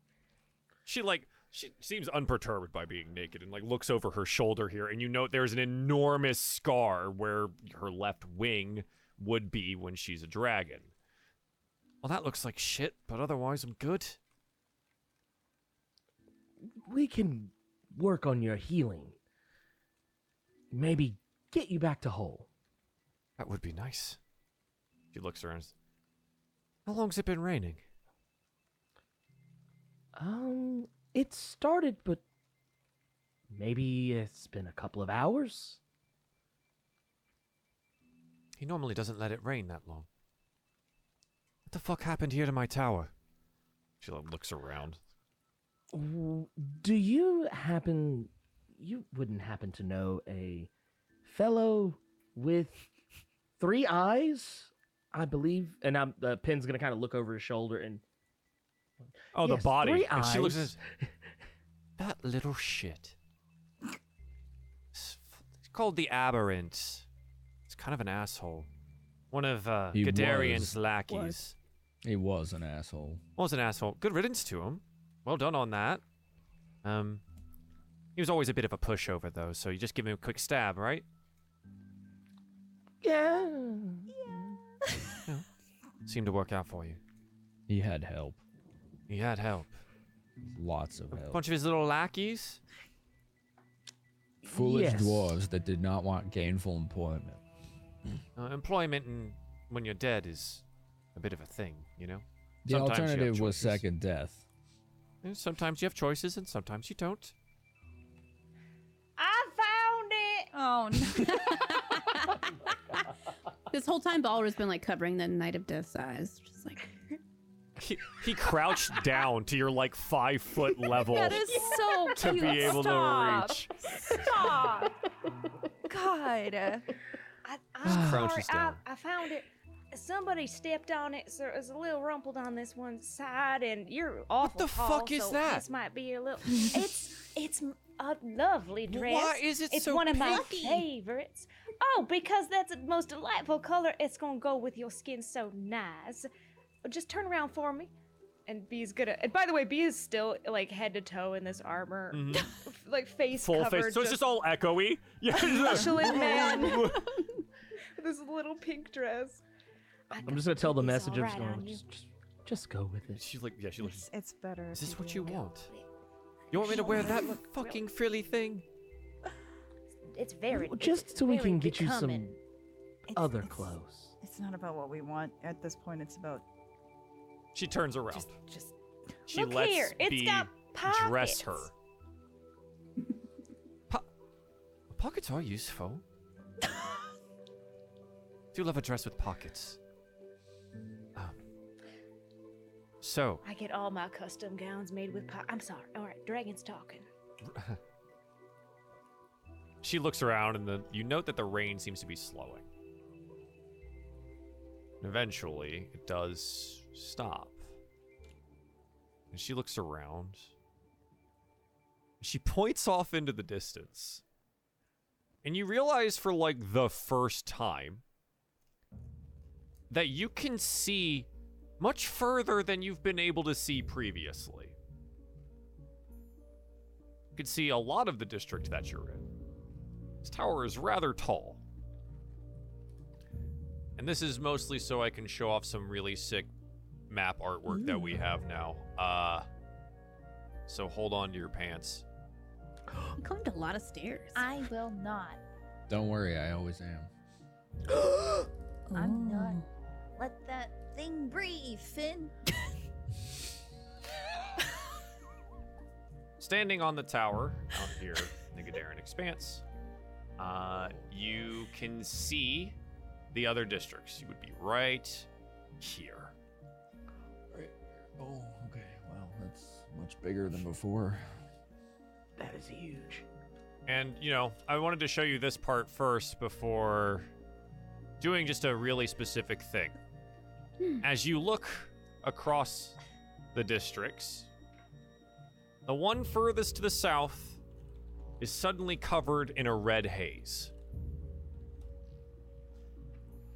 S1: She, like, she seems unperturbed by being naked and, like, looks over her shoulder here. And you note there's an enormous scar where her left wing would be when she's a dragon. Well, that looks like shit, but otherwise I'm good.
S6: We can work on your healing. Maybe get you back to whole.
S1: That would be nice. She looks around. How long's it been raining?
S6: Um, it started, but maybe it's been a couple of hours.
S1: He normally doesn't let it rain that long. What the fuck happened here to my tower? She like, looks around.
S6: W- Do you happen? You wouldn't happen to know a fellow with three eyes, I believe. And I'm uh, Pin's gonna kind of look over his shoulder and
S1: Oh, the
S6: Yes,
S1: body.
S6: three
S1: and she looks at
S6: eyes.
S1: this- that little shit. It's f- it's called the aberrant. It's kind of an asshole. One of uh,
S3: He
S1: Gadarian's
S3: was.
S1: lackeys.
S3: He was an asshole.
S1: was an asshole. Good riddance to him. Well done on that. Um, he was always a bit of a pushover though, so you just give him a quick stab, right?
S6: yeah.
S1: Seemed to work out for you.
S3: He had help.
S1: He had help.
S3: Lots of
S1: A
S3: help.
S1: bunch of his little lackeys.
S3: Foolish
S6: Yes.
S3: dwarves that did not want gainful employment.
S1: Uh, employment and when you're dead is a bit of a thing, you know. Sometimes
S3: The
S1: you have
S3: alternative was
S1: choices.
S3: second death.
S1: And Sometimes you have choices and sometimes you don't.
S4: I found it.
S10: Oh, no.
S5: This whole time, Balder's been like covering the Knight of Death's eyes. Just like,
S1: He, he crouched down to your like five foot level
S10: that is so cute.
S1: to be able
S10: Stop.
S1: to reach.
S10: Stop. God.
S4: I, I'm sorry.
S1: Crouches
S4: I,
S1: down.
S4: I found it. Somebody stepped on it, so it was a little rumpled on this one side, and you're awful
S1: the
S4: tall,
S1: fuck is
S4: so
S1: that?
S4: This might be a little. It's it's a lovely dress.
S1: is it
S4: It's
S1: so
S4: one of
S1: pinky?
S4: my favorites. Oh, because that's the most delightful color. It's gonna go with your skin so nice. Just turn around for me. And B's gonna. And by the way, B is still like head to toe in this armor, like face
S1: Mm-hmm. Full
S4: covered.
S1: face. So it's just all echoey. Yeah. it's just-
S4: Michelin man. With this little pink dress.
S6: I'm just gonna tell the
S4: It's
S6: message. I'm
S4: all
S6: just
S4: right
S6: gonna
S4: on you.
S6: just, just just go with it.
S1: She's like, yeah, she looks.
S9: It's, it's better.
S1: Is
S9: if
S1: this
S9: we
S1: what you
S9: do.
S1: want? You want me to wear that fucking frilly thing?
S8: It's very.
S6: Well, just so we
S8: very
S6: can get you some
S8: becoming.
S9: It's-
S6: other
S9: it's-
S6: clothes.
S9: It's not about what we want at this point. It's about
S1: She turns around.
S9: just, just
S1: she
S4: Look
S1: lets
S4: here, it's
S1: B
S4: got
S1: dress her.
S4: pockets.
S1: Po- pockets are useful. Do love a dress with pockets. Um, so,
S4: I get all my custom gowns made with pie. I'm sorry. All right, dragon's talking.
S1: She looks around, and the, you note that the rain seems to be slowing. Eventually, it does stop. And she looks around. She points off into the distance. And you realize for like the first time that you can see much further than you've been able to see previously. You can see a lot of the district that you're in. This tower is rather tall. And this is mostly so I can show off some really sick map artwork that we have now. Uh so hold on to your pants.
S5: you climbed a lot of stairs.
S2: I will not.
S3: Don't worry, I always am.
S6: Oh.
S2: I'm not. Let that thing breathe, Finn.
S1: Standing on the tower out here in the Gadaran Expanse, uh, you can see the other districts. You would be right here.
S3: Oh, okay. Well, that's much bigger than before.
S6: That is huge.
S1: And, you know, I wanted to show you this part first before doing just a really specific thing.
S6: Hmm.
S1: As you look across the districts, the one furthest to the south is suddenly covered in a red haze.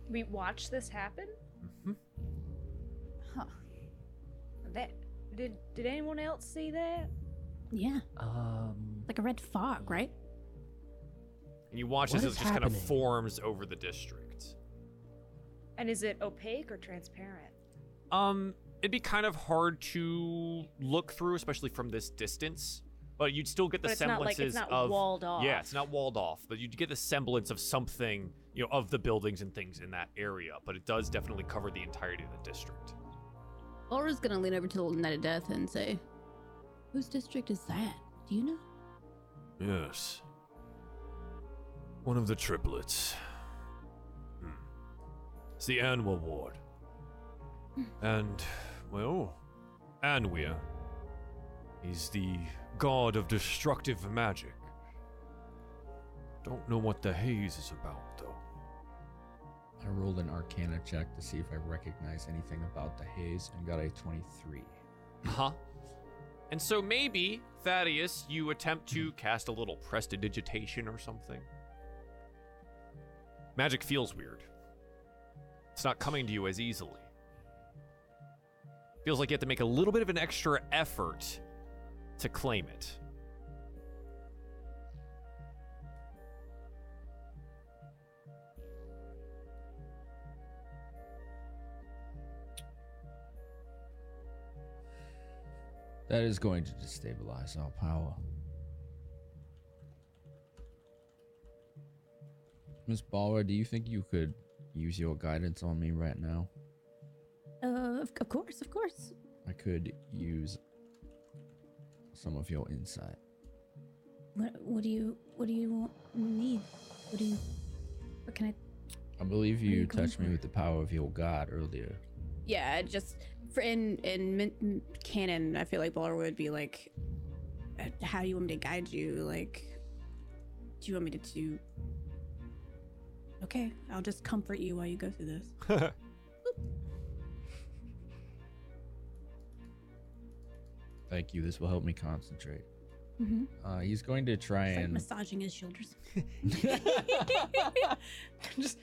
S4: We watch this happen.
S9: Huh.
S4: That did did anyone else see that?
S5: yeah,
S6: Um,
S5: like a red fog, right?
S1: And you watch
S6: What
S1: as it
S6: is
S1: just kind of
S6: happening?
S1: forms over the district.
S4: And is it opaque or transparent?
S1: Um, it'd be kind of hard to look through, especially from this distance. But you'd still get the
S4: But it's not like- it's
S1: semblances
S4: not
S1: of
S4: walled off.
S1: Yeah, it's not walled off, but you'd get the semblance of something, you know, of the buildings and things in that area. But it does definitely cover the entirety of the district.
S5: Laura's gonna lean over to the Knight of Death and say, Whose district is that? Do you know?
S13: Yes. One of the triplets. Hmm. It's the Anwa Ward. And, well, Anwir is the god of destructive magic. Don't know what the haze is about, though.
S3: I rolled an arcana check to see if I recognize anything about the haze and got a 23.
S1: Huh? And so maybe, Thaddeus, you attempt to cast a little prestidigitation or something. Magic feels weird. It's not coming to you as easily. Feels like you have to make a little bit of an extra effort to claim it.
S3: That is going to destabilize our power. Miss Balra, do you think you could use your guidance on me right now?
S5: Uh, of, of course, of course.
S3: I could use some of your insight.
S5: What, what do you, what do you want, need? What do you, what can I?
S3: I believe
S5: are
S3: you
S5: you going
S3: touched me with the power of your god earlier.
S5: Yeah, it just for in in min- m- canon, I feel like Baller would be like, "Uh, how do you want me to guide you? Like, do you want me to do? Okay, I'll just comfort you while you go through this.
S3: Thank you. This will help me concentrate.
S5: Mm-hmm.
S3: Uh, he's going to try
S5: It's like
S3: and
S5: massaging his shoulders.
S4: Just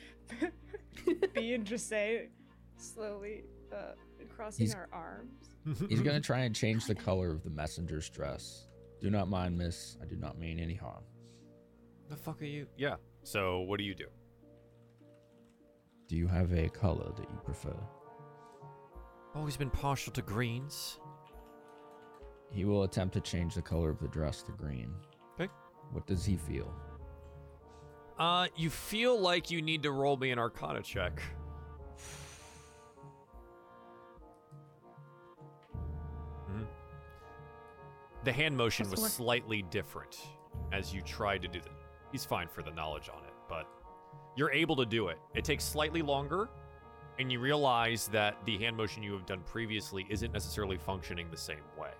S4: be and just say slowly uh, crossing
S3: He's-
S4: our arms.
S3: he's going to try and change the color of the messenger's dress. Do not mind, miss. I do not mean any harm.
S1: The fuck are you? Yeah. So what do you do?
S3: Do you have a color that you prefer?
S13: Always been partial to greens.
S3: He will attempt to change the color of the dress to green.
S1: Okay.
S3: What does he feel?
S1: Uh, you feel like you need to roll me an Arcana check. Mhm. The hand motion
S5: Plus
S1: was
S5: four.
S1: slightly different as you tried to do that. He's fine for the knowledge on it, but you're able to do it. It takes slightly longer, and you realize that the hand motion you have done previously isn't necessarily functioning the same way.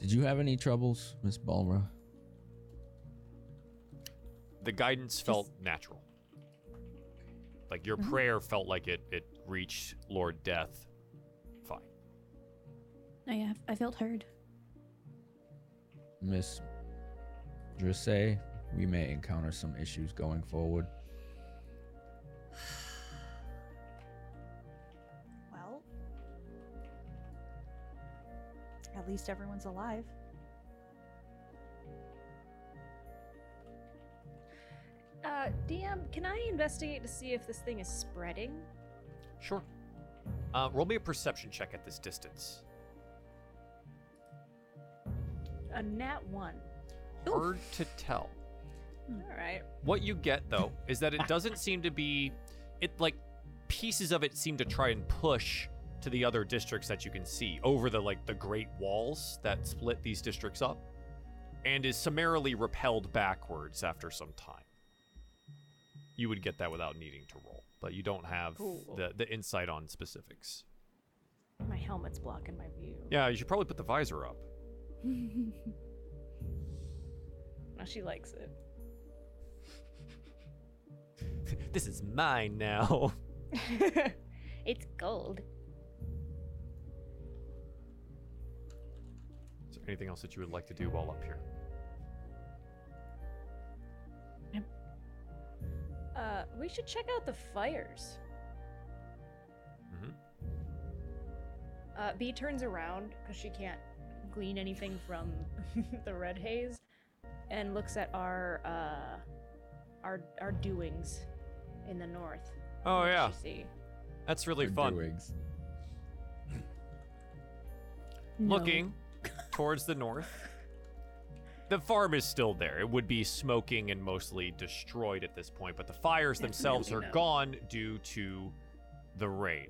S3: Did you have any troubles, Miss Balra?
S1: the guidance felt natural. Like your prayer felt like it it reached Lord Death. Fine.
S5: I have, I felt heard.
S3: Miss Drissay, we may encounter some issues going forward.
S9: Well, at least everyone's alive.
S4: Uh, DM, can I investigate to see if this thing is spreading?
S1: Sure. Uh, roll me a perception check at this distance.
S4: A nat one.
S1: Hard to tell.
S4: All right.
S1: What you get though is that it doesn't seem to be it like pieces of it seem to try and push to the other districts that you can see over the like the great walls that split these districts up and is summarily repelled backwards after some time. You would get that without needing to roll, but you don't have
S4: Cool.
S1: the the insight on specifics.
S4: My helmet's blocking my view.
S1: Yeah, you should probably put the visor up.
S4: Now she likes it.
S1: This is mine now.
S8: it's gold.
S1: is there anything else that you would like to do while up here?
S4: Uh, we should check out the fires.
S1: Mhm.
S4: Uh, B turns around because she can't glean anything from the red haze and looks at our uh, our our doings in the north.
S1: Oh,
S4: What did
S1: yeah.
S4: she see?
S1: That's really fun. Looking towards the north. The farm is still there. It would be smoking and mostly destroyed at this point, but the fires themselves are
S4: Definitely no.
S1: gone due to the rain.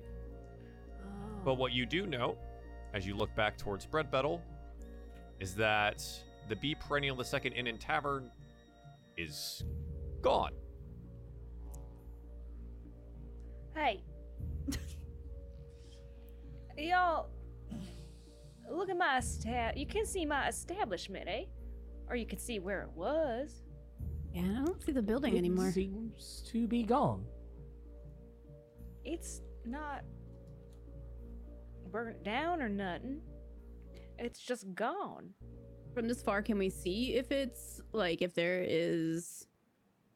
S4: Oh.
S1: But what you do know, as you look back towards Bread Battle, is that the Bee Perennial the Second Inn and Tavern is gone.
S4: Hey. Y'all, look at my stat. You can see my establishment, eh? Or you can see where it was.
S14: Yeah, I don't see the building
S4: It
S14: anymore.
S6: Seems to be gone.
S4: It's not burnt down or nothing. It's just gone.
S5: From this far, can we see if it's like if there is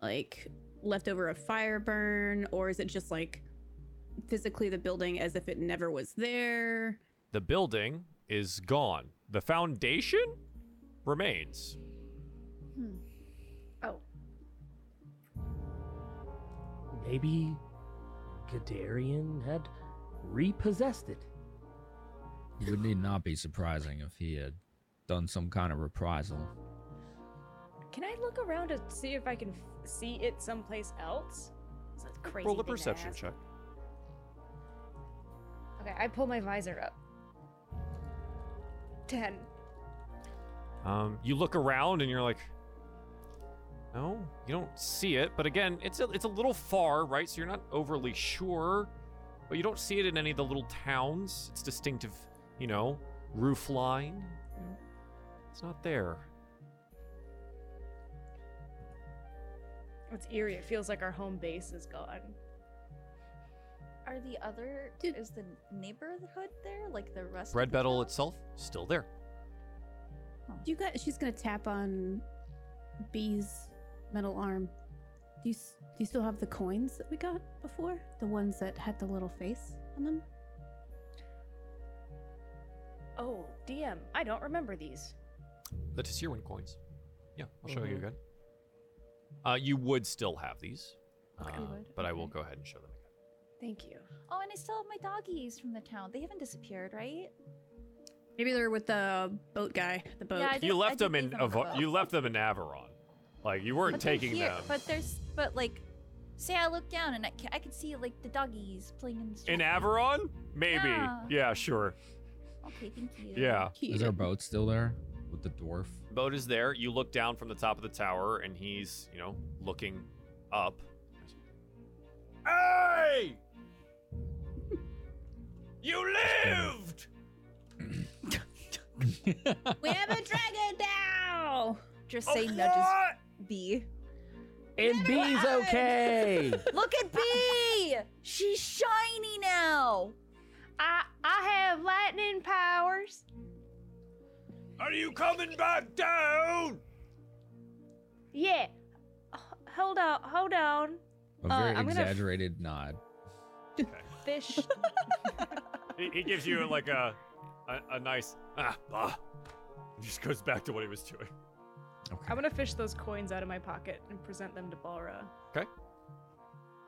S5: like leftover of fire burn, or is it just like physically the building as if it never was there?
S1: The building is gone. The foundation remains.
S4: Oh,
S6: Maybe Gadarian had repossessed it.
S3: It would need not be surprising if he had done some kind of reprisal.
S4: can I look around to see if I can f- see it someplace else? It's a crazy
S1: Roll a
S4: thing to
S1: perception
S4: ask.
S1: check.
S4: Okay, I pull my visor up. Ten.
S1: Um, you look around and you're like, no, you don't see it. But again, it's a, it's a little far, right? So you're not overly sure. But you don't see it in any of the little towns. It's distinctive, you know, roof line. It's not there.
S4: It's eerie. It feels like our home base is gone.
S9: Are the other is the neighborhood there? Like the rest
S1: Bread
S9: of the
S1: Battle itself, still there.
S5: Do you got? She's gonna tap on B's metal arm. Do you s- do you still have the coins that we got before? The ones that had the little face on them?
S4: Oh, DM, I don't remember these.
S1: The Tessirwin coins. Yeah, I'll show you again. Uh, you would still have these. uh, But I will go ahead and show them again.
S4: Thank you.
S2: Oh, and I still have my doggies from the town. They haven't disappeared, right?
S5: Maybe they're with the boat guy. The boat.
S2: Yeah, I
S1: You
S2: did-
S1: left
S2: did
S1: them in
S2: leave them on the
S1: Ava-
S2: boat.
S1: you left them in Averon. Like you weren't
S2: But they're
S1: taking
S2: here-
S1: them.
S2: But there's, but like, say I look down and I can, I can see like the doggies playing in the street.
S1: In Averon? Maybe.
S2: Yeah.
S1: Yeah, sure.
S2: Okay, thank you.
S1: Yeah.
S3: Is our boat still there with the dwarf?
S1: Boat is there. You look down from the top of the tower, and he's, you know, looking up. Hey! You lived!
S5: we have a dragon now.
S9: Just
S1: Oh,
S9: say nudges B.
S6: And B's okay.
S2: Look at B. She's shiny now.
S4: I I have lightning powers.
S1: Are you coming back down?
S4: Yeah. H- hold on, hold on.
S3: A
S4: Uh,
S3: very
S4: I'm gonna f-
S3: exaggerated nod.
S4: Fish.
S1: He, he gives you like a, a, a nice ah, ah. He just goes back to what he was doing.
S4: I'm gonna fish those coins out of my pocket and present them to Balra.
S1: Okay.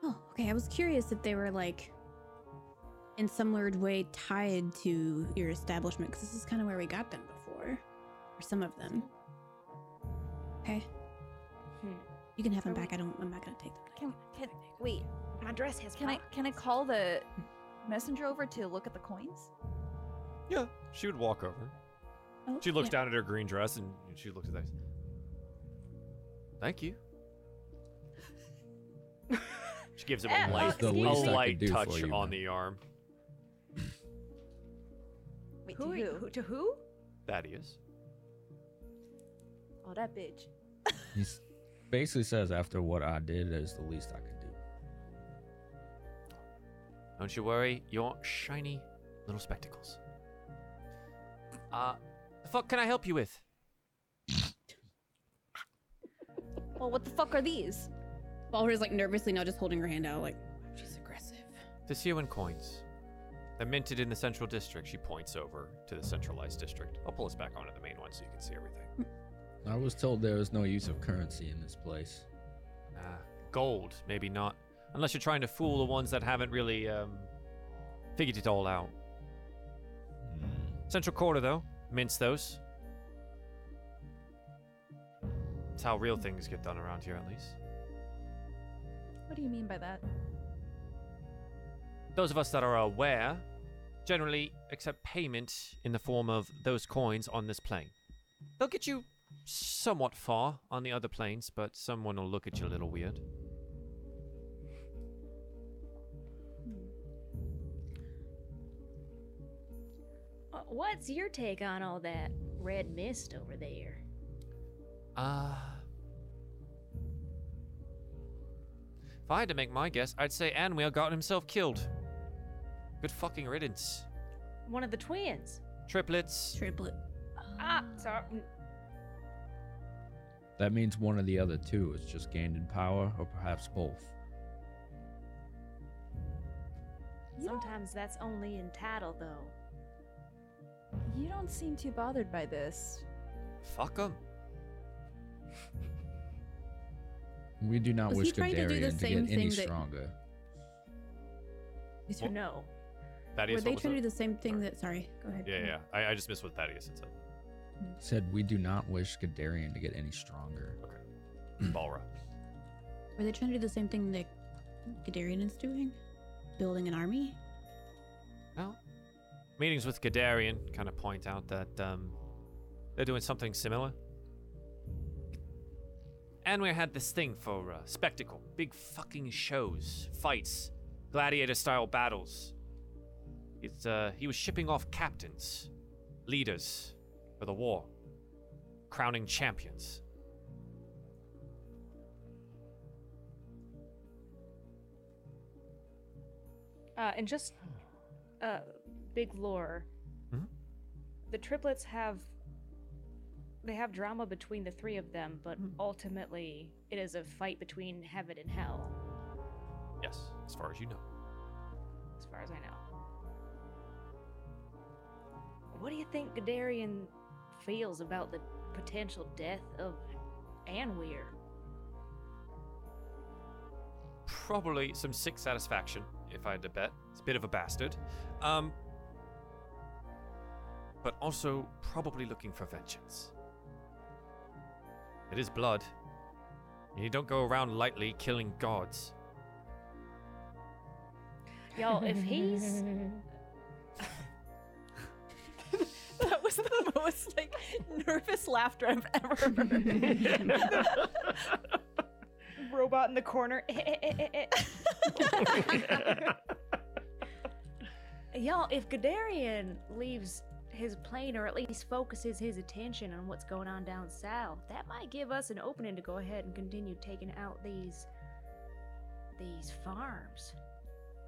S5: Oh, okay. I was curious if they were like in some weird way tied to your establishment because this is kind of where we got them before, or some of them. Okay.
S4: Hmm.
S5: You can have them
S2: Are we-
S5: back. I don't. I'm not gonna take them.
S2: Can, can wait?
S4: My dress has
S2: Can I can I call the messenger over to look at the coins?
S1: Yeah, she would walk over.
S5: Oh,
S1: She looks
S5: yeah.
S1: down at her green dress and she looks at that. Thank you. she gives him
S4: Eh,
S1: a
S4: uh,
S1: light,
S4: The
S1: a
S4: least I could
S1: light
S3: do for
S1: touch
S3: you,
S1: on
S3: ma'am.
S1: the arm.
S2: Wait,
S4: Who,
S2: to
S4: are you- who to who?
S1: Thaddeus.
S2: Oh, that bitch.
S3: He s- basically says, after what I did, it is the least I could do.
S13: Don't you worry, your shiny little spectacles.
S1: Uh,
S13: The fuck can I help you with?
S2: Well, what the fuck are these?
S5: Balra's like nervously now, just holding her hand out, like she's aggressive.
S1: the Sewan coins. They're minted in the central district. She points over to the centralized district. I'll pull us back onto the main one so you can see everything.
S15: I was told there is no use of currency in this place.
S13: Uh, gold, maybe not. Unless you're trying to fool the ones that haven't really um, figured it all out. Central quarter, though, mince those. That's how real things get done around here, at least.
S9: What do you mean by that?
S13: Those of us that are aware generally accept payment in the form of those coins on this plane. They'll get you somewhat far on the other planes, but someone will look at you a little weird.
S4: Uh, What's your take on all that red mist over there?
S13: Ah. if I had to make my guess, I'd say Anwheel got himself killed. Good fucking riddance.
S4: One of the twins.
S13: Triplets.
S5: Triplet.
S16: Ah, sorry.
S4: mm,
S3: That means one of the other two is just gained in power, or perhaps both.
S4: Sometimes that's only in title, though.
S9: You don't seem too bothered by this.
S13: Fuck them.
S3: We do not
S5: Was he
S3: wish
S5: trying to do the
S3: Guderian to,
S5: same
S3: get any
S5: thing that-
S3: stronger.
S5: These are-
S4: No.
S13: Thaddeus,
S5: Were they
S13: what was
S5: trying to
S13: it?
S5: do the same thing that? Sorry, go ahead.
S13: Yeah, yeah. I, I just missed what Thaddeus had said.
S3: Said we do not wish Gadarian to get any stronger.
S13: Balra.
S5: Were they trying to do the same thing that Gadarian is doing? Building an army?
S13: Meetings with Gadarian kind of point out that um, they're doing something similar. Anwar had this thing for uh, spectacle, big fucking shows, fights, gladiator-style battles. It's uh, he was shipping off captains, leaders for the war, crowning champions.
S16: Uh, and just uh, big lore.
S13: Mhm.
S16: The triplets have they have drama between the three of them, but ultimately it is a fight between heaven and hell,
S13: Yes, as far as you know.
S16: as far as I know. What do you think Gadarian
S4: feels about the potential death of Anweir.
S13: probably some sick satisfaction, if I had to bet. It's a bit of a bastard. Um, but also probably looking for vengeance. It is blood. and You don't go around lightly killing gods.
S4: Y'all, if he's
S9: That was the most like nervous laughter I've ever heard.
S16: robot in the corner? eh,
S4: y'all, if Gadarian leaves his plane or at least focuses his attention on what's going on down south, that might give us an opening to go ahead and continue taking out these these farms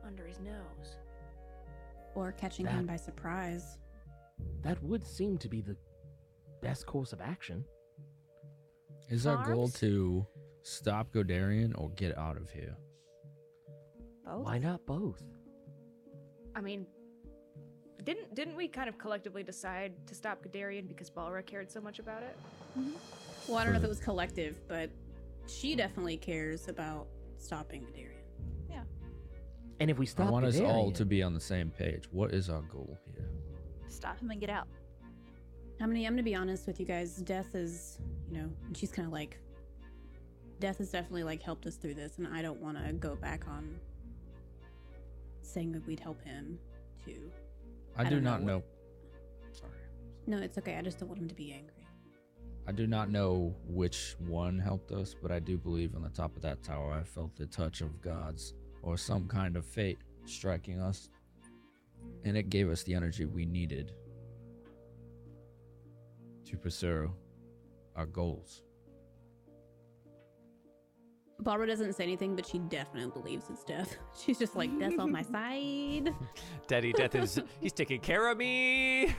S4: under his nose.
S5: Or catching him by surprise?
S6: That would seem to be the best course of action.
S3: Is our goal
S6: Farms?
S3: to stop Godarian or get out of here?
S6: Why not both?
S16: I mean, didn't didn't we kind of collectively decide to stop Gadarian because Balra cared so much about it?
S5: Well, I don't know if it was collective, but she definitely cares about stopping Gadarian.
S6: And if we
S3: I
S6: stop
S3: want us all
S6: Gadarian-
S3: to be on the same page. What is our goal here?
S9: Stop him and get out.
S5: How many? I'm gonna be honest with you guys. Death is, you know, and she's kind of like, death has definitely like helped us through this, and I don't want to go back on saying that we'd help him too.
S3: I, do
S5: don't
S3: not
S5: what-
S3: know.
S5: No, it's okay. I just don't want him to be angry.
S3: I do not know which one helped us, but I do believe on the top of that tower I felt the touch of gods or some kind of fate striking us, and it gave us the energy we needed to pursue our goals.
S5: Barbara doesn't say anything, but she definitely believes it's death. She's just like, death on my side.
S13: Daddy Death is. He's taking care of me!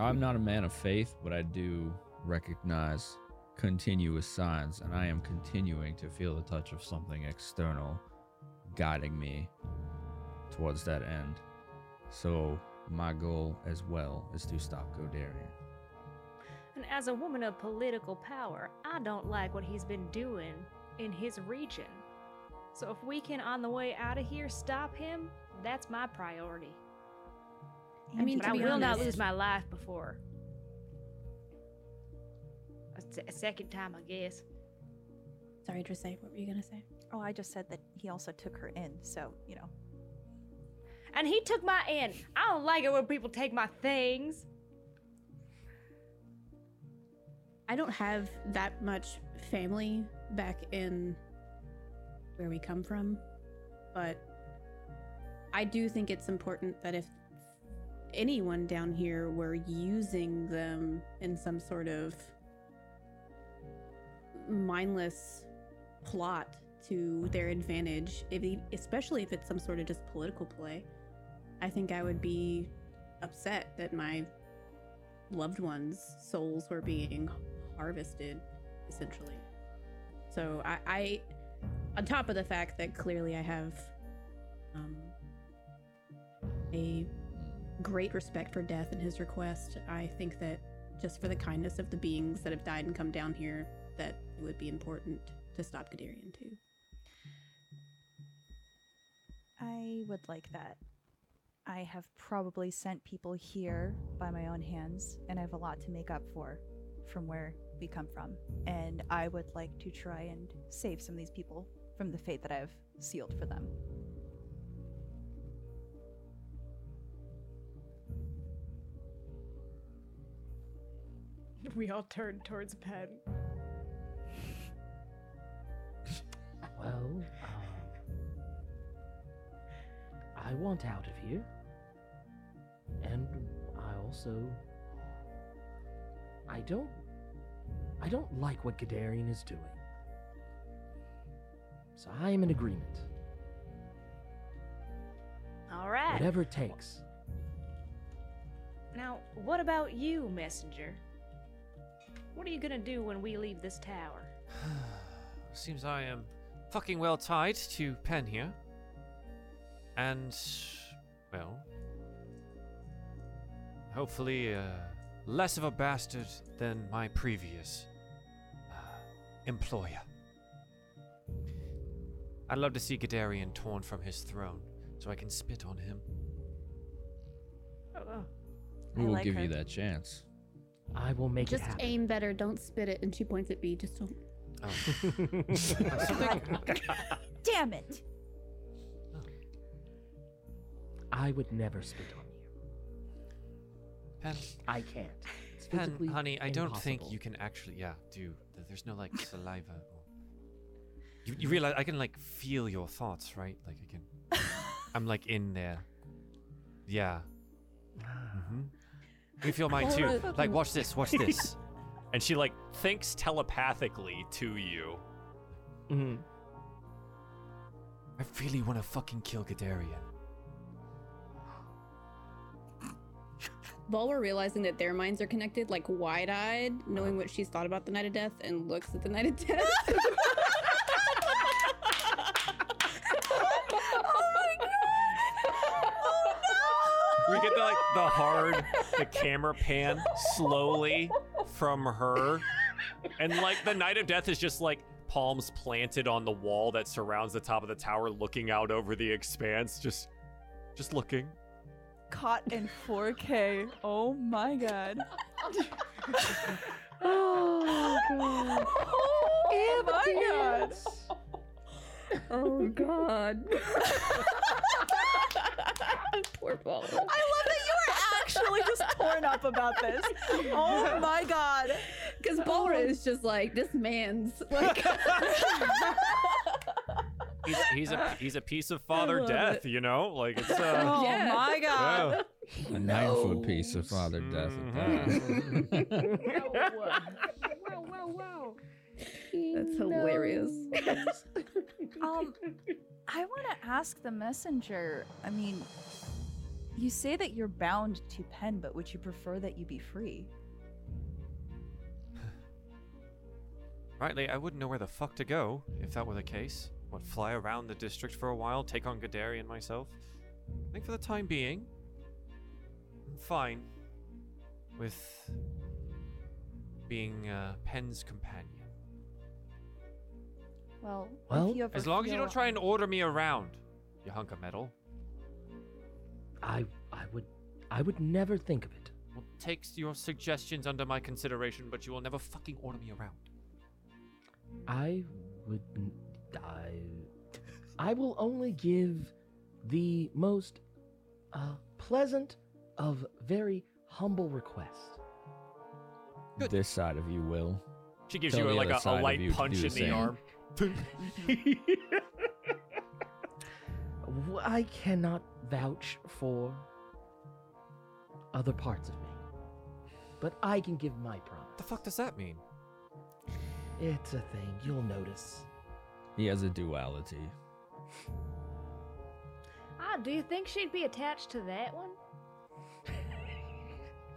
S3: I'm not a man of faith, but I do recognize continuous signs, and I am continuing to feel the touch of something external guiding me towards that end. So, my goal as well is to stop Godarian.
S16: And
S8: as a woman of political power, I don't like what he's been doing in his region. So if we can, on the way out of here, stop him, that's my priority.
S5: I mean,
S8: but
S5: to
S8: I
S5: be
S8: will not
S5: honest-
S8: lose my life before a, se- a second time, I guess.
S5: Sorry, Drissay, what were you gonna say?
S9: Oh, I just said that he also took her in, so you know.
S8: And he took my end. I don't like it when people take my things.
S5: I don't have that much family back in where we come from, but I do think it's important that if anyone down here were using them in some sort of mindless plot to their advantage, if e- especially if it's some sort of just political play, I think I would be upset that my loved ones' souls were being harvested, essentially. So I, I on top of the fact that clearly I have um, a great respect for death and his request, I think that just for the kindness of the beings that have died and come down here, that it would be important to stop Gadarian too.
S9: I would like that. I have probably sent people here by my own hands, and I have a lot to make up for from where we come from. And I would like to try and save some of these people from the fate that I have sealed for them.
S4: We all turn towards Pen.
S6: Well, um, I want out of here, and I also I don't I don't like what Gadarian is doing. So I am in agreement.
S8: All right.
S6: Whatever it takes.
S8: Now, what about you, messenger? What are you gonna do when we leave this tower?
S13: Seems I am fucking well tied to Pen here. And, well, hopefully uh, less of a bastard than my previous uh, employer. I'd love to see Gadarian torn from his throne so I can spit on him.
S3: We
S5: I
S3: will
S5: like
S3: give you
S5: her.
S3: that chance.
S6: I will make
S5: just aim better, don't spit it. And she points at B. Just don't.
S13: Oh,
S9: Damn it!
S6: I would never spit on you.
S13: Pen,
S6: I can't. It's
S13: Pen,
S6: physically
S13: honey, I don't think
S6: impossible.
S13: you can actually. Yeah, do. th- There's no like saliva. Or... You, you realize I can like feel your thoughts, right? Like I can. I'm like in there. Yeah. hmm You feel mine too.
S1: Horrible.
S13: Like watch this. Watch this.
S1: and she like thinks telepathically to you.
S6: Mm-hmm.
S13: I really want to fucking kill Gadarian.
S5: Bulwer realizing that their minds are connected, like wide eyed, knowing what she's thought about the night of death, and looks at the night of death.
S1: We get the, like the hard, the camera pan slowly from her, and like the Knight of Death is just like palms planted on the wall that surrounds the top of the tower, looking out over the expanse, just, just looking.
S9: Caught in 4K. Oh my god.
S6: oh
S9: god.
S4: Oh
S9: my
S4: god.
S5: oh god. Poor Bulwer.
S9: I love that you are actually just torn up about this. Oh my god.
S5: Because Bulwer is just like this man's like.
S1: He's, he's a he's a piece of Father
S5: love
S1: Death, you know. Like it's. Uh,
S9: Oh
S5: Yes.
S9: my god.
S1: yeah.
S3: A nine foot piece of Father Death at that.
S4: Wow, wow, wow.
S5: That's hilarious.
S9: Um, I want to ask the messenger. I mean, you say that you're bound to Penn, but would you prefer that you be free?
S13: Rightly, I wouldn't know where the fuck to go if that were the case. What fly around the district for a while, take on Gadarian myself. I think for the time being, I'm fine with being uh, Pen's companion.
S9: Well,
S6: Well,
S9: if you ever
S13: As long as you
S9: feel
S13: don't try and order me around, you hunk of metal.
S6: I I would I would never think of it.
S13: Well, takes your suggestions under my consideration, but you will never fucking order me around.
S6: I would n- I I will only give the most uh, pleasant of very humble requests.
S3: This side of you will.
S1: She gives
S3: Tell
S1: you
S3: the
S1: like
S3: other
S1: a,
S3: side
S1: a
S3: of
S1: light
S3: you to
S1: punch
S3: do
S1: in the
S3: same.
S1: arm.
S6: Mm-hmm. W- I cannot vouch for other parts of me, but I can give my promise.
S13: The fuck does that mean?
S6: It's a thing you'll notice.
S3: He has a duality.
S8: Ah, do you think she'd be attached to that one?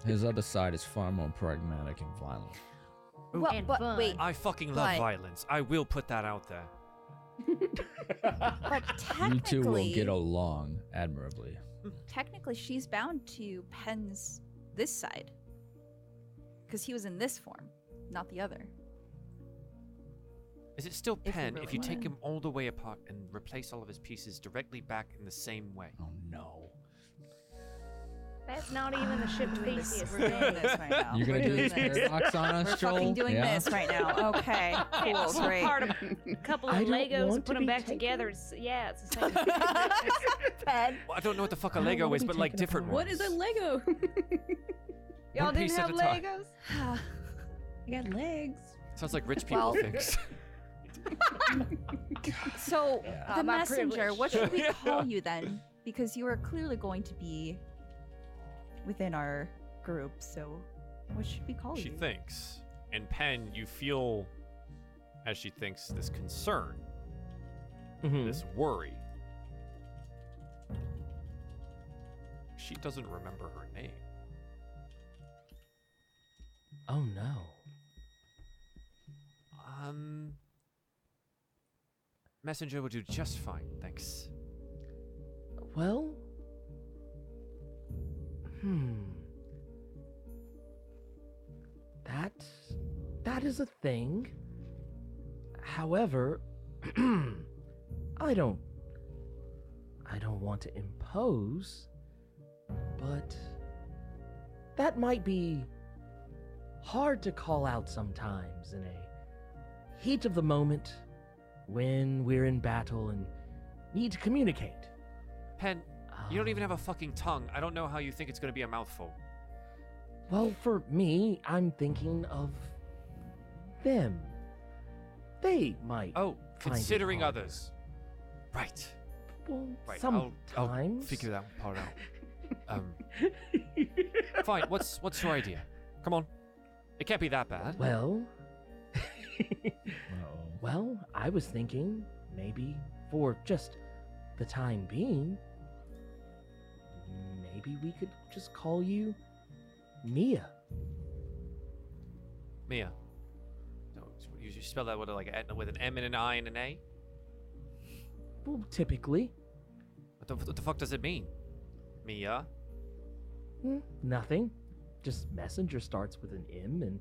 S3: His other side is far more pragmatic and violent.
S9: Well,
S8: and
S9: but
S8: fun.
S9: wait,
S13: I fucking love
S9: But-
S13: violence. I will put that out there.
S9: but
S3: You two will
S9: technically-
S3: get along admirably.
S9: technically she's bound to Penn's this side. Because he was in this form, not the other.
S13: Is it still
S9: If you
S13: Pen if
S9: really
S13: you
S9: want
S13: take
S9: it.
S13: him all the way apart and replace all of his pieces directly back in the same way?
S3: Oh no.
S8: That's not even the ship
S9: We're doing this-
S8: Theseus.
S9: We're doing
S8: did.
S9: this right now.
S3: You're gonna
S9: We're
S3: do
S9: doing
S3: this paradox on us,
S9: We're fucking
S3: Joel?
S9: doing
S3: Yeah?
S9: this right now. Okay, cool,
S8: Pull
S9: great.
S8: apart a couple of
S6: I don't
S8: Legos,
S6: want
S8: and
S6: to
S8: put them
S6: be
S8: back
S6: taken.
S8: together. It's, yeah, it's the same.
S9: Pen.
S13: Well, I don't know what the fuck a
S14: I don't
S13: Lego
S14: wanna
S13: is,
S14: be
S13: but like
S14: taken
S13: different
S14: apart.
S13: ones.
S14: What is a Lego?
S4: Y'all
S13: One
S4: didn't
S13: piece at
S4: have
S13: a time.
S4: Legos?
S14: I got legs.
S13: Sounds like rich
S9: Well-
S13: people things.
S9: So,
S3: Yeah.
S9: the
S8: Uh, my
S9: messenger,
S8: privilege.
S9: what should we call you then? Because you are clearly going to be within our group, so what should we call
S1: She
S9: you?
S1: thinks. And Pen, you feel as she thinks this concern, this worry. She doesn't remember her name.
S6: Oh no.
S13: Um. Messenger will do just fine, thanks.
S6: Well. Hmm. That that is a thing. However, I don't I don't want to impose, but that might be hard to call out sometimes in a heat of the moment when we're in battle and need to communicate.
S13: Pen, you don't even
S6: Um,
S13: have a fucking tongue. I don't know how you think it's gonna be a mouthful.
S6: Well, for me, I'm thinking of them. They might.
S13: Oh,
S6: find it
S13: considering
S6: harder.
S13: others. Right.
S6: Well,
S13: Right. I'll,
S6: sometimes.
S13: I'll figure that part out. Um, fine. What's what's your idea? Come on. It can't be that bad.
S6: Well,
S3: Uh-oh.
S6: well, I was thinking maybe for just the time being, maybe we could just call you Mia.
S13: Mia. No, it's- You you spell that with a, like a- with an M and an I and an A.
S6: Well, typically,
S13: What the, what the fuck does it mean? Mia. Hmm?
S6: Mm, Nothing. Just messenger starts with an M and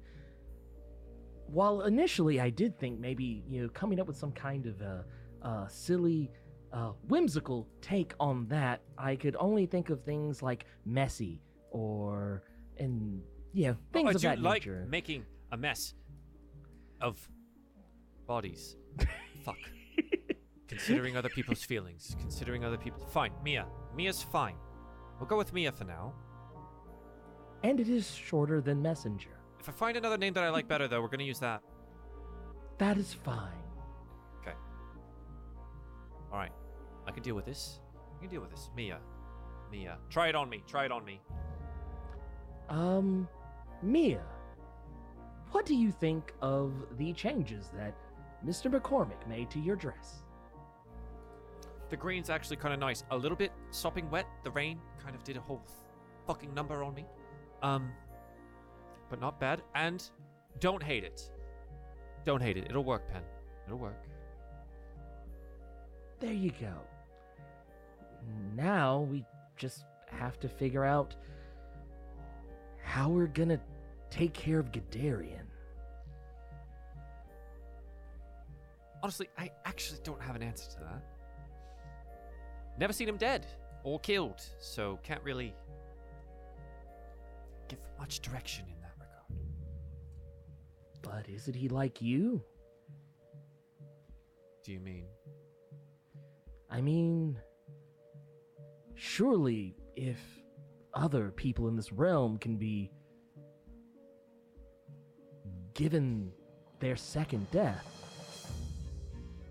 S6: while initially I did think maybe, you know, coming up with some kind of a, uh silly uh, whimsical take on that, I could only think of things like messy or and yeah,
S13: Oh,
S6: things
S13: I
S6: of
S13: do
S6: that
S13: like
S6: nature.
S13: making a mess of bodies. Fuck. Considering other people's feelings. Considering other people. Fine, Mia. Mia's fine. We'll go with Mia for now.
S6: and it is shorter than messenger.
S13: If I find another name that I like better, though, we're gonna use that.
S6: That is fine.
S13: Okay. All right. I can deal with this. I can deal with this. Mia. Mia. Try it on me. Try it on me.
S6: Um, Mia, what do you think of the changes that Mr. McCormick made to your dress?
S13: The green's actually kind of nice. A little bit sopping wet. The rain kind of did a whole fucking number on me. Um, but not bad. And don't hate it. Don't hate it. It'll work, Pen. It'll work.
S6: There you go. Now we just have to figure out how we're gonna take care of Gadarian.
S13: Honestly, I actually don't have an answer to that. Never seen him dead or killed, so can't really give much direction in that regard.
S6: But isn't he like you?
S13: Do you mean?
S6: I mean, surely if other people in this realm can be given their second death,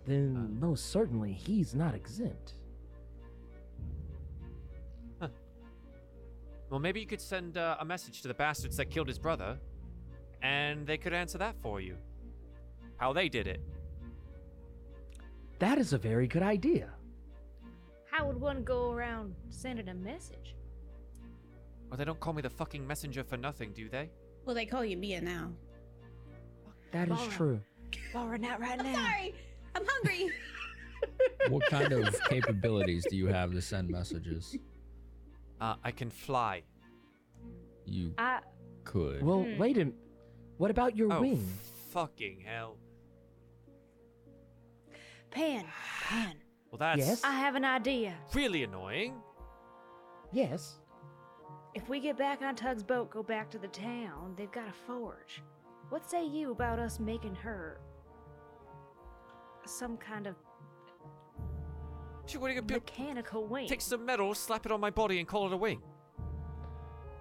S6: then most certainly he's not exempt.
S13: Well, maybe you could send uh, a message to the bastards that killed his brother, and they could answer that for you. How they did it.
S6: That is a very good idea.
S8: How would one go around sending a message?
S13: Well, they don't call me the fucking messenger for nothing, do they?
S5: Well, they call you Mia now.
S6: That is
S5: Laura.
S6: true.
S5: Laura, not right now. Sorry, I'm hungry.
S3: What kind of capabilities do you have to send messages?
S13: Uh, I can fly.
S3: You
S8: I
S3: could.
S6: Well,
S8: Hmm.
S6: wait a m- What about your
S13: Oh,
S6: wing?
S13: Fucking hell.
S8: Pan, Pan.
S13: Well, that's
S8: I have an idea.
S13: really annoying.
S6: Yes.
S8: If we get back on Tug's boat, go back to the town, they've got a forge. What say you about us making her some kind of
S13: She wanted to build-
S8: mechanical wing?
S13: Take some metal, slap it on my body, and call it a wing.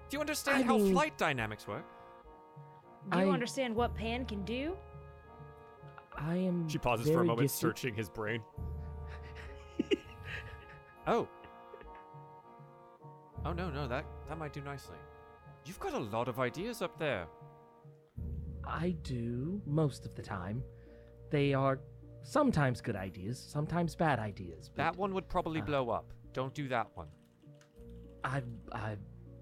S13: Do you understand
S8: I
S13: how
S8: mean-
S13: flight dynamics work?
S8: Do you
S6: I-
S8: understand what Pan can do?
S6: I am.
S1: She pauses for a
S6: very
S1: moment,
S6: gifted.
S1: searching his brain.
S13: Oh. Oh no, no, that that might do nicely. You've got a lot of ideas up there.
S6: I do most of the time. They are sometimes good ideas, sometimes bad ideas. But
S13: That one would probably
S6: Ah.
S13: blow up. Don't do that one.
S6: I, I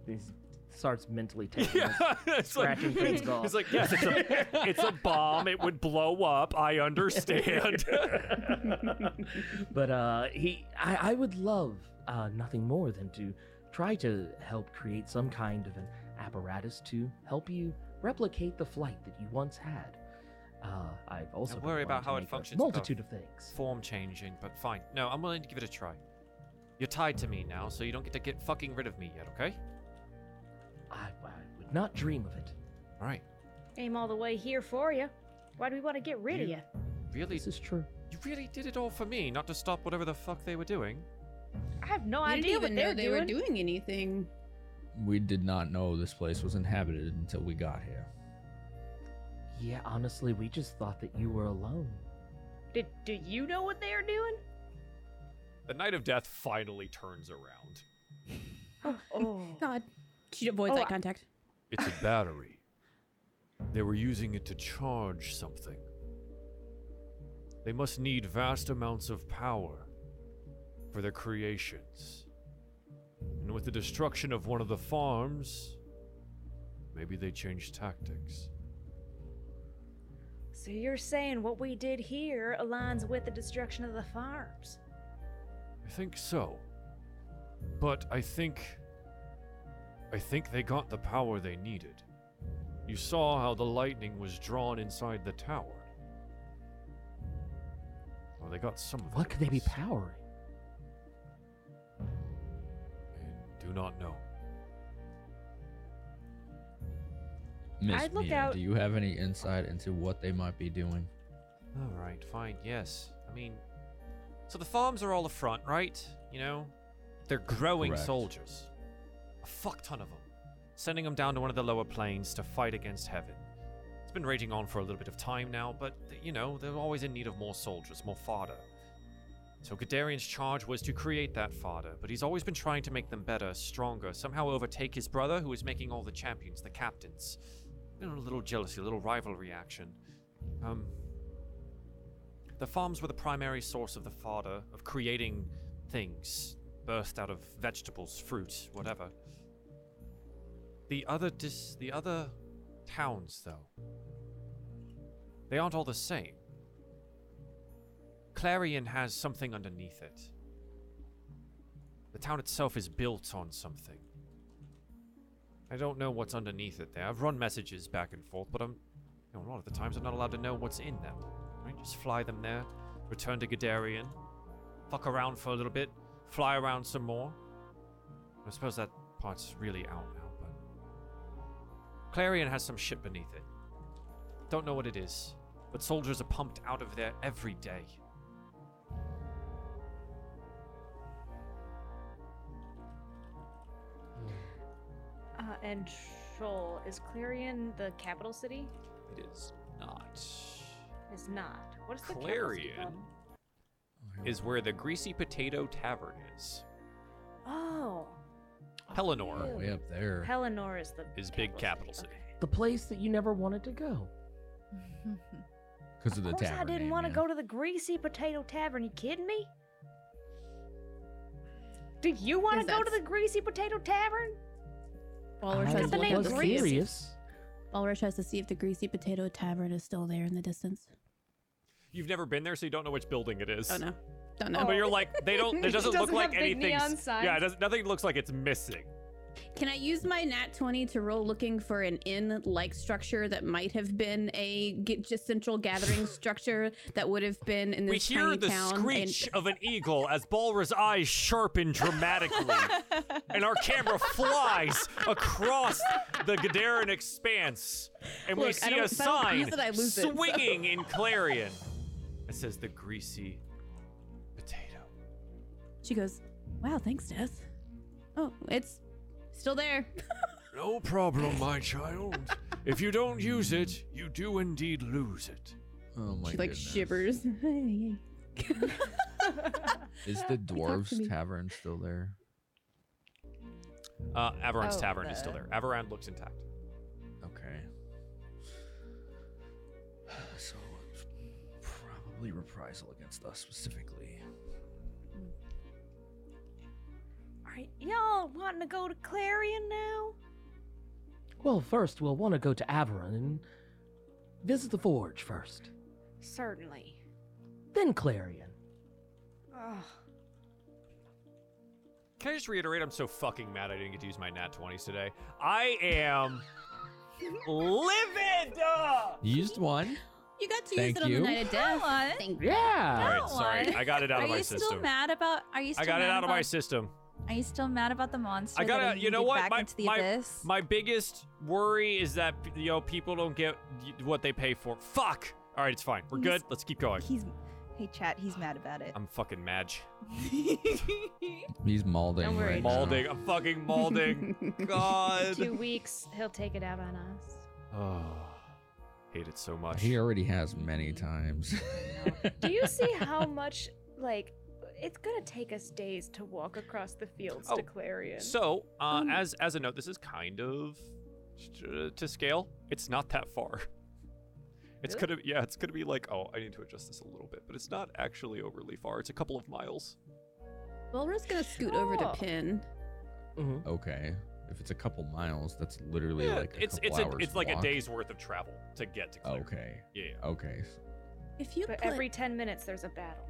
S6: this starts mentally taking. notes. Scratching things off.
S1: it's like, yes, it's a, it's a bomb. It would blow up. I understand.
S6: but uh, he, I, I would love uh, nothing more than to try to help create some kind of an apparatus to help you replicate the flight that you once had. Uh, I've also
S13: Don't
S6: been
S13: worry
S6: wanting
S13: about
S6: to
S13: how it
S6: make a
S13: functions.
S6: Multitude of
S13: above.
S6: things.
S13: Form changing, but fine. No, I'm willing to give it a try. You're tied to me now, so you don't get to get fucking rid of me yet, okay?
S6: I, I would not dream of it.
S13: All right.
S8: Came all the way here for you. Why do we want to get rid of
S13: You-
S8: you?
S13: Really,
S6: This is true.
S13: you really did it all for me, not to stop whatever the fuck they were doing.
S8: I have no
S5: Oh, I
S8: idea
S5: didn't even
S8: what
S5: know
S8: they're
S5: they
S8: doing.
S5: were doing anything.
S3: We did not know this place was inhabited until we got here.
S6: Yeah, honestly, we just thought that you were alone.
S8: Did, do you know what they're doing?
S1: the night of death finally turns around.
S8: Oh.
S5: God, she avoids
S8: Oh,
S5: that
S8: I-
S5: contact.
S13: It's a battery. They were using it to charge something. They must need vast amounts of power for their creations. And with the destruction of one of the farms, maybe they changed tactics.
S8: So you're saying what we did here aligns with the destruction of the farms?
S13: I think so. But I think. I think they got the power they needed. You saw how the lightning was drawn inside the tower. Well, they got some of it.
S6: What could they be
S13: at least.
S6: powering?
S13: Do not know.
S3: Miss
S8: I'd look
S3: Mia,
S8: out-
S3: do you have any insight into what they might be doing?
S13: Alright, fine, yes. I mean. So the farms are all a front, right? You know? They're growing
S3: Correct.
S13: soldiers. A fuck ton of them. Sending them down to one of the lower planes to fight against heaven. It's been raging on for a little bit of time now, but, you know, they're always in need of more soldiers, more fodder. So Gadarian's charge was to create that fodder, but he's always been trying to make them better, stronger, somehow overtake his brother, who is making all the champions, the captains. You know, a little jealousy, a little rivalry action. Um, the farms were the primary source of the fodder, of creating things, birthed out of vegetables, fruit, whatever. The other dis- the other towns, though, they aren't all the same. Clarion has something underneath it. The town itself is built on something. I don't know what's underneath it there. I've run messages back and forth, but I'm. You know, a lot of the times I'm not allowed to know what's in them. Right? Just fly them there, return to Gadarian, fuck around for a little bit, fly around some more. I suppose that part's really out now, but Clarion has some shit beneath it. Don't know what it is, but soldiers are pumped out of there every day.
S4: Uh, and Shoal, is Clarion the capital city?
S1: It is not.
S4: It's not. What is the capital city
S1: Clarion
S4: called?
S1: is where the Greasy Potato Tavern is.
S4: Oh,
S1: Pelennor
S3: Way up there.
S4: Pelennor is the
S1: is big capital city.
S6: The place that you never wanted to go.
S3: Because of, the
S4: Of course,
S3: tavern.
S4: I didn't
S3: name,
S4: want to
S3: yeah.
S4: go to the Greasy Potato Tavern. You kidding me? Did you want to
S5: Is
S4: go
S5: that-
S4: to the Greasy Potato Tavern?
S5: Walrus
S6: I
S5: has to look
S6: was
S5: up to see if-
S6: serious.
S5: Walrus has to see if the Greasy Potato Tavern is still there in the distance.
S1: You've never been there, so you don't know which building it is.
S5: Don't know. Don't know.
S1: But you're like, they don't. It doesn't, look
S4: Doesn't
S1: like
S4: have big
S1: anything.
S4: neon
S1: Yeah, it
S4: signs.
S1: doesn't, nothing looks like it's missing.
S5: Can I use my nat 20 to roll looking for an inn-like structure that might have been a g- just central gathering structure that would have been in this
S1: We hear
S5: tiny
S1: the
S5: town?
S1: screech of an eagle as Balra's eyes sharpen dramatically, and our camera flies across the Gadaran expanse, and we
S5: Look, I
S1: see a
S5: don't- if I don't
S1: sign
S5: use it, I lose it, so.
S1: swinging in Clarion. It says the greasy potato.
S5: And she goes, "Wow, thanks, Death. Oh, it's still there.
S13: No problem, my child. if you don't use it, you do indeed lose it.
S3: Oh my
S5: she like
S3: goodness.
S5: shivers.
S3: Is the Dwarves
S5: me.
S3: Tavern still there?
S1: Uh, Avaron's
S9: Oh,
S1: tavern is still
S9: the-
S1: there. Avaron looks intact.
S3: Okay. So, it's probably reprisal against us specifically.
S8: Alright, y'all wanting to go to Clarion now?
S6: Well, first we'll want to go to Averon and visit the forge first,
S8: Certainly.
S6: then Clarion.
S8: Ugh.
S1: Can I just reiterate? I'm so fucking mad I didn't get to use my nat 20s today. I am livid. All
S3: You used one.
S5: You got to
S3: Thank
S5: use it on
S3: you.
S5: the night of death.
S2: That
S5: Thank
S6: Yeah.
S1: right, sorry,
S2: one.
S1: I got it out
S2: are
S1: of my
S2: you still
S1: system.
S2: mad about? Are you still
S1: I got it
S2: mad
S1: out of
S2: about,
S1: my system.
S2: Are you still mad about the monster?
S1: I
S2: that
S1: gotta,
S2: it
S1: you know
S2: yeeted
S1: what?
S2: Back
S1: My,
S2: into the
S1: my,
S2: abyss?
S1: my biggest worry is that you know people don't get y- what they pay for. Fuck. All right, it's fine. We're good. Let's keep going.
S9: He's hey chat. He's mad about it.
S1: I'm fucking Madge.
S3: He's maulding.
S4: Don't worry,
S3: right now.
S1: Malding. I'm fucking malding. God.
S4: Two weeks, he'll take it out on us.
S1: Oh, hate it so much.
S3: He already has many times.
S4: Do you see how much, like, it's gonna take us days to walk across the fields
S1: Oh,
S4: to Clarion?
S1: So, uh, as as a note, this is kind of uh, to scale. It's not that far. It's
S4: Really?
S1: gonna yeah, it's gonna be like oh, I need to adjust this a little bit, but it's not actually overly far. It's a couple of miles.
S5: Walrus gonna scoot over to
S4: Sure.
S5: Pin.
S6: Mm-hmm. Um,
S3: okay. If it's a couple miles, that's literally
S1: Yeah,
S3: like a
S1: it's
S3: couple
S1: it's a,
S3: hours
S1: it's like a
S3: walk.
S1: day's worth of travel to get to. Clear.
S3: Okay.
S1: Yeah.
S3: Okay.
S5: If you
S4: But
S5: put,
S4: every 10 minutes, there's a battle.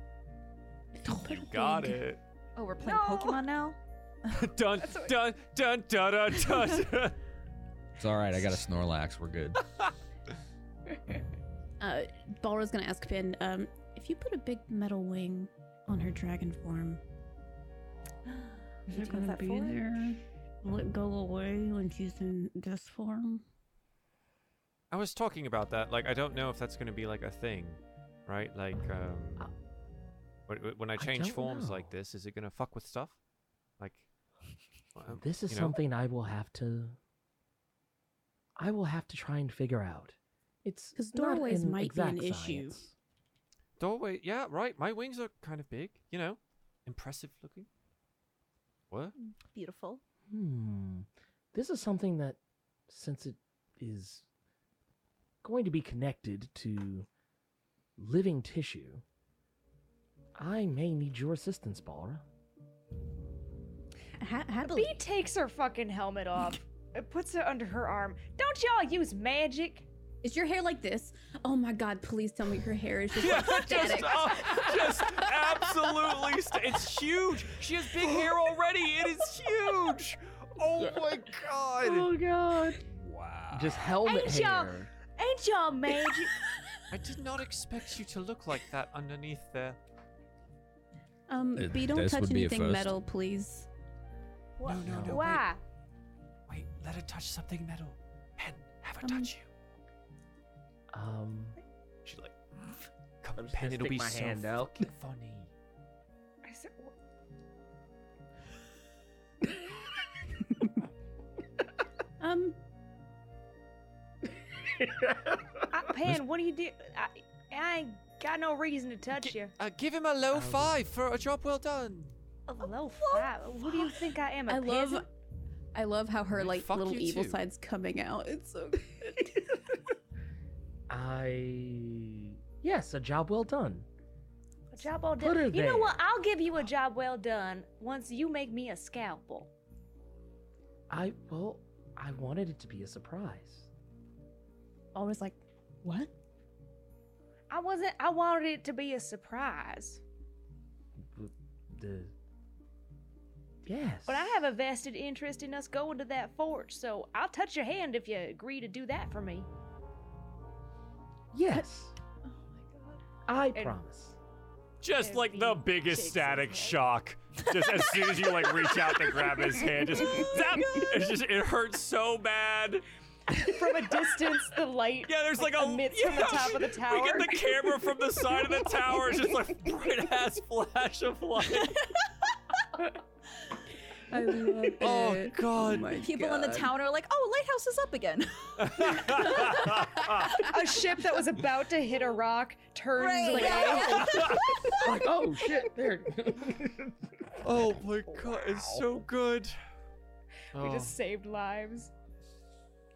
S5: if you put
S1: You
S5: a
S1: got
S5: big-
S1: it.
S9: Oh, we're playing Pokemon now.
S1: dun, dun dun dun dun dun.
S3: It's all right. I got a Snorlax. We're good.
S5: Uh, Balra's gonna ask Pin, um, if you put a big metal wing on her dragon form, is it
S9: There goes
S5: gonna
S9: that
S5: be
S9: forge.
S5: there? Will it go away when she's in this form?
S13: I was talking about that. Like, I don't know if that's going to be like a thing, right? Like, um, wh- wh- when I
S6: Uh, I
S13: change
S6: don't
S13: forms
S6: know.
S13: like this, is it going to fuck with stuff? Like, well, um,
S6: This is
S13: you know?
S6: something I will have to. I will have to try and figure out. It's
S5: 'Cause
S6: not
S5: doorways
S6: an
S5: might be an
S6: exact
S5: issue.
S6: science.
S13: Doorway. Yeah, right. My wings are kind of big. You know, impressive looking. What?
S9: Beautiful.
S6: Hmm. This is something that, since it is going to be connected to living tissue, I may need your assistance, Balra.
S5: Ha- happily.
S4: Bee takes her fucking helmet off, it puts it under her arm. Don't y'all use magic?
S5: Is your hair like this? Oh my god, please tell me your hair is just like
S1: just,
S5: static.
S1: uh, just absolutely. St- it's huge. She has big hair already. It is huge. Oh my god.
S6: God!
S3: wow.
S6: Just helmet
S4: Ain't y'all-
S6: hair.
S4: Ain't y'all magic?
S13: I did not expect you to look like that underneath there.
S5: Um,
S13: Uh,
S5: but you don't
S13: this
S5: touch
S13: would be a
S5: anything
S13: first.
S5: metal, please.
S13: No, no, no.
S8: Why?
S13: Wait, wait, let her touch something metal. Pen, have her touch you.
S6: Um,
S13: She like,
S6: I'm
S13: come,
S6: just
S13: Pen,
S6: gonna
S13: it'll
S6: stick
S13: be
S6: my
S13: so
S6: hand out.
S13: fucking funny.
S4: I said, "Wha-
S5: Um,
S4: I- Pan, what do you do? I, I ain't got no reason to touch you.
S13: Uh, give him a low
S4: Um,
S13: five for a job well done.
S4: A low five. Who do you think I am? a
S5: I love,
S4: peasant?
S5: I love how her like
S13: fuck
S5: little
S13: you
S5: evil
S13: too.
S5: side's coming out. It's so good.
S6: I yes, a job well done.
S4: A job well
S6: Put
S4: done.
S6: her
S4: You know
S6: there.
S4: what? I'll give you a job well done once you make me a scalpel.
S6: I well, I wanted it to be a surprise.
S5: Always like, what?
S4: I wasn't. I wanted it to be a surprise.
S6: But The yes,
S4: But I have a vested interest in us going to that forge, so I'll touch your hand if you agree to do that for me.
S6: yes. I
S4: Oh And-
S6: promise.
S1: Just like the biggest static shock. Just as soon as you like reach out to grab his hand,
S4: Oh
S1: just zap! It's just it hurts so bad.
S4: From a distance, the light.
S1: Yeah, there's like, a
S4: emits from the
S1: yeah,
S4: top of the tower.
S1: We get the camera from the side of the tower. It's just like bright ass flash of light.
S5: I love it.
S13: Oh God!
S9: People in the town are like, oh, lighthouse is up again.
S4: a ship that was about to hit a rock turns
S9: Right,
S4: away.
S9: yeah.
S6: like oh shit, there.
S13: oh my God! It's so good.
S4: We
S1: Oh,
S4: just saved lives.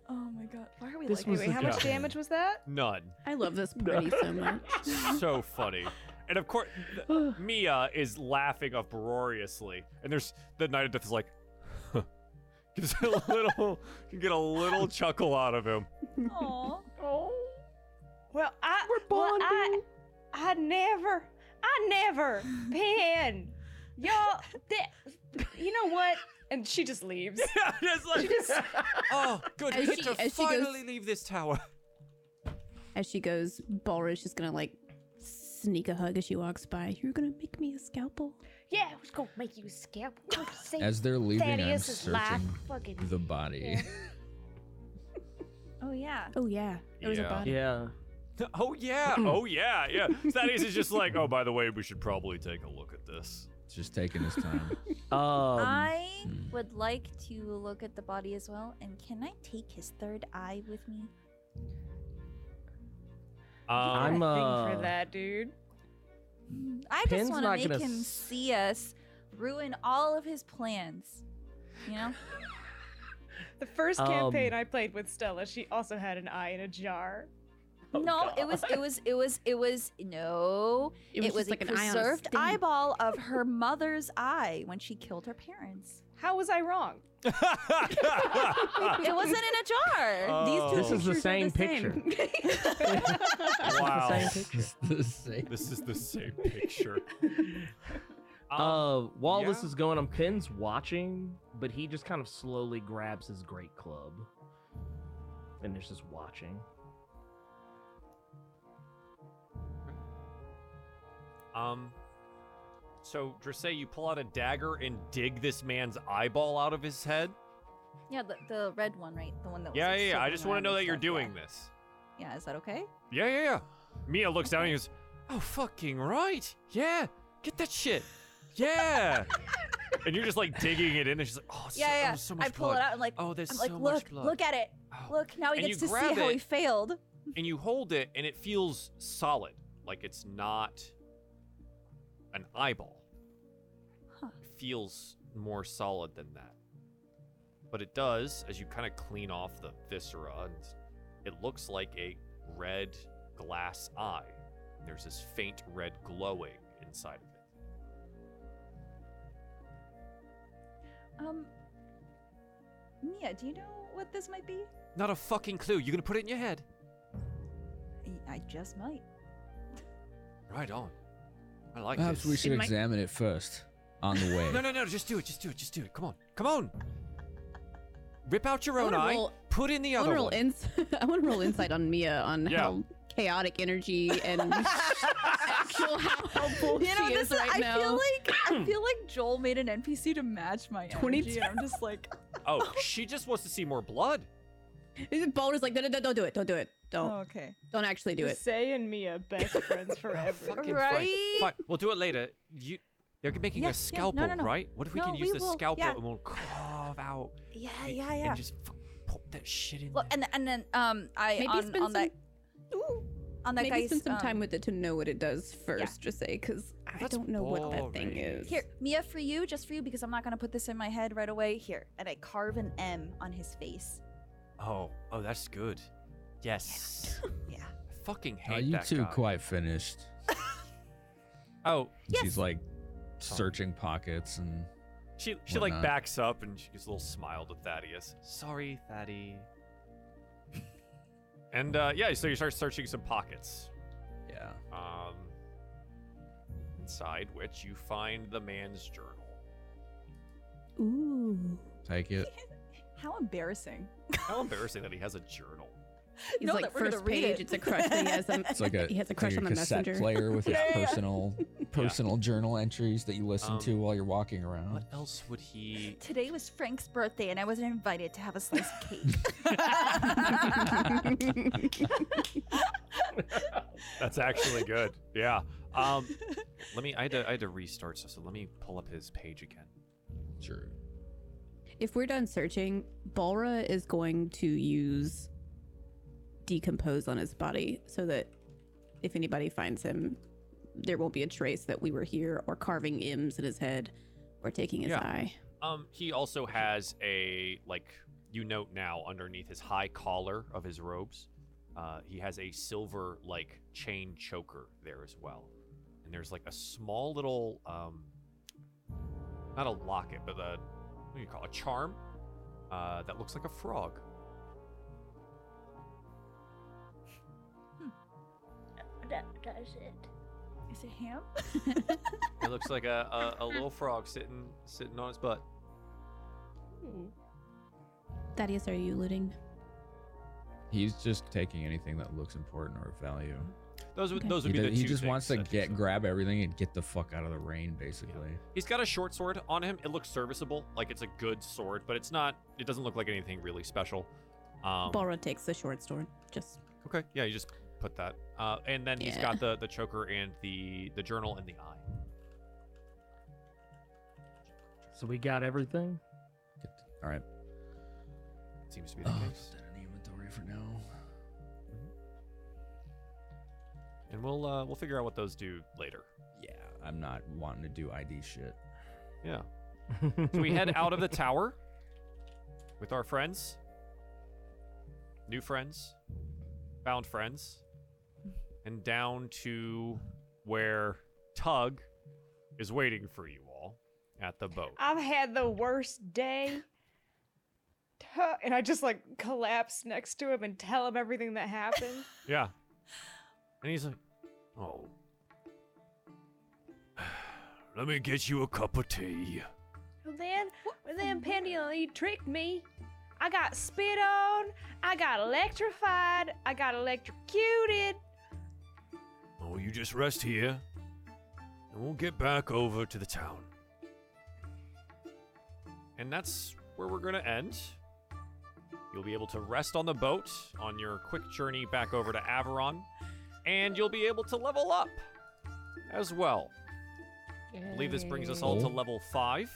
S10: Oh my god. Why are we
S1: This
S10: like
S1: was
S4: Wait,
S1: the
S4: how much
S1: guy.
S4: damage was that?
S1: None.
S5: I love this party so much.
S1: so funny. And of course, th- Mia is laughing uproariously. And there's the Knight of Death is like, gives a little, can get a little chuckle out of him.
S9: Aw.
S6: Oh.
S4: Well, I well, I I never I never pin y'all. That, you know what? And she just leaves.
S1: just like,
S4: She just
S13: oh, good.
S5: As
S13: we
S5: she-
S6: uh,
S13: get to
S5: as she goes-
S13: finally leave this tower.
S5: As she goes, Balrish is gonna like sneak a hug as she walks by. You're gonna make me a scalpel.
S8: Yeah, who's gonna make you scalp? Don't say
S3: As they're leaving, I'm
S8: Thaddeus is life
S3: searching
S8: fucking
S3: the body.
S9: Oh yeah.
S5: Oh yeah, there was a
S1: Yeah.
S5: body.
S6: yeah.
S1: Oh yeah, oh yeah, yeah. Thaddeus is just like, oh, by the way, we should probably take a look at this.
S3: Just taking his time.
S6: Um,
S2: I
S1: hmm.
S2: would like to look at the body as well. And can I take his third eye with me?
S1: Um,
S6: I'm
S4: thing
S6: uh,
S4: for that, dude.
S2: Mm, I
S6: Pin's
S2: just want to
S6: not
S2: make
S6: gonna
S2: him
S6: s-
S2: see us ruin all of his plans. You know?
S4: The first campaign
S6: Um,
S4: I played with Stella, she also had an eye in a jar.
S1: Oh,
S2: no, it was it was it was it was no.
S5: It was just
S2: a
S5: like an eye on a
S2: preserved
S5: stem.
S2: eyeball of her mother's eye when she killed her parents.
S4: How was I wrong?
S1: Ah.
S2: It wasn't in a jar.
S1: Oh,
S6: This is the same picture.
S1: wow.
S6: This is the same picture.
S3: the same.
S1: This is the same picture.
S6: Uh, while this
S1: yeah.
S6: is going on, Pin's watching, but he just kind of slowly grabs his great club and is just watching.
S1: Um. So, Drissay, you pull out a dagger and dig this man's eyeball out of his head.
S2: Yeah, the, the red one, right? The one that was
S1: Yeah,
S2: like,
S1: yeah, yeah. I
S2: circling
S1: just want to
S2: around
S1: know
S2: and
S1: that you're
S2: stuff, yeah.
S1: doing this.
S2: Yeah, is that okay?
S1: Yeah, yeah, yeah. Mia looks down and goes, "Oh, fucking right. Yeah, get that shit. Yeah." and you're just like digging it in, and she's like, "Oh, so,
S2: Yeah, yeah.
S1: oh, so much
S2: I pull
S1: blood.
S2: it out and like
S13: Oh, there's
S2: I'm like,
S13: so
S2: look,
S13: much blood.
S2: look at it.
S13: Oh.
S2: Look, now he
S1: And
S2: gets
S1: you
S2: to see
S1: grab
S2: how he
S1: it.
S2: failed.
S1: and you hold it, and it feels solid, like it's not an eyeball.
S2: Huh.
S1: It feels more solid than that. But it does, as you kind of clean off the viscera, and it looks like a red glass eye. There's this faint red glowing inside of it.
S9: Um, Mia, do you know what this might be?
S13: Not a fucking clue. You're gonna put it in your head.
S9: I, I just might.
S13: Right on. I like
S3: Perhaps
S13: this.
S3: we should
S5: It might-
S3: examine it first on the way.
S13: No, no, no. Just do it. Just do it. Just do it. Come on. Come on. Rip out your
S5: I
S13: own
S5: wanna
S13: eye.
S5: roll-
S13: Put in the
S5: I want to
S13: other
S5: roll
S13: one.
S5: ins- I want to roll insight on Mia on
S1: Yeah.
S5: how chaotic energy and actual how helpful
S9: You know,
S5: she
S9: this
S5: is
S9: is,
S5: right
S9: I
S5: now.
S9: feel like I feel like Joel made an NPC to match my energy.
S5: 22.
S9: And I'm just like,
S1: Oh, she just wants to see more blood.
S5: Bold is like, no, no, no, don't do it, don't do it, don't.
S9: Oh, okay.
S5: Don't actually do it.
S4: Say and Mia best friends forever.
S13: Fucking fine. Fine, We'll do it later. You, they're making
S4: Yeah, yeah, no,
S13: a scalpel,
S4: no, no.
S13: right? What if we
S4: No,
S13: can
S4: we
S13: use the
S4: will-
S13: scalpel
S2: yeah.
S13: and we'll carve out?
S2: Yeah,
S13: it
S2: yeah, yeah.
S13: And just f- pop that shit in.
S2: Look, and and then um, I
S5: Maybe
S2: on,
S5: spend
S2: on that. On that
S5: Maybe
S2: guy's
S5: spend some
S2: um,
S5: time with it to know what it does first, just say, because I don't know what that thing
S13: boring.
S5: is.
S2: Here, Mia, for you, just for you, because I'm not gonna put this in my head right away. Here, and I carve an M on his face.
S13: Oh, oh, that's good. Yes.
S2: Yeah.
S13: I fucking hate
S3: Are Uh, you
S13: that
S3: two
S13: guy.
S3: quite finished?
S13: oh,
S3: She's like searching pockets and.
S1: She she like
S3: whatnot.
S1: backs up and she gives a little smile to Thaddeus. Sorry, Thaddy. and uh, yeah, so you start searching some pockets.
S3: Yeah.
S1: Um, inside which you find the man's journal.
S5: Ooh.
S3: Take it.
S9: how embarrassing.
S1: How embarrassing that he has a journal.
S5: He's
S9: No,
S5: like
S9: that we're gonna
S5: first
S9: read
S5: page.
S9: it.
S5: It's a crush that he has. On,
S3: It's like a,
S5: he has a
S3: like
S5: crush on the
S3: cassette
S5: messenger.
S3: player with his
S9: Yeah, yeah, yeah.
S3: personal personal journal entries that you listen
S13: Um,
S3: to while you're walking around.
S13: What else would he?
S2: Today was Frank's birthday, and I wasn't invited to have a slice of cake.
S1: That's actually good. Yeah. Um, let me. I had to. I had to restart. So, so let me pull up his page again.
S3: Sure.
S5: If we're done searching, Balra is going to use decompose on his body so that if anybody finds him, there won't be a trace that we were here or carving M's in his head or taking his
S1: Yeah.
S5: eye.
S1: Um, he also has a like you note now underneath his high collar of his robes. Uh, he has a silver like chain choker there as well, and there's like a small little um, not a locket, but a what do you call it? a charm uh, that looks like a frog.
S8: Hmm. That does it.
S9: Is it ham?
S1: It looks like a, a, a little frog sitting sitting on its butt.
S5: Thaddeus, are you looting?
S3: He's just taking anything that looks important or of value.
S1: Those would
S5: Okay.
S1: those would
S3: he
S1: be
S3: do-
S1: the
S3: he
S1: two
S3: just
S1: things
S3: wants to
S1: that- uh,
S3: get grab everything and get the fuck out of the rain, basically.
S1: He's got a short sword on him. It looks serviceable, like it's a good sword, but it's not. It doesn't look like anything really special. Um,
S5: Balra takes the short sword. Just
S1: Okay, yeah, you just put that. Uh, and then he's
S5: Yeah.
S1: got the the choker and the the journal and the eye.
S6: So we got everything.
S3: All right.
S1: Seems to be the
S3: Oh,
S1: case.
S3: an inventory for now.
S1: And we'll uh, we'll figure out what those do later.
S3: Yeah, I'm not wanting to do ID shit.
S1: Yeah. So we head out of the tower with our friends, new friends, found friends, and down to where Tug is waiting for you all at the
S5: Ah.
S1: boat.
S4: I've had the worst day. Tuh, And I just like collapse next to him and tell him everything that happened.
S1: Yeah. And he's like, oh. Let me get you a cup of tea.
S4: Well, then, well, then Penny tricked me. I got spit on. I got electrified. I got electrocuted.
S13: Oh, you just rest here, and we'll get back over to the town.
S1: And that's where we're going to end. You'll be able to rest on the boat on your quick journey back over to Averon, and you'll be able to level up as well. I believe this brings us all to
S3: Yay.
S1: level five.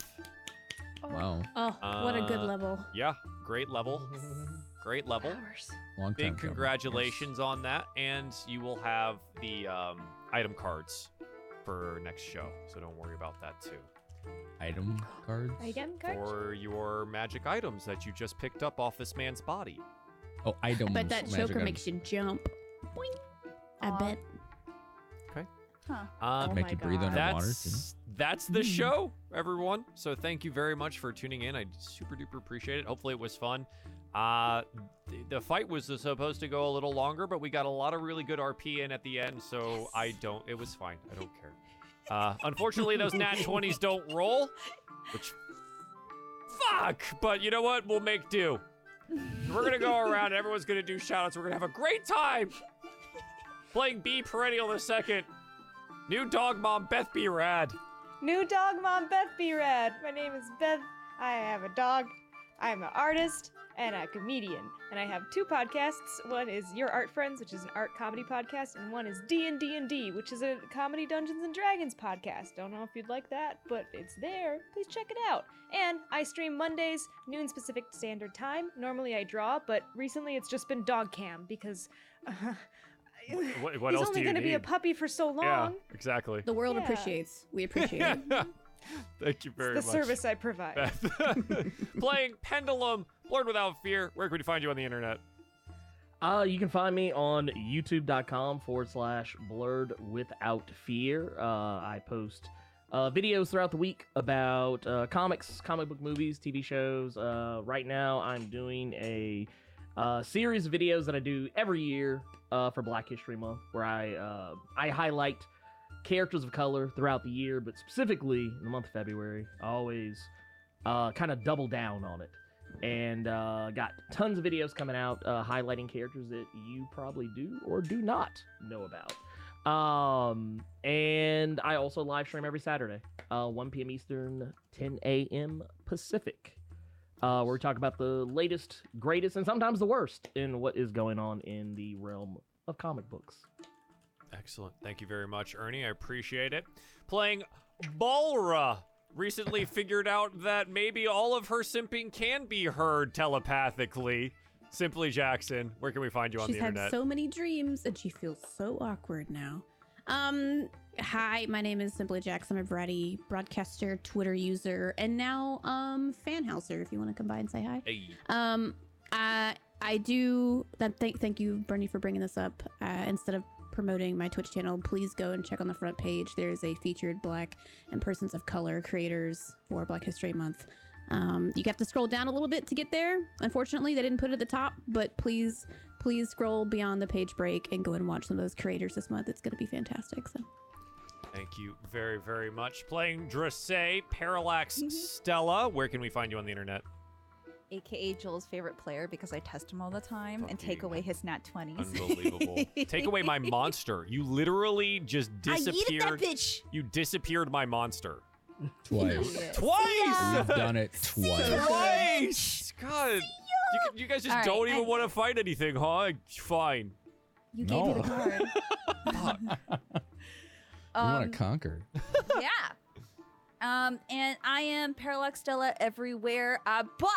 S3: Wow.
S5: oh, what a good
S1: Uh,
S5: level.
S1: Yeah, great level. Great level.
S3: Long time
S1: Big
S3: coming.
S1: congratulations on that, and you will have the um, item cards for next show, so don't worry about that too.
S3: Item cards.
S8: Item card?
S1: For your magic items that you just picked up off this man's body.
S3: Oh, items.
S5: But that
S3: magic
S5: choker
S3: items.
S5: makes you jump. Boing. I
S2: Aw.
S5: bet.
S2: Huh.
S1: Um,
S5: Oh
S3: Make you breathe underwater. Too.
S1: that's that's the show, everyone. So thank you very much for tuning in. I super duper appreciate it. Hopefully it was fun. Uh, the, the fight was supposed to go a little longer, but we got a lot of really good RP in at the end. So I don't. It was fine. I don't care. Uh, unfortunately, those nat twenties don't roll, which fuck. But you know what? We'll make do. We're gonna go around. Everyone's gonna do shoutouts. We're gonna have a great time. Playing B Perennial the second. New dog mom Beth B Rad.
S4: New dog mom Beth B. Rad. My name is Beth. I have a dog. I'm an artist and a comedian, and I have two podcasts. One is Your Art Friends, which is an art comedy podcast, and one is D and D and D, which is a comedy Dungeons and Dragons podcast. Don't know if you'd like that, but it's there. Please check it out. And I stream Mondays, noon Pacific Standard Time. Normally I draw, but recently it's just been dog cam because.
S1: What, what
S4: He's
S1: else
S4: only
S1: do you
S4: gonna
S1: need?
S4: be a puppy for so long.
S1: Yeah, exactly.
S5: The world
S4: Yeah.
S5: appreciates. We appreciate it.
S1: Thank you very
S4: the
S1: much.
S4: service I provide.
S1: Beth. Playing Pendulum, Lord Without Fear. Where can we find you on the internet?
S6: Uh, you can find me on youtube.com forward slash blurred without fear. Uh, I post uh, videos throughout the week about uh, comics, comic book movies, TV shows. Uh, right now, I'm doing a uh, series of videos that I do every year uh, for Black History Month, where I uh, I highlight characters of color throughout the year, but specifically in the month of February, I always uh, kind of double down on it. And uh, got tons of videos coming out uh, highlighting characters that you probably do or do not know about. Um, and I also live stream every Saturday, uh, 1 p.m. Eastern, 10 a.m. Pacific, uh, where we talk about the latest, greatest, and sometimes the worst in what is going on in the realm of comic books.
S1: Excellent. Thank you very much, Ernie. I appreciate it. Playing Balra recently figured out that maybe all of her simping can be heard telepathically. Simply Jackson, where can we find you on
S5: She's
S1: the
S5: had
S1: internet?
S5: so many dreams and she feels so awkward now. Um, hi, my name is Simply Jax. I'm a variety broadcaster, Twitter user, and now um fanhouser. If you want to come by and say hi. Um, I I do that. Thank thank you, Bernie, for bringing this up. Uh, instead of promoting my Twitch channel, please go and check on the front page. There is a featured Black and persons of color creators for Black History Month. Um, you have to scroll down a little bit to get there. Unfortunately, they didn't put it at the top, but please, please scroll beyond the page break and go and watch some of those creators this month. It's going to be fantastic. So.
S1: Thank you very, very much. Playing Dressay, Parallax Stella, where can we find you on the internet?
S9: AKA Joel's favorite player because I test him all the time and take away his nat 20s.
S1: Unbelievable. Take away my monster. You literally just
S9: I yeeted
S1: disappeared.
S9: that bitch.
S1: You disappeared my monster.
S3: Twice.
S1: Twice.
S3: We've done it twice.
S1: Twice. God. You, c- you guys just
S2: All
S1: don't
S2: right,
S1: even
S2: I-
S1: want to fight anything, huh? Fine.
S2: You
S3: gave me the No.
S2: card.
S3: We
S2: um,
S3: want to conquer.
S2: yeah. Um, and I am Parallax Stella everywhere. Uh, but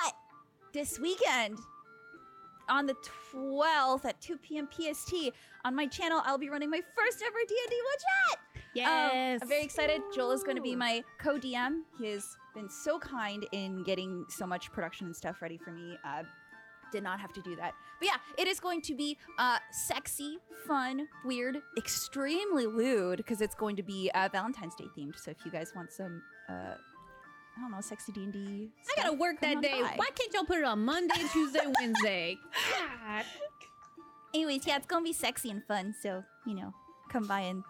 S2: this weekend, on the 12th at 2 p.m. PST, on my channel, I'll be running my first ever D&D one chat.
S5: Yes.
S2: I'm Um, Oh, very excited. Joel is going to be my co-DM. He has been so kind in getting so much production and stuff ready for me. Uh, did not have to do that. But yeah, it is going to be uh, sexy, fun, weird, extremely lewd because it's going to be uh, Valentine's Day themed. So if you guys want some, uh, I don't know, sexy D and D,
S5: I gotta work that day. Why can't y'all put it on Monday, Tuesday, Wednesday? God.
S2: Anyways, yeah, it's gonna be sexy and fun. So you know, come by and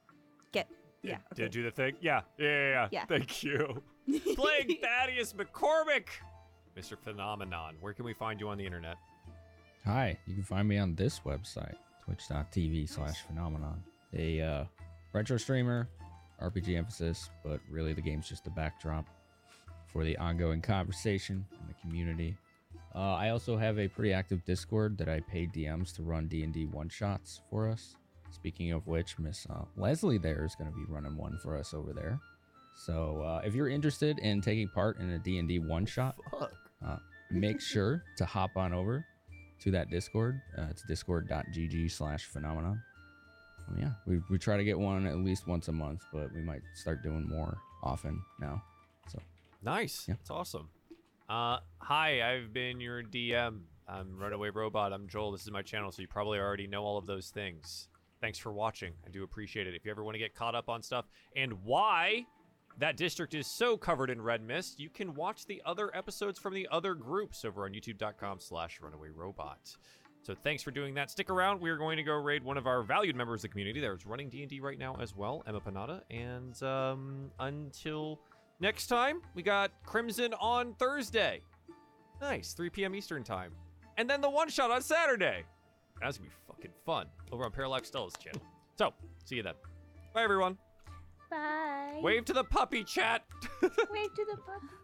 S2: get yeah.
S1: Did I do the thing? Yeah. Yeah. Yeah. yeah.
S2: Yeah.
S1: Thank you. Playing Thaddeus McCormick, Mr. Phenomenon. Where can we find you on the internet?
S3: Hi, you can find me on this website, twitch.tv slash phenomenon. A uh, retro streamer, RPG emphasis, but really the game's just the backdrop for the ongoing conversation in the community. Uh, I also have a pretty active Discord that I pay DMs to run D&D one-shots for us. Speaking of which, Miss uh, Leslie there is going to be running one for us over there. So uh, if you're interested in taking part in a D&D one-shot, uh, make sure to hop on over to that Discord. Uh, it's discord.gg slash phenomenon. Um, yeah, we, we try to get one at least once a month, but we might start doing more often now. So
S1: Nice. That's awesome. Uh, hi, I've been your DM. I'm Runaway Robot. I'm Joel. This is my channel, so you probably already know all of those things. Thanks for watching. I do appreciate it. If you ever want to get caught up on stuff and why that district is so covered in red mist, you can watch the other episodes from the other groups over on youtube.com slash runaway robot. So thanks for doing that. Stick around. We are going to go raid one of our valued members of the community that is running D&D right now as well, Emma Panada. And um, until next time, we got Crimson on Thursday. Nice, 3 p.m. Eastern time. And then the one shot on Saturday. That's going to be fucking fucking fun over on Paralife Stella's channel. So, see you then. Bye, everyone.
S8: Bye.
S1: Wave to the puppy chat.
S8: Wave to the puppy.